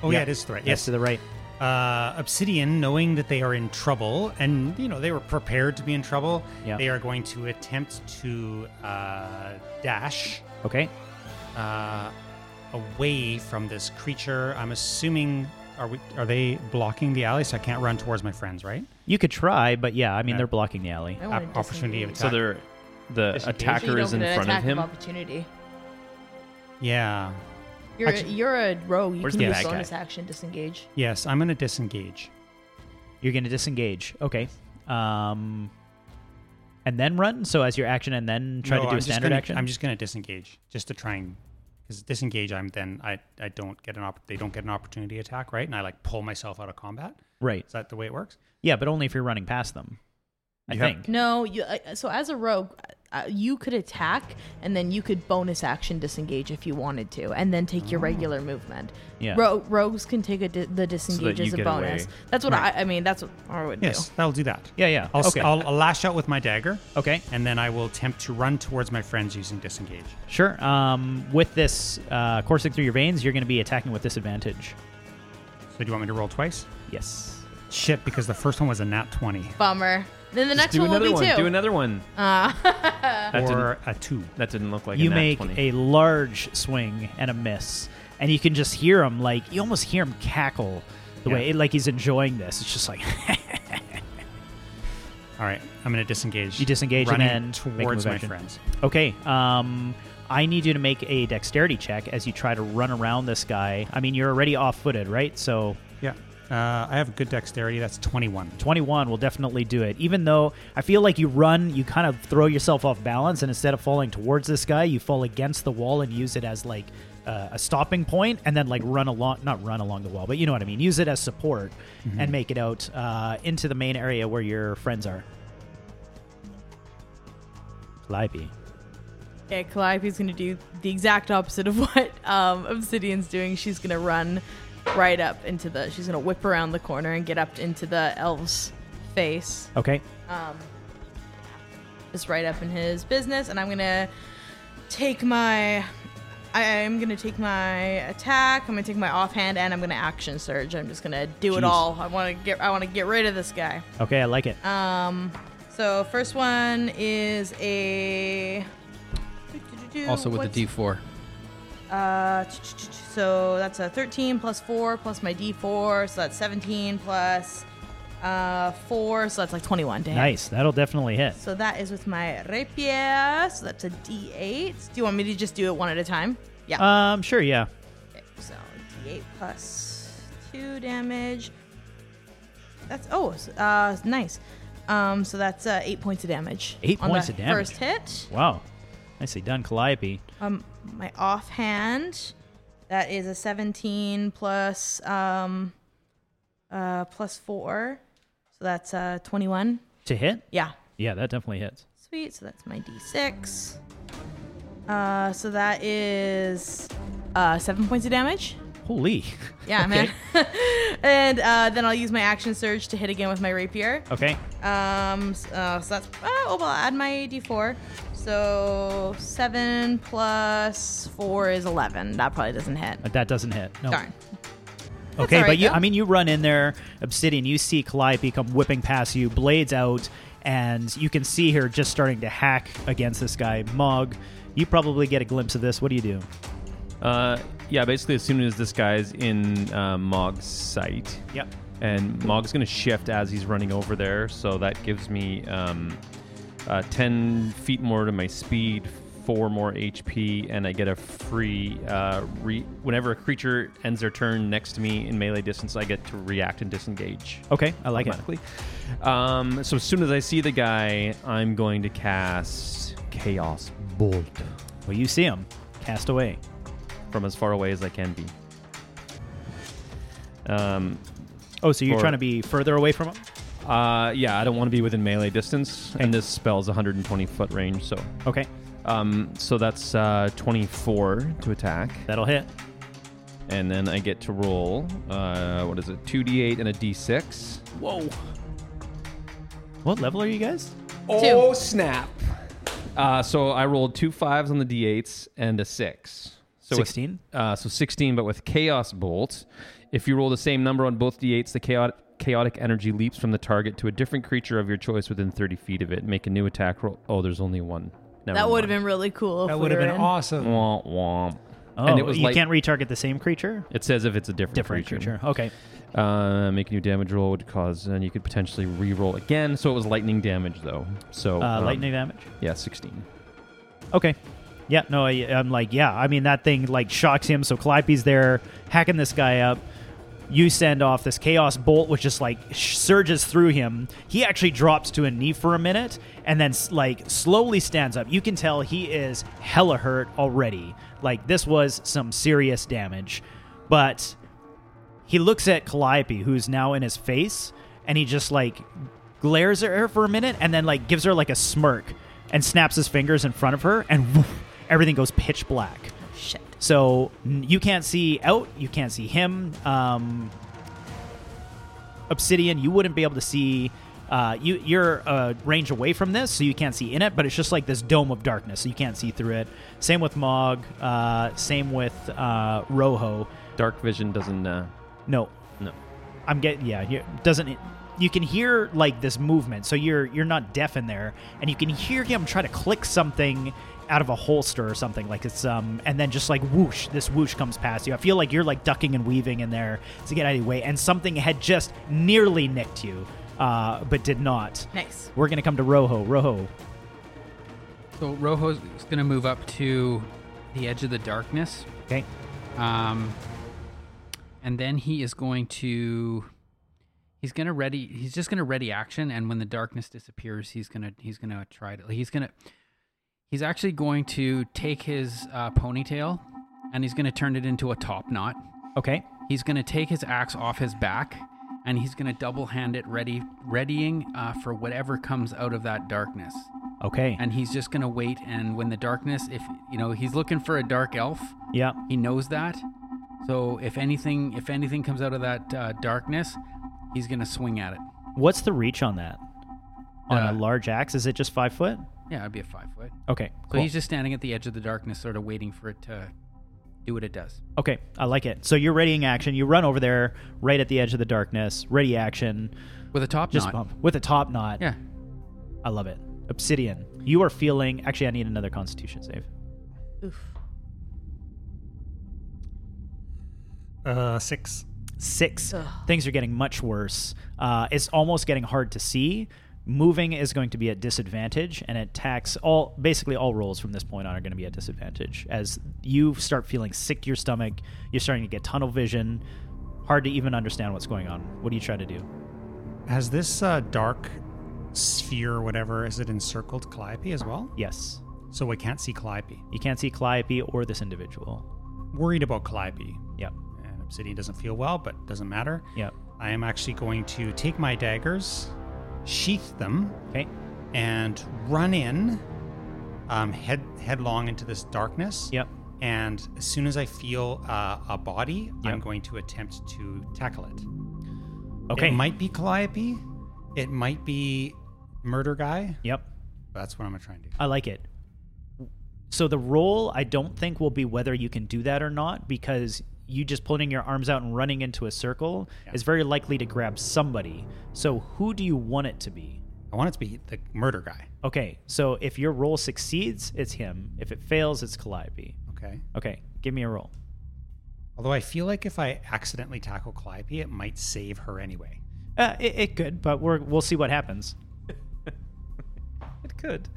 oh, yeah.
Yeah.
it is the right.
Yes,
Yes.
to the right.
Uh, Obsidian, knowing that they are in trouble, and, you know, they were prepared to be in trouble,
Yeah.
they are going to attempt to uh, dash
Okay.
uh, away from this creature. I'm assuming. Are, we, are they blocking the alley? So I can't run towards my friends, right?
You could try, but yeah, I mean,
Okay.
they're blocking the alley.
I wanna
Opp- opportunity of
So
disengage.
they're the
Disengage?
So you
attacker
don't
is in
get an
front
attack
of him.
Opportunity.
Yeah.
You're
Actu-
a, you're a rogue. You
Where's
can
the
use
bad guy?
bonus action disengage.
Yes, I'm going to disengage.
You're going to disengage. Okay. Um, and then run. So as your action, and then try
No,
to do
I'm
a
just
standard
gonna-
action.
I'm just going to disengage, just to try and because disengage, I'm then I I don't get an opp- they don't get an opportunity attack, right? And I like pull myself out of combat.
right.
Is that the way it works?
Yeah, but only if you're running past them. I
You have-
think.
No, you, uh, so as a rogue, uh, you could attack and then you could bonus action disengage if you wanted to, and then take
Oh.
your regular movement.
Yeah.
Ro- rogues can take a di- the disengage
you
as a
get
bonus.
away.
That's what I, I mean. That's what I would
Yes,
do.
that'll do that.
Yeah, yeah.
I'll, s-
okay.
I'll, I'll lash out with my dagger,
okay.
and then I will attempt to run towards my friends using disengage.
Sure. Um, with this uh, coursing through your veins, you're going to be attacking with disadvantage.
So do you want me to roll twice?
Yes.
Shit, because the first one was a nat 20.
Bummer. Then the
Just
next
do
one will
another
be
one.
two.
Do another one. that, didn't,
or a 2.
that didn't look like a
you
nat
make
20.
a large swing and a miss, and you can just hear him like you almost hear him cackle the
Yeah.
way like he's enjoying this. It's just like <laughs>
All right, I'm going to disengage.
You disengage and
running
then make a
towards
move
my
action.
friends.
okay. Um, I need you to make a dexterity check as you try to run around this guy. I mean, you're already off-footed, right? So
Yeah. Uh, I have good dexterity. That's 21.
21 will definitely do it. Even though I feel like you run, you kind of throw yourself off balance, and instead of falling towards this guy, you fall against the wall and use it as like uh, a stopping point, and then like run along, not run along the wall, but you know what I mean. Use it as support and make it out uh, into the main area where your friends are. Calliope.
Okay, Calliope's gonna do the exact opposite of <laughs> what um, Obsidian's doing. She's gonna run right up into the. She's gonna whip around the corner and get up into the elf's face.
Okay.
just right up in his business and i'm gonna take my i'm gonna take my attack i'm gonna take my offhand and i'm gonna action surge i'm just gonna do it
Jeez.
all i want to get i want to get rid of this guy
Okay, I like it.
um so first one is a
Also with
What's-
the D4.
uh, ch- ch- ch- ch- so that's a 13 plus 4 plus my d4 so that's 17 plus uh 4 so that's like 21 damn
Nice. That'll definitely hit.
so that is with my rapier. So that's a D8. Do you want me to just do it one at a time? Yeah.
Um, sure, yeah.
Okay, so D8 plus two damage. That's oh, s- uh, nice. Um, so that's uh, eight points of damage.
Eight
on
points
the
of damage.
First hit.
Wow. Nicely done, Calliope.
Um, my offhand. That is a 17 plus um, uh, plus four. So that's uh 21.
To hit?
Yeah.
Yeah, that definitely hits.
Sweet. So that's my d6. Uh, so that is uh, seven points of damage.
Holy. <laughs>
Yeah,
Okay.
man. <laughs> and uh, then I'll use my action surge to hit again with my rapier.
Okay.
Um, s- uh, so that's uh, oh well, add my d4. So seven plus four is eleven. That probably doesn't hit.
But Uh, that doesn't hit. No.
Darn.
Okay,
all right,
but you,
though.
I mean, you run in there, Obsidian, you see Calliope come whipping past you, blades out, and you can see her just starting to hack against this guy, Mug. You probably get a glimpse of this. What do you do?
Uh, yeah, basically, as soon as this guy's in uh, Mog's sight,
Yep.
and Mog's going to shift as he's running over there, so that gives me um, uh, 10 feet more to my speed, 4 more HP, and I get a free. Uh, re- whenever a creature ends their turn next to me in melee distance, I get to react and disengage.
Okay, I like it.
automatically. Um, so as soon as I see the guy, I'm going to cast Chaos Bolt
Well, you see him cast away.
from as far away as I can be. Um,
Oh, so you're
Or-
trying to be further away from him?
uh, yeah, I don't want to be within melee distance, and this spell's 120 foot range, so
Okay,
um, so that's uh, 24 to attack,
that'll hit.
and then I get to roll uh, what is it, 2d8 and a d6.
Whoa. What level are you guys?
Oh snap! Uh, so I rolled two fives on the d8s and a six. So with-
16?
uh, so 16, but with Chaos Bolt, if you roll the same number on both d8s, the chaotic chaotic energy leaps from the target to a different creature of your choice within 30 feet of it. Make a new attack roll. Oh, there's only one. Never
That would have
mind.
been really cool. If
That
we
would have
were
been
in.
awesome.
Womp womp.
Oh,
and it was
you
like
can't retarget the same creature?
it says if it's a different,
Different creature. Okay.
Uh, make a new damage roll would cause, and you could potentially re-roll again. So it was lightning damage though. So
Uh,
um,
lightning damage?
Yeah, 16.
Okay. Yeah, no, I, I'm like, yeah. I mean, that thing like shocks him. So Calliope's there hacking this guy up. You send off this chaos bolt, which just like sh- surges through him. He actually drops to a knee for a minute and then s- like slowly stands up. You can tell he is hella hurt already. Like this was some serious damage, but he looks at Calliope, who's now in his face, and he just like glares at her for a minute, and then like gives her like a smirk and snaps his fingers in front of her, and woof, everything goes pitch black.
Shit.
So n- you can't see out, you can't see him. Um, Obsidian, you wouldn't be able to see. Uh, you you're a range away from this, so you can't see in it. But it's just like this dome of darkness, so you can't see through it. Same with Mog. Uh, same with uh, Roho.
Dark vision doesn't. Uh,
No,
no.
I'm getting yeah. You, doesn't it, you can hear like this movement, so you're you're not deaf in there, and you can hear him try to click something out of a holster or something like it's um, and then just like whoosh, this whoosh comes past you. I feel like you're like ducking and weaving in there to get out of the way, and something had just nearly nicked you, uh, but did not.
Nice.
We're gonna come to Rojo. Rojo,
So Rojo's going to move up to the edge of the darkness.
okay.
Um, and then he is going to. He's gonna ready. He's just gonna ready action, and when the darkness disappears, he's gonna he's gonna try to. He's gonna. He's actually going to take his uh, ponytail, and he's gonna turn it into a top knot.
Okay.
He's gonna take his axe off his back, and he's gonna double hand it, ready readying uh, for whatever comes out of that darkness
Okay.
and he's just gonna wait and when the darkness if you know he's looking for a dark elf
Yeah.
he knows that so if anything if anything comes out of that uh, darkness he's gonna swing at it
What's the reach on that? On
Uh,
a large axe? Is it just five foot?
yeah it'd be a five foot so
Okay. cool.
he's just standing at the edge of the darkness sort of waiting for it to do what it does
Okay, I like it. So you're readying action. You run over there, right at the edge of the darkness. Ready action.
with a top
Just
knot
bump with a top knot.
yeah
I love it. Obsidian. You are feeling. Actually, I need another Constitution save.
Oof.
Uh, six.
Six.
Ugh.
Things are getting much worse. Uh, it's almost getting hard to see. Moving is going to be at disadvantage, and attacks all basically all rolls from this point on are going to be at disadvantage as you start feeling sick to your stomach. You're starting to get tunnel vision. Hard to even understand what's going on. What are you trying to do?
Has this uh, dark sphere, or whatever, is it encircled Calliope as well?
Yes,
So we can't see Calliope.
you can't see Calliope or this individual.
Worried about Calliope.
Yep.
And Obsidian doesn't feel well, but doesn't matter.
Yep.
I am actually going to take my daggers, sheath them,
Okay.
and run in um, head headlong into this darkness.
Yep.
And as soon as I feel uh, a body, I'm
Yep.
going to attempt to tackle it.
Okay.
It might be Calliope. It might be Murder Guy.
yep.
That's what I'm going to try and do.
I like it. So the roll, I don't think will be whether you can do that or not because you just putting your arms out and running into a circle is very likely to grab somebody. So who do you want it to be?
I want it to be the Murder Guy.
Okay. So if your roll succeeds, it's him. If it fails, it's Calliope.
Okay.
Okay. Give me a roll.
Although I feel like if I accidentally tackle Calliope, it might save her anyway.
Uh, it, it could, but we're, we'll see what happens.
It could.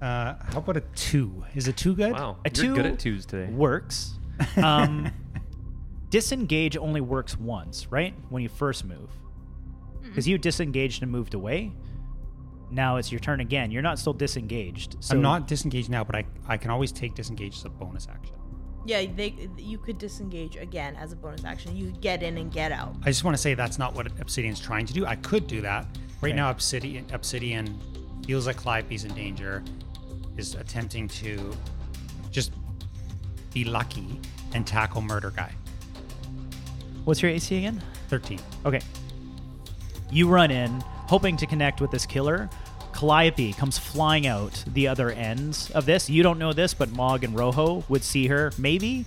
Uh, how about a two? Is a two good?
Wow.
A
You're
two
good at twos today.
Works. Um, disengage only works once, right? When you first move. Because you disengaged and moved away. Now it's your turn again. You're not still disengaged. So
I'm not disengaged now, but I, I can always take disengage as a bonus action.
Yeah, they you could disengage again as a bonus action. You get in and get out.
I just want to say that's not what Obsidian's trying to do. I could do that. Right now, Obsidian Obsidian feels like Calliope's in danger, is attempting to just be lucky and tackle Murder Guy.
What's your AC again?
13.
Okay. You run in, hoping to connect with this killer. Calliope comes flying out the other end of this. You don't know this, but Mog and Rojo would see her. Maybe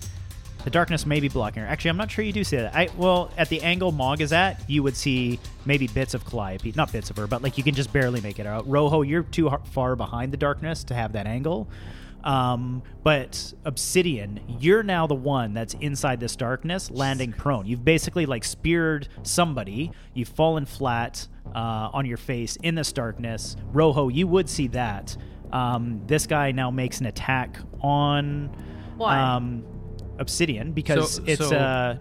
the darkness may be blocking her. Actually, I'm not sure you do see that. I well, at the angle Mog is at, you would see maybe bits of Calliope, not bits of her, but like you can just barely make it out. Rojo, you're too har- far behind the darkness to have that angle. Um, but Obsidian, you're now the one that's inside this darkness, landing prone. You've basically like speared somebody. You've fallen flat uh, on your face in this darkness. Rojo, you would see that. Um, this guy now makes an attack on
Why?
um, Obsidian because
So-
it's
so-
uh,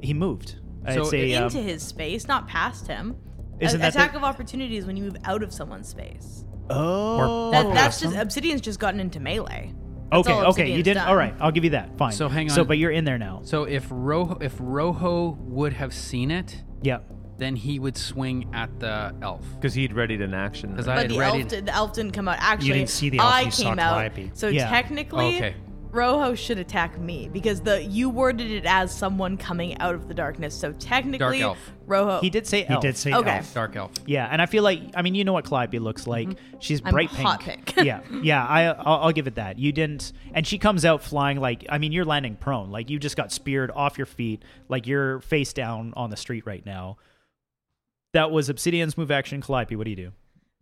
he moved.
So
it's a, um,
Into his space, not past him. A-
Isn't that the-
attack of opportunity is when you move out of someone's space.
oh
That, that's just Obsidian's just gotten into melee. That's
okay okay
all
you
Obsidian's
didn't
done.
all right I'll give you that fine
So hang
so
on.
but you're in there now
so if rojo if rojo would have seen it
yeah
then he would swing at the elf.
because he'd readied an action.
Because
right?
I
But
had
the
read
elf, did, the elf didn't come out. Actually,
didn't see the elf,
I
you saw
came out.
Calliope.
So
Yeah.
technically,
Oh, Okay.
Rojo should attack me because the you worded it as someone coming out of the darkness. So technically,
elf.
Rojo.
He did say
He
elf.
did say
Okay.
elf.
dark elf.
Yeah, and I feel like I mean you know what Calliope looks like. She's
Mm-hmm. I'm
bright pink.
hot pink.
<laughs> yeah, yeah. I I'll, I'll give it that. You didn't, and she comes out flying like I mean you're landing prone. Like you just got speared off your feet. Like you're face down on the street right now. That was Obsidian's move action. Calliope, what do you do?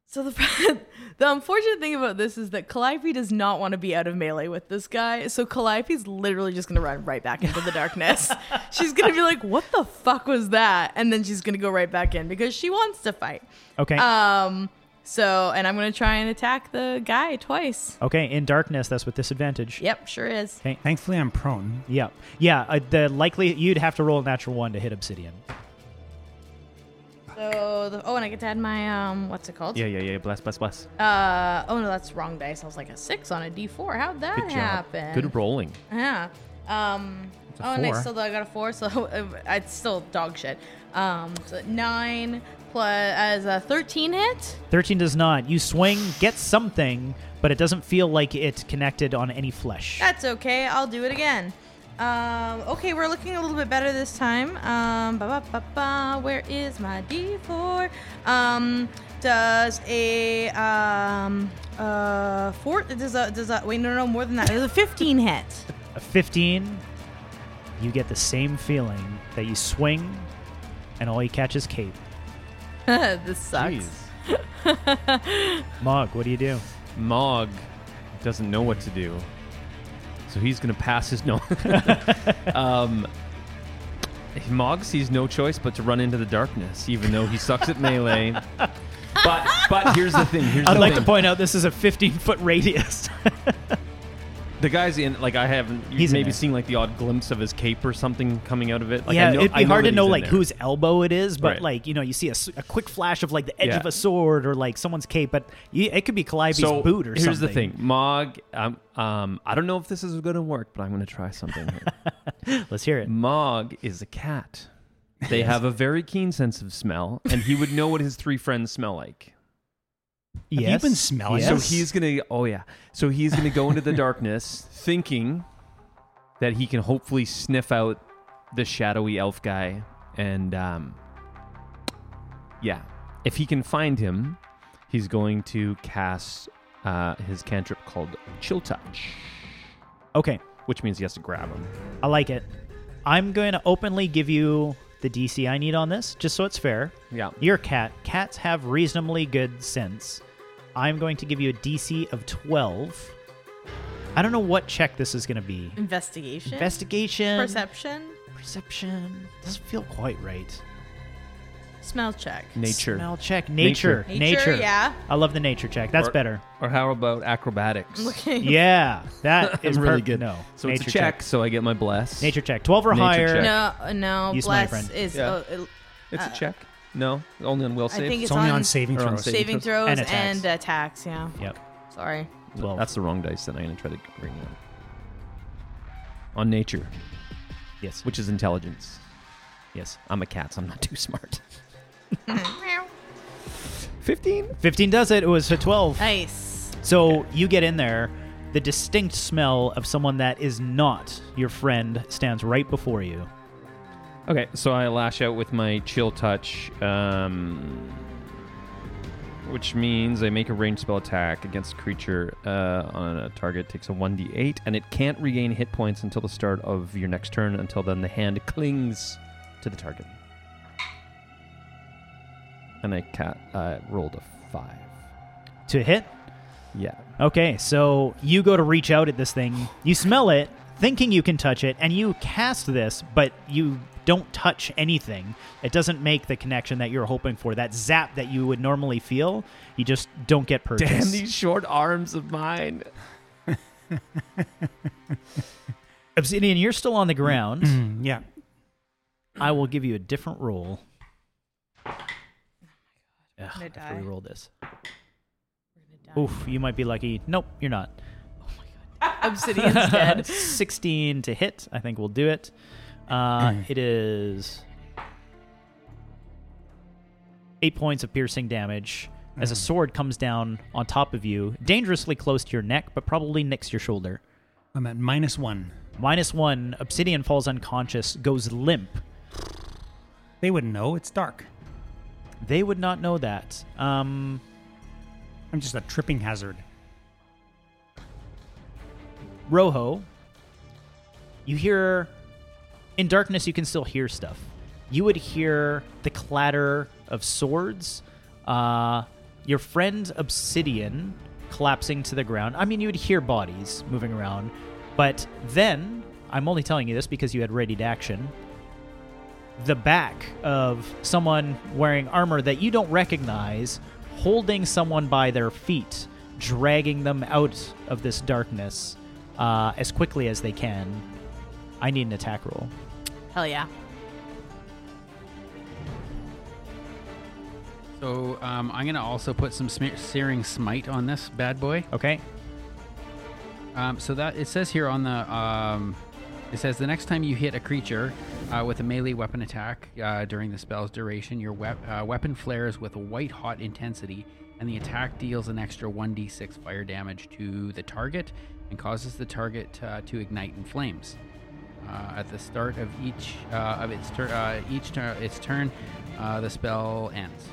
So the <laughs> the unfortunate thing about this is that Calliope does not want to be out of melee with this guy. So Calliope's literally just gonna run right back into
<laughs>
the darkness. she's gonna be like, "What the fuck was that?" And then she's gonna go right back in because she wants to fight.
Okay.
Um. So, and I'm gonna try and attack the guy twice.
okay. In darkness, that's with disadvantage.
Yep, sure is.
Thankfully, I'm prone.
Yeah. Yeah. Uh, the likely you'd have to roll a natural one to hit Obsidian.
So, the, oh, and I get to add my um, what's it called?
yeah, yeah, yeah. Bless, bless, bless.
Uh, oh no, that's wrong dice. I was like a six on a D4. How'd that
Good job.
happen?
Good rolling.
Yeah. Um.
a
Oh, nice.
four.
So I got a four. <laughs> So uh, it's still dog shit. Um. So nine plus as a thirteen hit.
13 does not. You swing, get something, but it doesn't feel like it connected on any flesh.
That's okay. I'll do it again. Um. Okay, we're looking a little bit better this time. Um. Ba ba ba ba. Where is my D4? Um. Does a um uh four does a does a wait no no more than that does a fifteen hit. <laughs>
A 15, you get the same feeling that you swing and all you catch is cape.
this sucks.
Mog, what do you do?
Mog doesn't know what to do, so he's gonna pass
<laughs>
his no. um, Mog sees no choice but to run into the darkness, even though he sucks
<laughs>
at melee. But but here's the thing. Here's
I'd
the
like
thing.
to point out this is a 15 foot radius. <laughs>
the guy's in. Like I haven't. You've
He's in
maybe
there.
seen like the odd glimpse of his cape or something coming out of it. Like,
yeah,
I know,
it'd
I
be hard
that
to know
he's in
like
there.
whose elbow it is, but
Right.
like you know, you see a, s- a quick flash of like the edge
Yeah.
of a sword or like someone's cape, but you, it could be Calliope's boot or
here's
something.
the thing, Mog. Um, um, I don't know if this is going to work, but I'm going to try something.
<laughs>
here.
Let's hear it.
Mog is a cat. They have a very keen sense of smell, and he would know what his three friends smell like.
Yes.
you been smelling
Yes.
So he's gonna. Oh yeah. So he's gonna go into the darkness, thinking that he can hopefully sniff out the shadowy elf guy, and um, yeah, if he can find him, he's going to cast uh, his cantrip called Chill Touch,
okay.
which means he has to grab him.
I like it. I'm going to openly give you the DC I need on this, just so it's fair.
Yeah.
You're a cat. Cats have reasonably good sense. I'm going to give you a DC of 12. I don't know what check this is going to be.
Investigation.
Investigation.
Perception.
Perception. Doesn't feel quite right.
Smell check.
Nature.
Smell check. Nature.
Nature. Nature, yeah.
I love the nature check. That's
Or- <laughs>
better.
Or how about acrobatics? Looking
Yeah.
<laughs>
That is
really
perf-
good.
No.
So
nature
it's a check, so I get my bless.
Nature check. 12 or
Nature
higher.
check.
No, no.
You smell your
bless
friend.
is.
Yeah.
uh, uh,
It's a check. No, only on will
I
save.
think
It's
it's,
only on saving
Or on
throws.
saving
saving
throws.
throws
And
and
attacks.
attacks. Yeah.
Yep.
Sorry.
No,
12.
That's the wrong dice that I'm going to try to bring out. On nature,
Yes.
which is intelligence.
Yes.
I'm a cat, so I'm not too
<laughs>
smart. 15?
15 does it. It was a 12.
Nice.
So you get in there, the distinct smell of someone that is not your friend stands right before you.
Okay, so I lash out with my chill touch, um, which means I make a ranged spell attack against a creature uh, on a target, takes a 1d8, and it can't regain hit points until the start of your next turn. Until then, the hand clings to the target. And I ca uh, rolled a 5.
To hit?
Yeah.
Okay, so you go to reach out at this thing. You smell it, thinking you can touch it, and you cast this, but you don't touch anything. It doesn't make the connection that you're hoping for. That zap that you would normally feel, you just don't get purchased.
Damn these short arms of mine.
Obsidian, you're still on the ground.
Mm, yeah.
I will give you a different roll. Ugh,
gonna
I have to
die.
re-roll this. Oof, you might be lucky. Nope, you're not.
Oh
<laughs>
Obsidian's dead.
16 to hit, I think will do it. Uh, it is eight points of piercing damage as a sword comes down on top of you, dangerously close to your neck, but probably next to your shoulder.
I'm at minus one.
Minus one, Obsidian falls unconscious, goes limp.
They wouldn't know. It's dark.
They would not know that. Um,
I'm just a tripping hazard.
Rojo, you hear in darkness you can still hear stuff. You would hear the clatter of swords, uh, your friend Obsidian collapsing to the ground. I mean, you would hear bodies moving around, but then I'm only telling you this because you had readied action. The back of someone wearing armor that you don't recognize, holding someone by their feet, dragging them out of this darkness uh, as quickly as they can. I need an attack roll.
Hell yeah.
So um, I'm gonna also put some smear- searing smite on this bad boy.
Okay.
Um, so that it says here on the um, it says the next time you hit a creature uh, with a melee weapon attack uh, during the spell's duration, your wep- uh, weapon flares with a white hot intensity, and the attack deals an extra 1d6 fire damage to the target and causes the target uh, to ignite in flames. Uh, at the start of each uh, of its tur- uh, each tur- its turn, uh, the spell ends.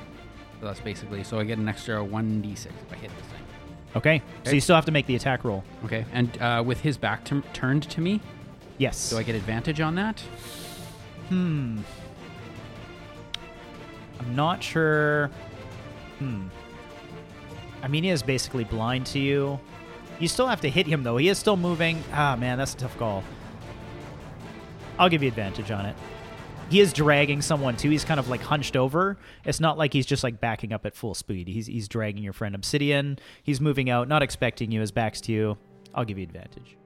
So that's basically. So I get an extra 1d6 if I hit this thing.
Okay. So you still have to make the attack roll.
Okay, and uh, with his back tur- turned to me,
Yes.
do I get advantage on that?
Hmm. I'm not sure. Hmm. I mean, he is basically blind to you. You still have to hit him, though. He is still moving. Ah, man, that's a tough call. I'll give you advantage on it. He is dragging someone, too. He's kind of like hunched over. It's not like he's just like backing up at full speed. He's, he's dragging your friend Obsidian. He's moving out, not expecting you. His back's to you. I'll give you advantage.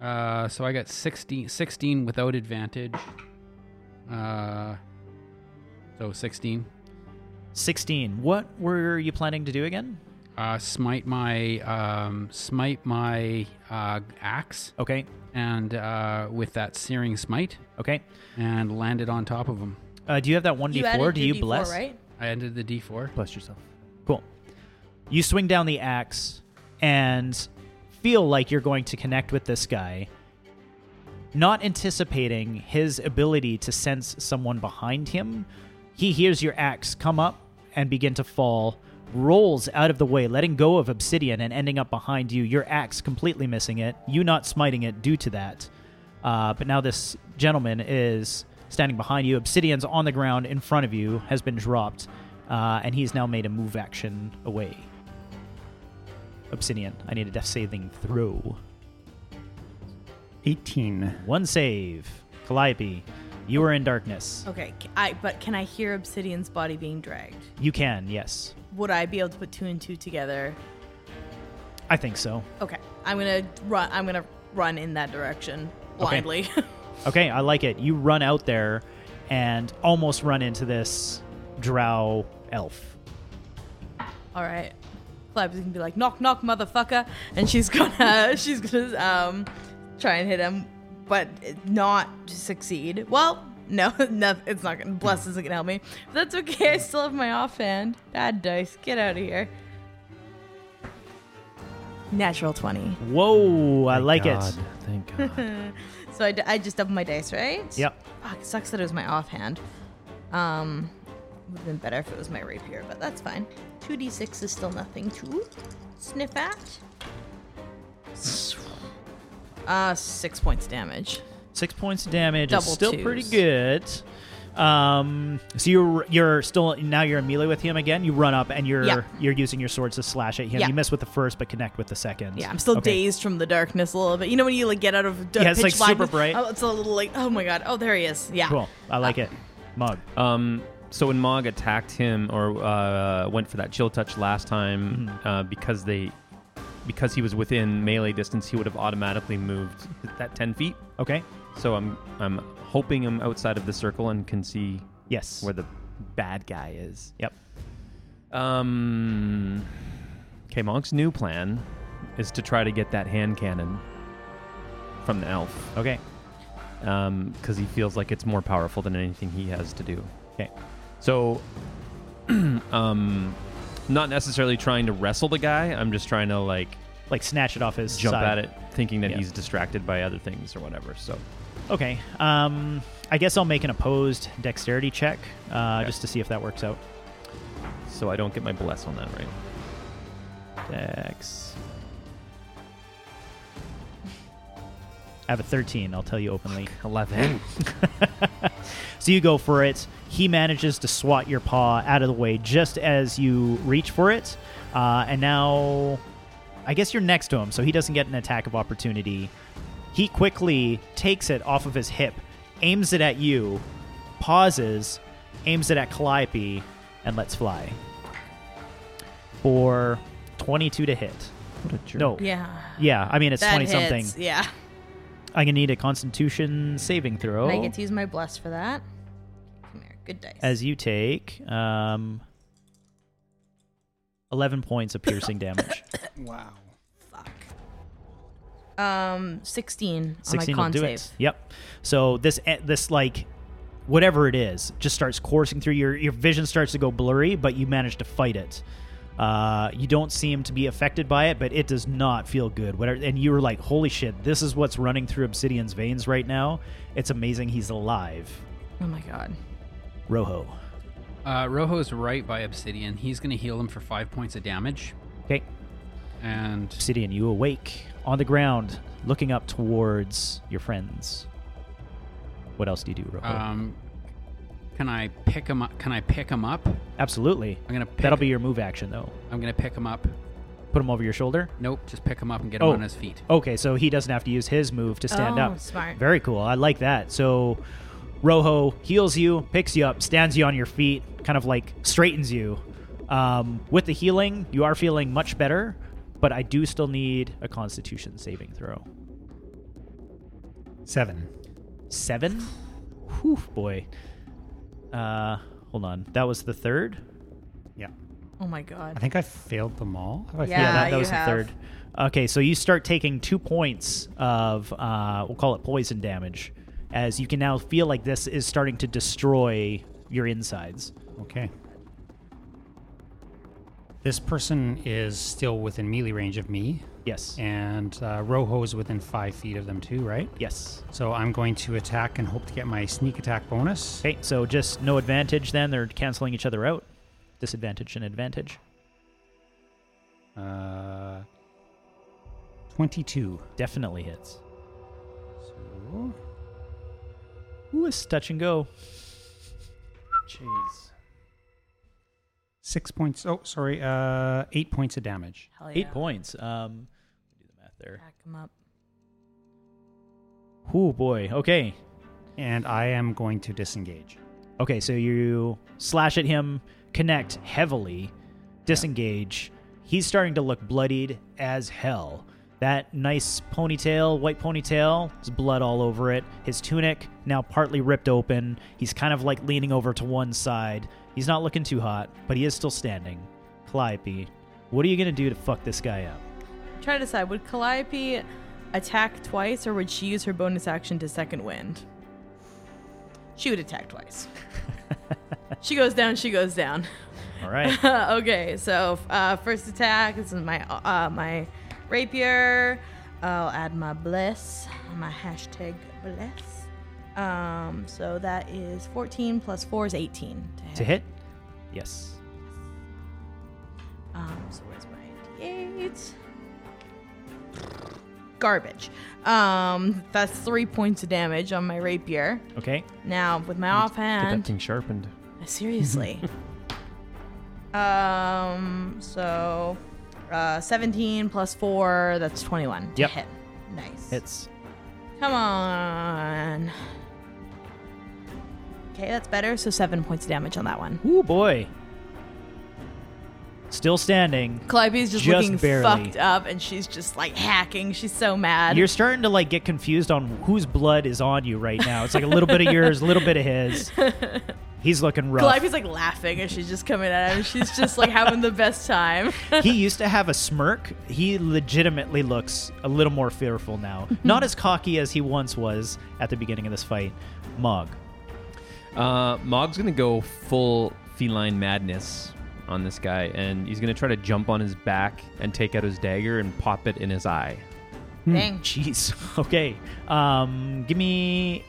Uh, so I got 16, 16 without advantage. Uh, so 16.
16. What were you planning to do again?
Uh, smite my um, smite my uh, axe,
Okay.
and uh, with that searing smite,
Okay.
and landed on top of him.
Uh, do you have that one
You
d4?
added
do
your
you
D4,
bless?
right?
I ended the D4.
Bless yourself.
Cool. You swing down the axe and feel like you're going to connect with this guy, not anticipating his ability to sense someone behind him. He hears your axe come up and begin to fall, rolls out of the way, letting go of obsidian and ending up behind you. Your axe completely missing it, you not smiting it due to that. Uh, but now this gentleman is standing behind you. Obsidian's on the ground in front of you, has been dropped, uh, and he's now made a move action away. Obsidian, I need a death saving throw.
18.
One save. Calliope, you are in darkness.
Okay, c- I but can I hear Obsidian's body being dragged?
You can, yes.
Would I be able to put two and two together?
I think so.
Okay, I'm gonna run. I'm gonna run in that direction blindly. <laughs>
Okay, I like it. You run out there and almost run into this drow elf.
All right, Clive's gonna be like knock knock motherfucker, and she's gonna <laughs> she's gonna um try and hit him, but not succeed. Well, no, <laughs> no, it's not gonna. Bless isn't gonna help me. But that's okay. I still have my offhand. Bad dice. Get out of here. Natural twenty.
Whoa, I like it.
Thank God.
So I, d- I just doubled my dice, right?
Yep.
Fuck, it sucks that it was my offhand. Um, would have been better if it was my rapier, but that's fine. 2d6 is still nothing to sniff at. Uh, six points damage.
Six points of damage. It's
Double
still
twos.
pretty good. Um, so you're you're still now you're in melee with him again. You run up and you're
Yeah.
you're using your swords to slash at him.
Yeah.
You miss with the first, but connect with the second.
Yeah, I'm still
Okay.
dazed from the darkness a little bit. You know when you like get out of d-
Yeah, it's,
pitch
like, super
blackness?
bright.
Oh, it's a little like, oh my god, oh there he is. Yeah.
Cool. I like
Uh,
it. Mug.
Um, so when Mog attacked him or uh, went for that chill touch last time, uh, because they, because he was within melee distance, he would have automatically moved that ten feet.
Okay.
So I'm I'm hoping I'm outside of the circle and can see
Yes.
where the bad guy is.
Yep.
Um. Okay, Monk's new plan is to try to get that hand cannon from the elf um,
Okay.
because he feels like it's more powerful than anything he has to do.
Okay.
So, <clears throat> um, not necessarily trying to wrestle the guy. I'm just trying to like
Like snatch it off his
jump
side.
at it, thinking that
Yeah.
he's distracted by other things or whatever. So,
Okay. Um, I guess I'll make an opposed dexterity check uh, just to see if that works out.
so I don't get my bless on that, right?
Dex. I have a 13. I'll tell you openly.
11.
<laughs> So you go for it. He manages to swat your paw out of the way just as you reach for it. Uh, and now, I guess you're next to him, so he doesn't get an attack of opportunity. He quickly takes it off of his hip, aims it at you, pauses, aims it at Calliope, and lets fly. For 22 to hit.
What a jerk.
No. Yeah,
Yeah.
I mean, it's
That
20 something.
hits, Yeah.
I'm going to need a constitution saving throw.
And I get to use my bless for that. Come here. Good dice.
Oh. as you take um, 11 points
<laughs>
of piercing damage.
Wow.
um, 16 on my
16 will
con
do
save.
it. Yep. So this eh, this like whatever it is just starts coursing through your your vision starts to go blurry, but you manage to fight it. Uh, you don't seem to be affected by it, but it does not feel good. Whatever, and you were like, "Holy shit! This is what's running through Obsidian's veins right now. It's amazing he's alive."
Oh my god.
Rojo.
Uh, Rojo's right by Obsidian. He's going to heal him for five points of damage.
Okay,
And
Obsidian, you awake on the ground, looking up towards your friends. What else do you do, Rojo?
um, can I pick him up? Can I pick him up? I'm
Absolutely.
going to pick
That'll be your move action, though.
I'm going to pick him up.
Put him over your shoulder.
Nope, just pick him up and get him
Oh.
on his feet.
Okay, so he doesn't have to use his move to stand
Oh,
up.
smart.
Very cool. I like that. So Rojo heals you, picks you up, stands you on your feet, kind of like straightens you. Um, with the healing, you are feeling much better, but I do still need a constitution saving throw.
Seven.
Seven? Whew, boy. Uh, hold on. That was the third?
Yeah.
Oh my
I
god.
think I failed them all. Have I
Yeah.
yeah, that, that
you
was the
have.
third. Okay, so you start taking two points of, uh, we'll call it poison damage, as you can now feel like this is starting to destroy your insides.
failed? Okay. This person is still within melee range of me,
Yes.
and uh, Rojo is within five feet of them too, right?
yes.
So I'm going to attack and hope to get my sneak attack bonus.
Okay, so just no advantage then. They're canceling each other out. Disadvantage and advantage.
Uh, 22.
Definitely hits.
So,
Ooh, it's touch and go.
Jeez.
six points. Oh, sorry. Uh, eight points of damage.
Hell yeah.
Eight points. Um, do the math there.
Back him up.
Ooh, boy. Okay.
And I am going to disengage.
Okay, so you slash at him, connect heavily, disengage. He's starting to look bloodied as hell. That nice ponytail, white ponytail, there's blood all over it. His tunic now partly ripped open. He's kind of like leaning over to one side. He's not looking too hot, but he is still standing. Calliope, what are you gonna do to fuck this guy up?
Try to decide would Calliope attack twice or would she use her bonus action to second wind? She would attack twice. she goes down, she goes down. <laughs>
All right.
okay, so uh, first attack. This is my uh, my rapier. I'll add my bless, my hashtag bless. Um, so that is 14 plus 4 is 18 to hit.
to hit? Yes.
Um, so where's my d8? Garbage. Um, that's three points of damage on my rapier.
Okay.
Now with my
Get that
offhand,
thing sharpened.
<laughs> Seriously. um. So, uh, seventeen plus four. That's twenty-one. to
Yep.
Hit. Nice.
Hits.
Come on. Okay, that's better. So seven points of damage on that one.
Ooh boy. Still standing.
Calliope's just,
Just
looking
barely.
fucked up, and she's just like hacking. She's so mad.
You're starting to like get confused on whose blood is on you right now. It's like a little bit of yours, a little bit of his. He's looking rough.
<laughs> Calliope's like laughing, and she's just coming at him. She's just like having the
<laughs>
best time.
he used to have a smirk. He legitimately looks a little more fearful now. Not as cocky as he once was at the beginning of this fight. Mog.
Uh, Mog's gonna go full feline madness on this guy, and he's gonna try to jump on his back and take out his dagger and pop it in his eye.
Dang.
Jeez. <laughs> Okay. Um, give me.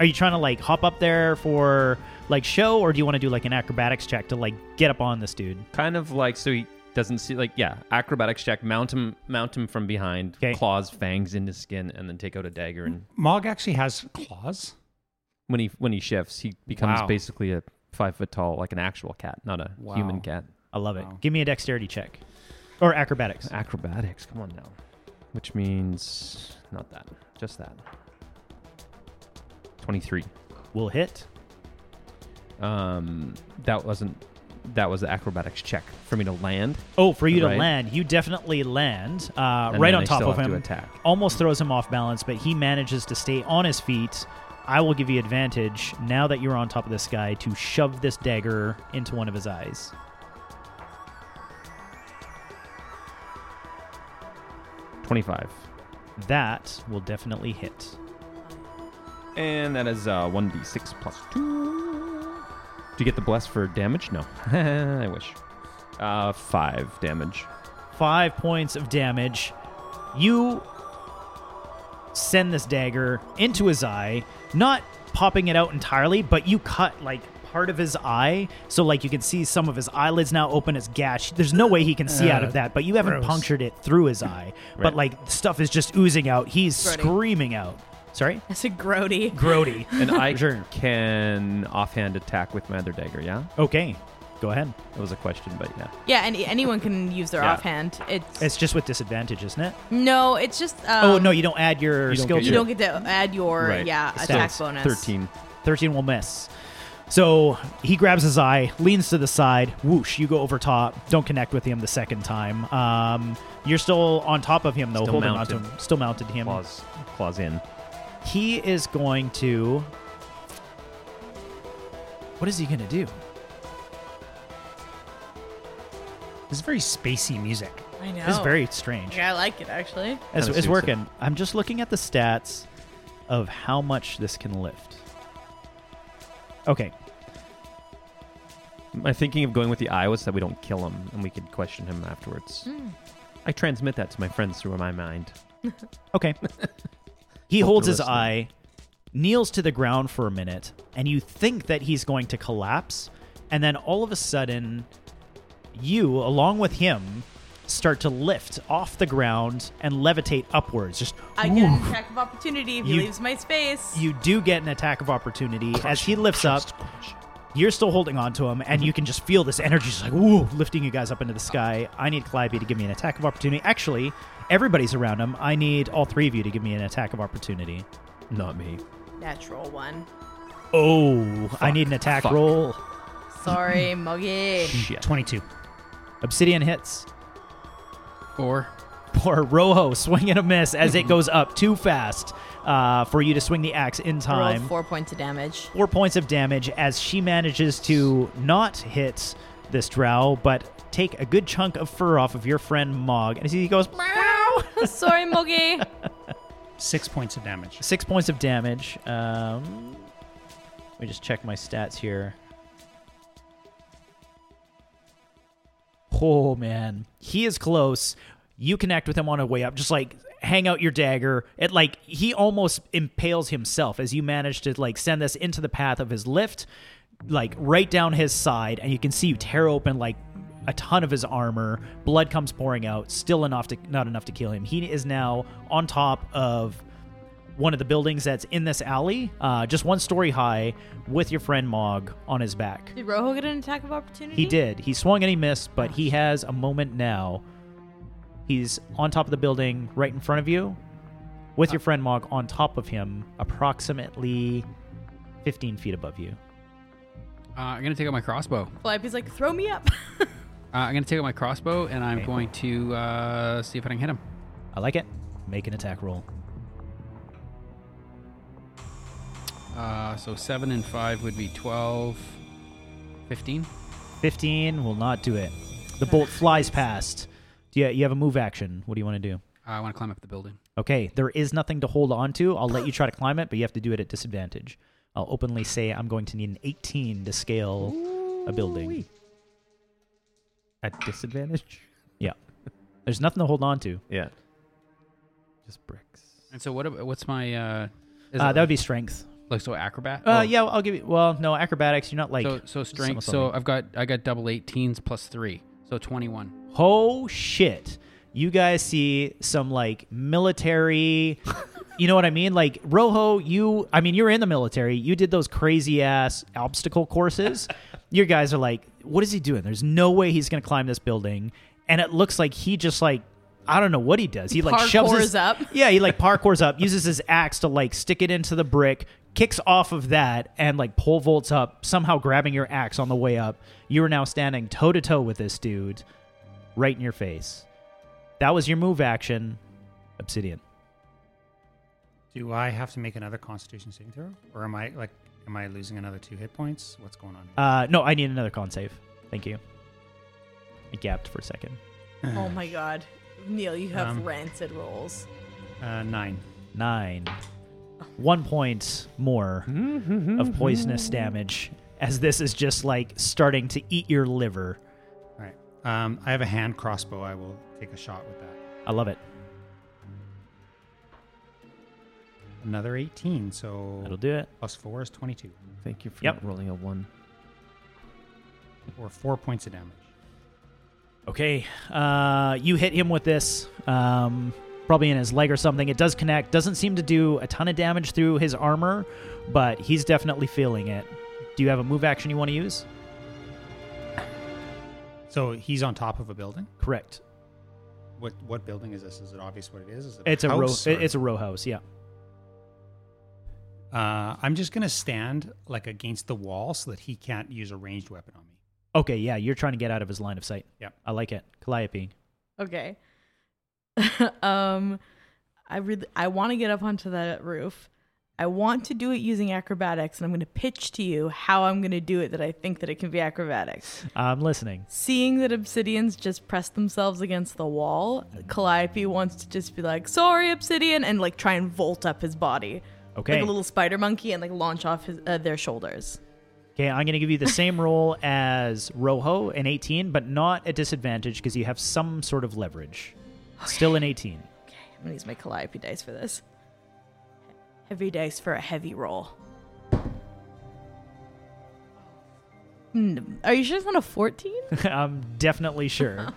Are you trying to like hop up there for like show, or do you want to do like an acrobatics check to like get up on this dude?
Kind of like so he doesn't see like yeah, acrobatics check, mount him, mount him from behind,
Okay.
claws, fangs into skin, and then take out a dagger. And
Mog actually has claws.
when he when he shifts, he becomes
Wow.
basically a five foot tall, like an actual cat, not a human cat.
I love it. Give me a dexterity check, or
<laughs>
acrobatics.
Acrobatics, come on now, which means not that, just that. Twenty three.
Will hit.
um, that wasn't that was the acrobatics check for me to land.
Oh, for you
Right.
to land, you definitely land uh,
And
right
then
on
I
top
still
of
have to
him.
attack.
Almost throws him off balance, but he manages to stay on his feet. I will give you advantage now that you're on top of this guy to shove this dagger into one of his eyes.
Twenty five,
That will definitely hit.
and that is uh, one d six plus two. Do you get the bless for damage? No, <laughs> I wish. Uh, five damage.
five points of damage. You send this dagger into his eye, not popping it out entirely, but you cut like part of his eye, so like you can see some of his eyelids now open. It's gash. There's no way he can see out of that, but you haven't
gross.
punctured it through his
<laughs>
eye. But
Uh, Right.
like stuff is just oozing out. He's
Grody.
screaming out.
<laughs>
Sorry,
<laughs> That's a grody.
Grody.
And I
Sure.
can offhand attack with my other dagger. Yeah,
okay, go ahead.
that was a question, but yeah.
Yeah, and anyone can use their
Yeah.
offhand. It's,
It's just with disadvantage, isn't it?
no, it's just. Um,
oh no, you don't add your
You don't
skill.
get
to
You
your-
it.
don't get to add your
Right.
yeah
So
attack
it's
bonus.
Thirteen.
13 will miss. So he grabs his eye, leans to the side, whoosh, you go over top, don't connect with him the second time. Um, you're still on top of him, though,
Still
holding
mounted.
on to him, still mounted him.
Claws, claws in.
He is going to. What is he going to do?
This is very spacey music.
I know.
This is very strange.
Oh. Yeah, I like it actually.
It's,
Kinda
it's
seriously.
working. I'm just looking at the stats of how much this can lift. Okay.
My thinking of going with the eye was that we don't kill him and we could question him afterwards. I transmit that to my friends through my mind. <laughs>
Okay. he
Hope
holds
they're
his
listening.
eye, kneels to the ground for a minute, and you think that he's going to collapse. And then all of a sudden, you, along with him, start to lift off the ground and levitate upwards. Just
I get an attack of opportunity if he
You-
leaves my space.
you do get an attack of opportunity as he lifts up. You're still holding on to him, and you can just feel this energy just like, woo, lifting you guys up into the sky. I need Calliope to give me an attack of opportunity. Actually, everybody's around him. I need all three of you to give me an attack of opportunity.
Not me.
Natural one.
Oh, I need an attack
Fuck.
roll. <laughs>
Sorry, Muggy.
Shit.
22.
Obsidian hits. <laughs>
Four.
Poor Rojo, swing and a miss as
Mm-hmm.
it goes up too fast uh, for you to swing the axe in
Rolled
time.
four points of damage.
Four points of damage as she manages to not hit this drow, but take a good chunk of fur off of your friend Mog. And as he goes, meow,
<laughs>
<laughs>
Sorry, Muggy.
Six points of damage.
six points of damage. Um, let me just check my stats here. Oh man, he is close. You connect with him on a way up. Just like hang out your dagger. It like he almost impales himself as you manage to like send this into the path of his lift, like right down his side, and you can see you tear open like a ton of his armor. Blood comes pouring out. Still enough to not enough to kill him. He is now on top of one of the buildings that's in this alley, uh, just one story high, with your friend Mog on his back.
Did Rojo get an attack of opportunity?
He did. He swung and he missed, but he has a moment now. He's on top of the building right in front of you, with your friend Mog on top of him, approximately 15 feet above you.
Uh, I'm gonna take out my crossbow.
Flappy's like, throw me up.
Uh, I'm gonna take out my crossbow and I'm
Okay.
going to uh, see if I can hit him.
I like it. Make an attack roll.
Uh, so seven and five would be 12, 15.
15 will not do it. The bolt flies past. Do you, you have a move action? What do you want to do?
I want to climb up the building.
Okay, there is nothing to hold on to. I'll let you try to climb it, but you have to do it at disadvantage. I'll openly say I'm going to need an 18 to scale a building.
At disadvantage?
There's nothing to hold on to.
Yeah. Just bricks.
And so what? ab- What's my? Uh, is
Uh,
it
that would be strength.
like, like so acrobat.
Uh,
Oh,
yeah, I'll give you. Well, no, acrobatics. You're not like.
so so strength. So
something.
I've got I got double 18s plus three, so 21.
oh shit! You guys see some like
<laughs>
military. you know what I mean? Like Rojo, you. I mean, you're in the military. You did those crazy ass obstacle
<laughs>
courses. Your guys are like, what is he doing? There's no way he's gonna climb this building, and it looks like he just like. I don't know what he does. He like shoves his,
Parkours up.
<laughs> Yeah, he like parkours up, uses his axe to like stick it into the brick, kicks off of that, and like pole vaults up, somehow grabbing your axe on the way up. You are now standing toe to toe with this dude, right in your face. That was your move action, Obsidian.
Do I have to make another Constitution saving throw, or am I like, am I losing another two hit points? What's going on?
Uh, no, I need another con save. Thank you. I gapped for a second.
Oh my god. Neil, you have
Um,
rancid rolls.
Here? Uh, nine.
Nine. One point more of poisonous damage, as this is just like starting to eat your liver.
All right. Um, I have a hand crossbow. I will take a shot with that.
I love it.
Another eighteen. So
That'll do it.
plus four is twenty-two,
Thank you for
Yep.
not rolling a one.
or four points of damage.
Okay, uh, you hit him with this, um, probably in his leg or something. It does connect. Doesn't seem to do a ton of damage through his armor, but he's definitely feeling it. Do you have a move action you want to use?
So he's on top of a building.
Correct.
What what building is this? Is it obvious what it is? Is it
It's a row.
house or-
It's a row house. Yeah.
Uh, I'm just gonna stand like against the wall so that he can't use a ranged weapon on me.
Okay. Yeah, you're trying to get out of his line of sight.
Yep.
I like it. Calliope.
Okay. <laughs> um I really I want to get up onto that roof. I want to do it using acrobatics and I'm going to pitch to you how I'm going to do it that I think that it can be acrobatics.
I'm listening.
Seeing that obsidians just press themselves against the wall, Calliope wants to just be like, "Sorry, obsidian," and like try and volt up his body.
Okay.
Like a little spider monkey and like launch off his, uh, their shoulders.
Okay, I'm going to give you the same roll as Rojo, an 18, but not a disadvantage because you have some sort of leverage. Still an 18.
I'm gonna use my Calliope dice for this. Heavy dice for a heavy roll. Mm, Are you sure it's not a 14?
<laughs> I'm definitely sure.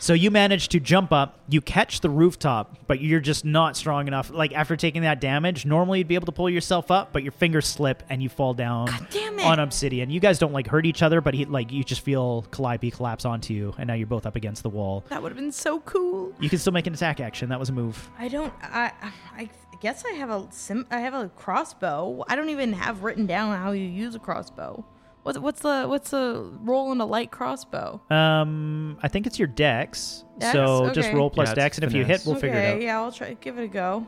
so you manage to jump up, you catch the rooftop, but you're just not strong enough. Like after taking that damage, normally you'd be able to pull yourself up, but your fingers slip and you fall down
damn it.
on Obsidian. You guys don't like hurt each other, but he like you just feel Calliope collapse onto you, and now you're both up against the wall.
that would have been so cool.
You can still make an attack action. That was a move.
I don't. I. I guess I have a sim. I have a crossbow. I don't even have written down how you use a crossbow. What's what's the what's the roll on a light crossbow?
Um, I think it's your dex.
Dex?
So just
Okay.
roll plus
Yeah, it's
dex, and if you hit,
finesse.
we'll
okay,
figure it out.
yeah, I'll try give it a go.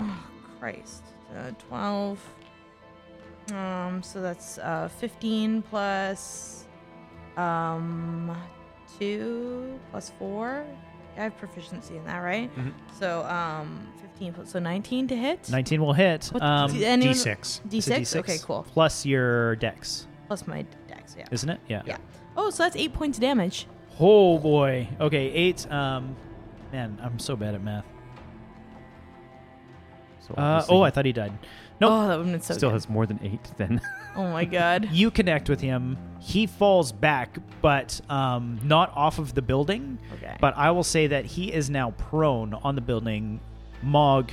Oh Christ, uh, twelve. Um, so that's uh, fifteen plus, um, two plus four. I have proficiency in that, right?
Mm-hmm.
So um, fifteen plus so nineteen to hit.
19 will hit.
What-
um,
did anyone-
D6.
D
it's a
six. Okay, cool.
Plus your dex,
Plus my dex. Yeah.
isn't it?
Yeah. Oh, so that's eight points of damage.
Oh boy. Okay, eight. Um, man, I'm so bad at math.
So
Uh,
obviously
oh,
he
I thought he died. Uh, Nope.
Oh, that would have been so
still
good.
has more than eight then.
oh
<laughs>
my god.
You connect with him. He falls back, but um, not off of the building.
Okay.
But I will say that he is now prone on the building. Mog,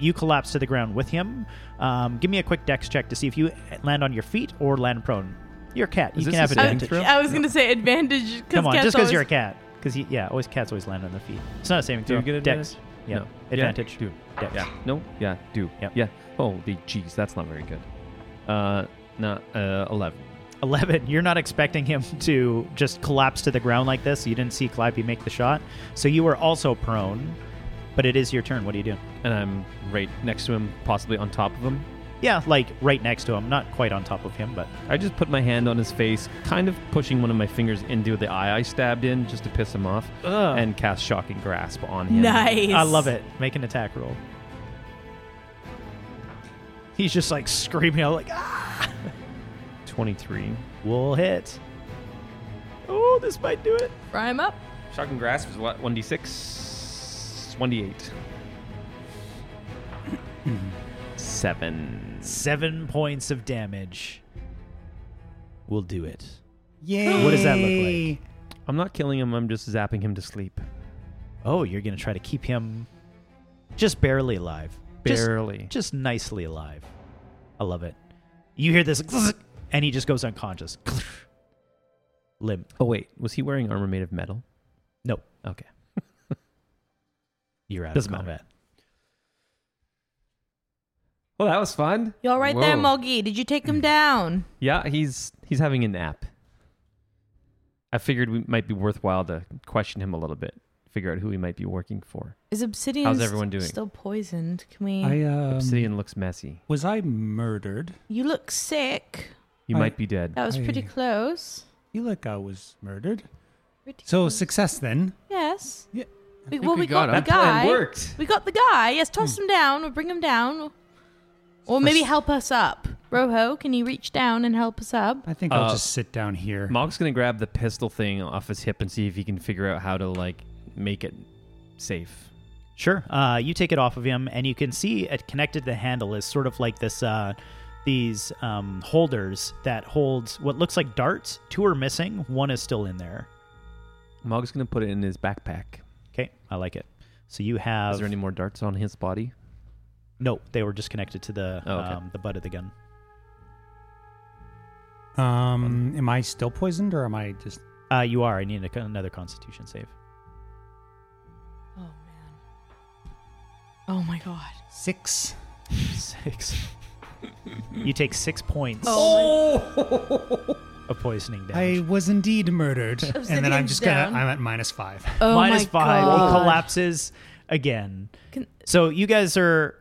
you collapse to the ground with him. Um, give me a quick dex check to see if you land on your feet or land prone. You're a cat.
Is
you
this
can have
a
advantage.
saving throw?
I was gonna say advantage. 'cause
Come on,
cats
just because
always-
you're a cat. Because yeah, always cats always land on their feet. It's not a saving
Do
throw.
you <laughs> get
Dex.
advantage?
Yeah.
No.
Advantage.
Yeah, do.
Dex.
Yeah. No. Yeah. Do.
Yep.
Yeah. Holy jeez, that's not very good. Uh, not uh, eleven.
11 you're not expecting him <laughs> to just collapse to the ground like this you didn't see Calliope make the shot so you were also prone but it is your turn what do you do
And I'm right next to him, possibly on top of him.
yeah like right next to him not quite on top of him but
I just put my hand on his face, kind of pushing one of my fingers into the eye I stabbed in just to piss him off,
Ugh.
and cast shocking grasp on him.
Nice.
i love it make an attack roll He's just like screaming out, like, ah,
23.
we'll hit. Oh, this might do it.
Fry him up.
Shocking grasp is what? 1d6? 1d8. <clears throat> Seven.
Seven points of damage. We'll do it.
Yay!
What does that look like?
I'm not killing him. I'm just zapping him to sleep.
Oh, you're going to try to keep him just barely alive. Just-
Barely.
just nicely alive. I love it. You hear this, <laughs> and he just goes unconscious. <laughs> Limp.
oh wait, was he wearing armor made of metal?
Nope.
Okay.
You're out
Doesn't
of
matter.
combat.
Well, that was fun.
You all right there,
Whoa.
Moggy? Did you take him down?
Yeah, he's he's having a nap. I figured we might be worthwhile to question him a little bit, figure out who he might be working for.
Is Obsidian
How's
st-
everyone doing?
still poisoned? Can we?
I um,
Obsidian looks messy.
was I murdered?
You look sick.
You
I-
might be dead.
That was pretty
I-
close.
You like I was murdered.
Pretty
So
close.
success then.
Yes.
Yeah.
We,
think
well,
we
we got,
got him.
the guy.
worked.
We got the guy. Yes, toss
Hmm.
him down. We'll bring him down. Or maybe help us up. Roho, can you reach down and help us up?
I think
Uh,
I'll just sit down here.
Mog's gonna grab the pistol thing off his hip and see if he can figure out how to like make it safe.
Sure. Uh, you take it off of him, and you can see it connected to the handle is sort of like this. Uh, these um, holders that hold what looks like darts. Two are missing. One is still in there.
Mog's gonna put it in his backpack.
Okay, I like it. So you have
Is there any more darts on his body?
no. They were just connected to the
Oh, okay.
um, the butt of the gun.
Um, am I still poisoned or am I just?
Uh, you are. I need a, another Constitution save.
Oh, man. Oh, my God.
Six.
Six. you take six points
Oh
Oh!
of poisoning damage.
I was indeed
<laughs>
murdered, and then I'm
Obsidian's
just
down.
gonna. I'm at minus
<laughs>
five.
Oh,
Minus
my
five.
God.
He collapses again.
Can-
so you guys are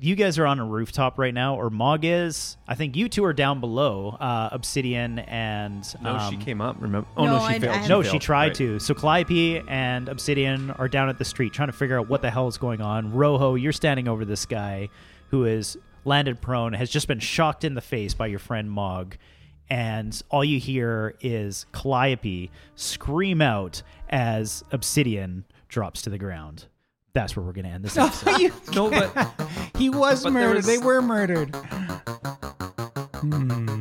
you guys are on a rooftop right now, or Mog is. I think you two are down below, uh, Obsidian and
No, she
um,
came up. Remember? Oh
no,
no, she
I-
failed.
I-
No,
failed.
she tried
Right.
to. So Calliope and Obsidian are down at the street trying to figure out what the hell is going on. Rojo, you're standing over this guy who is landed prone, has just been shocked in the face by your friend Mog. And all you hear is Calliope scream out as Obsidian drops to the ground. That's where we're going to end this episode.
Oh,
<laughs> No, but
<laughs> He was
But there
murdered.
<laughs> was-
They were murdered. Hmm.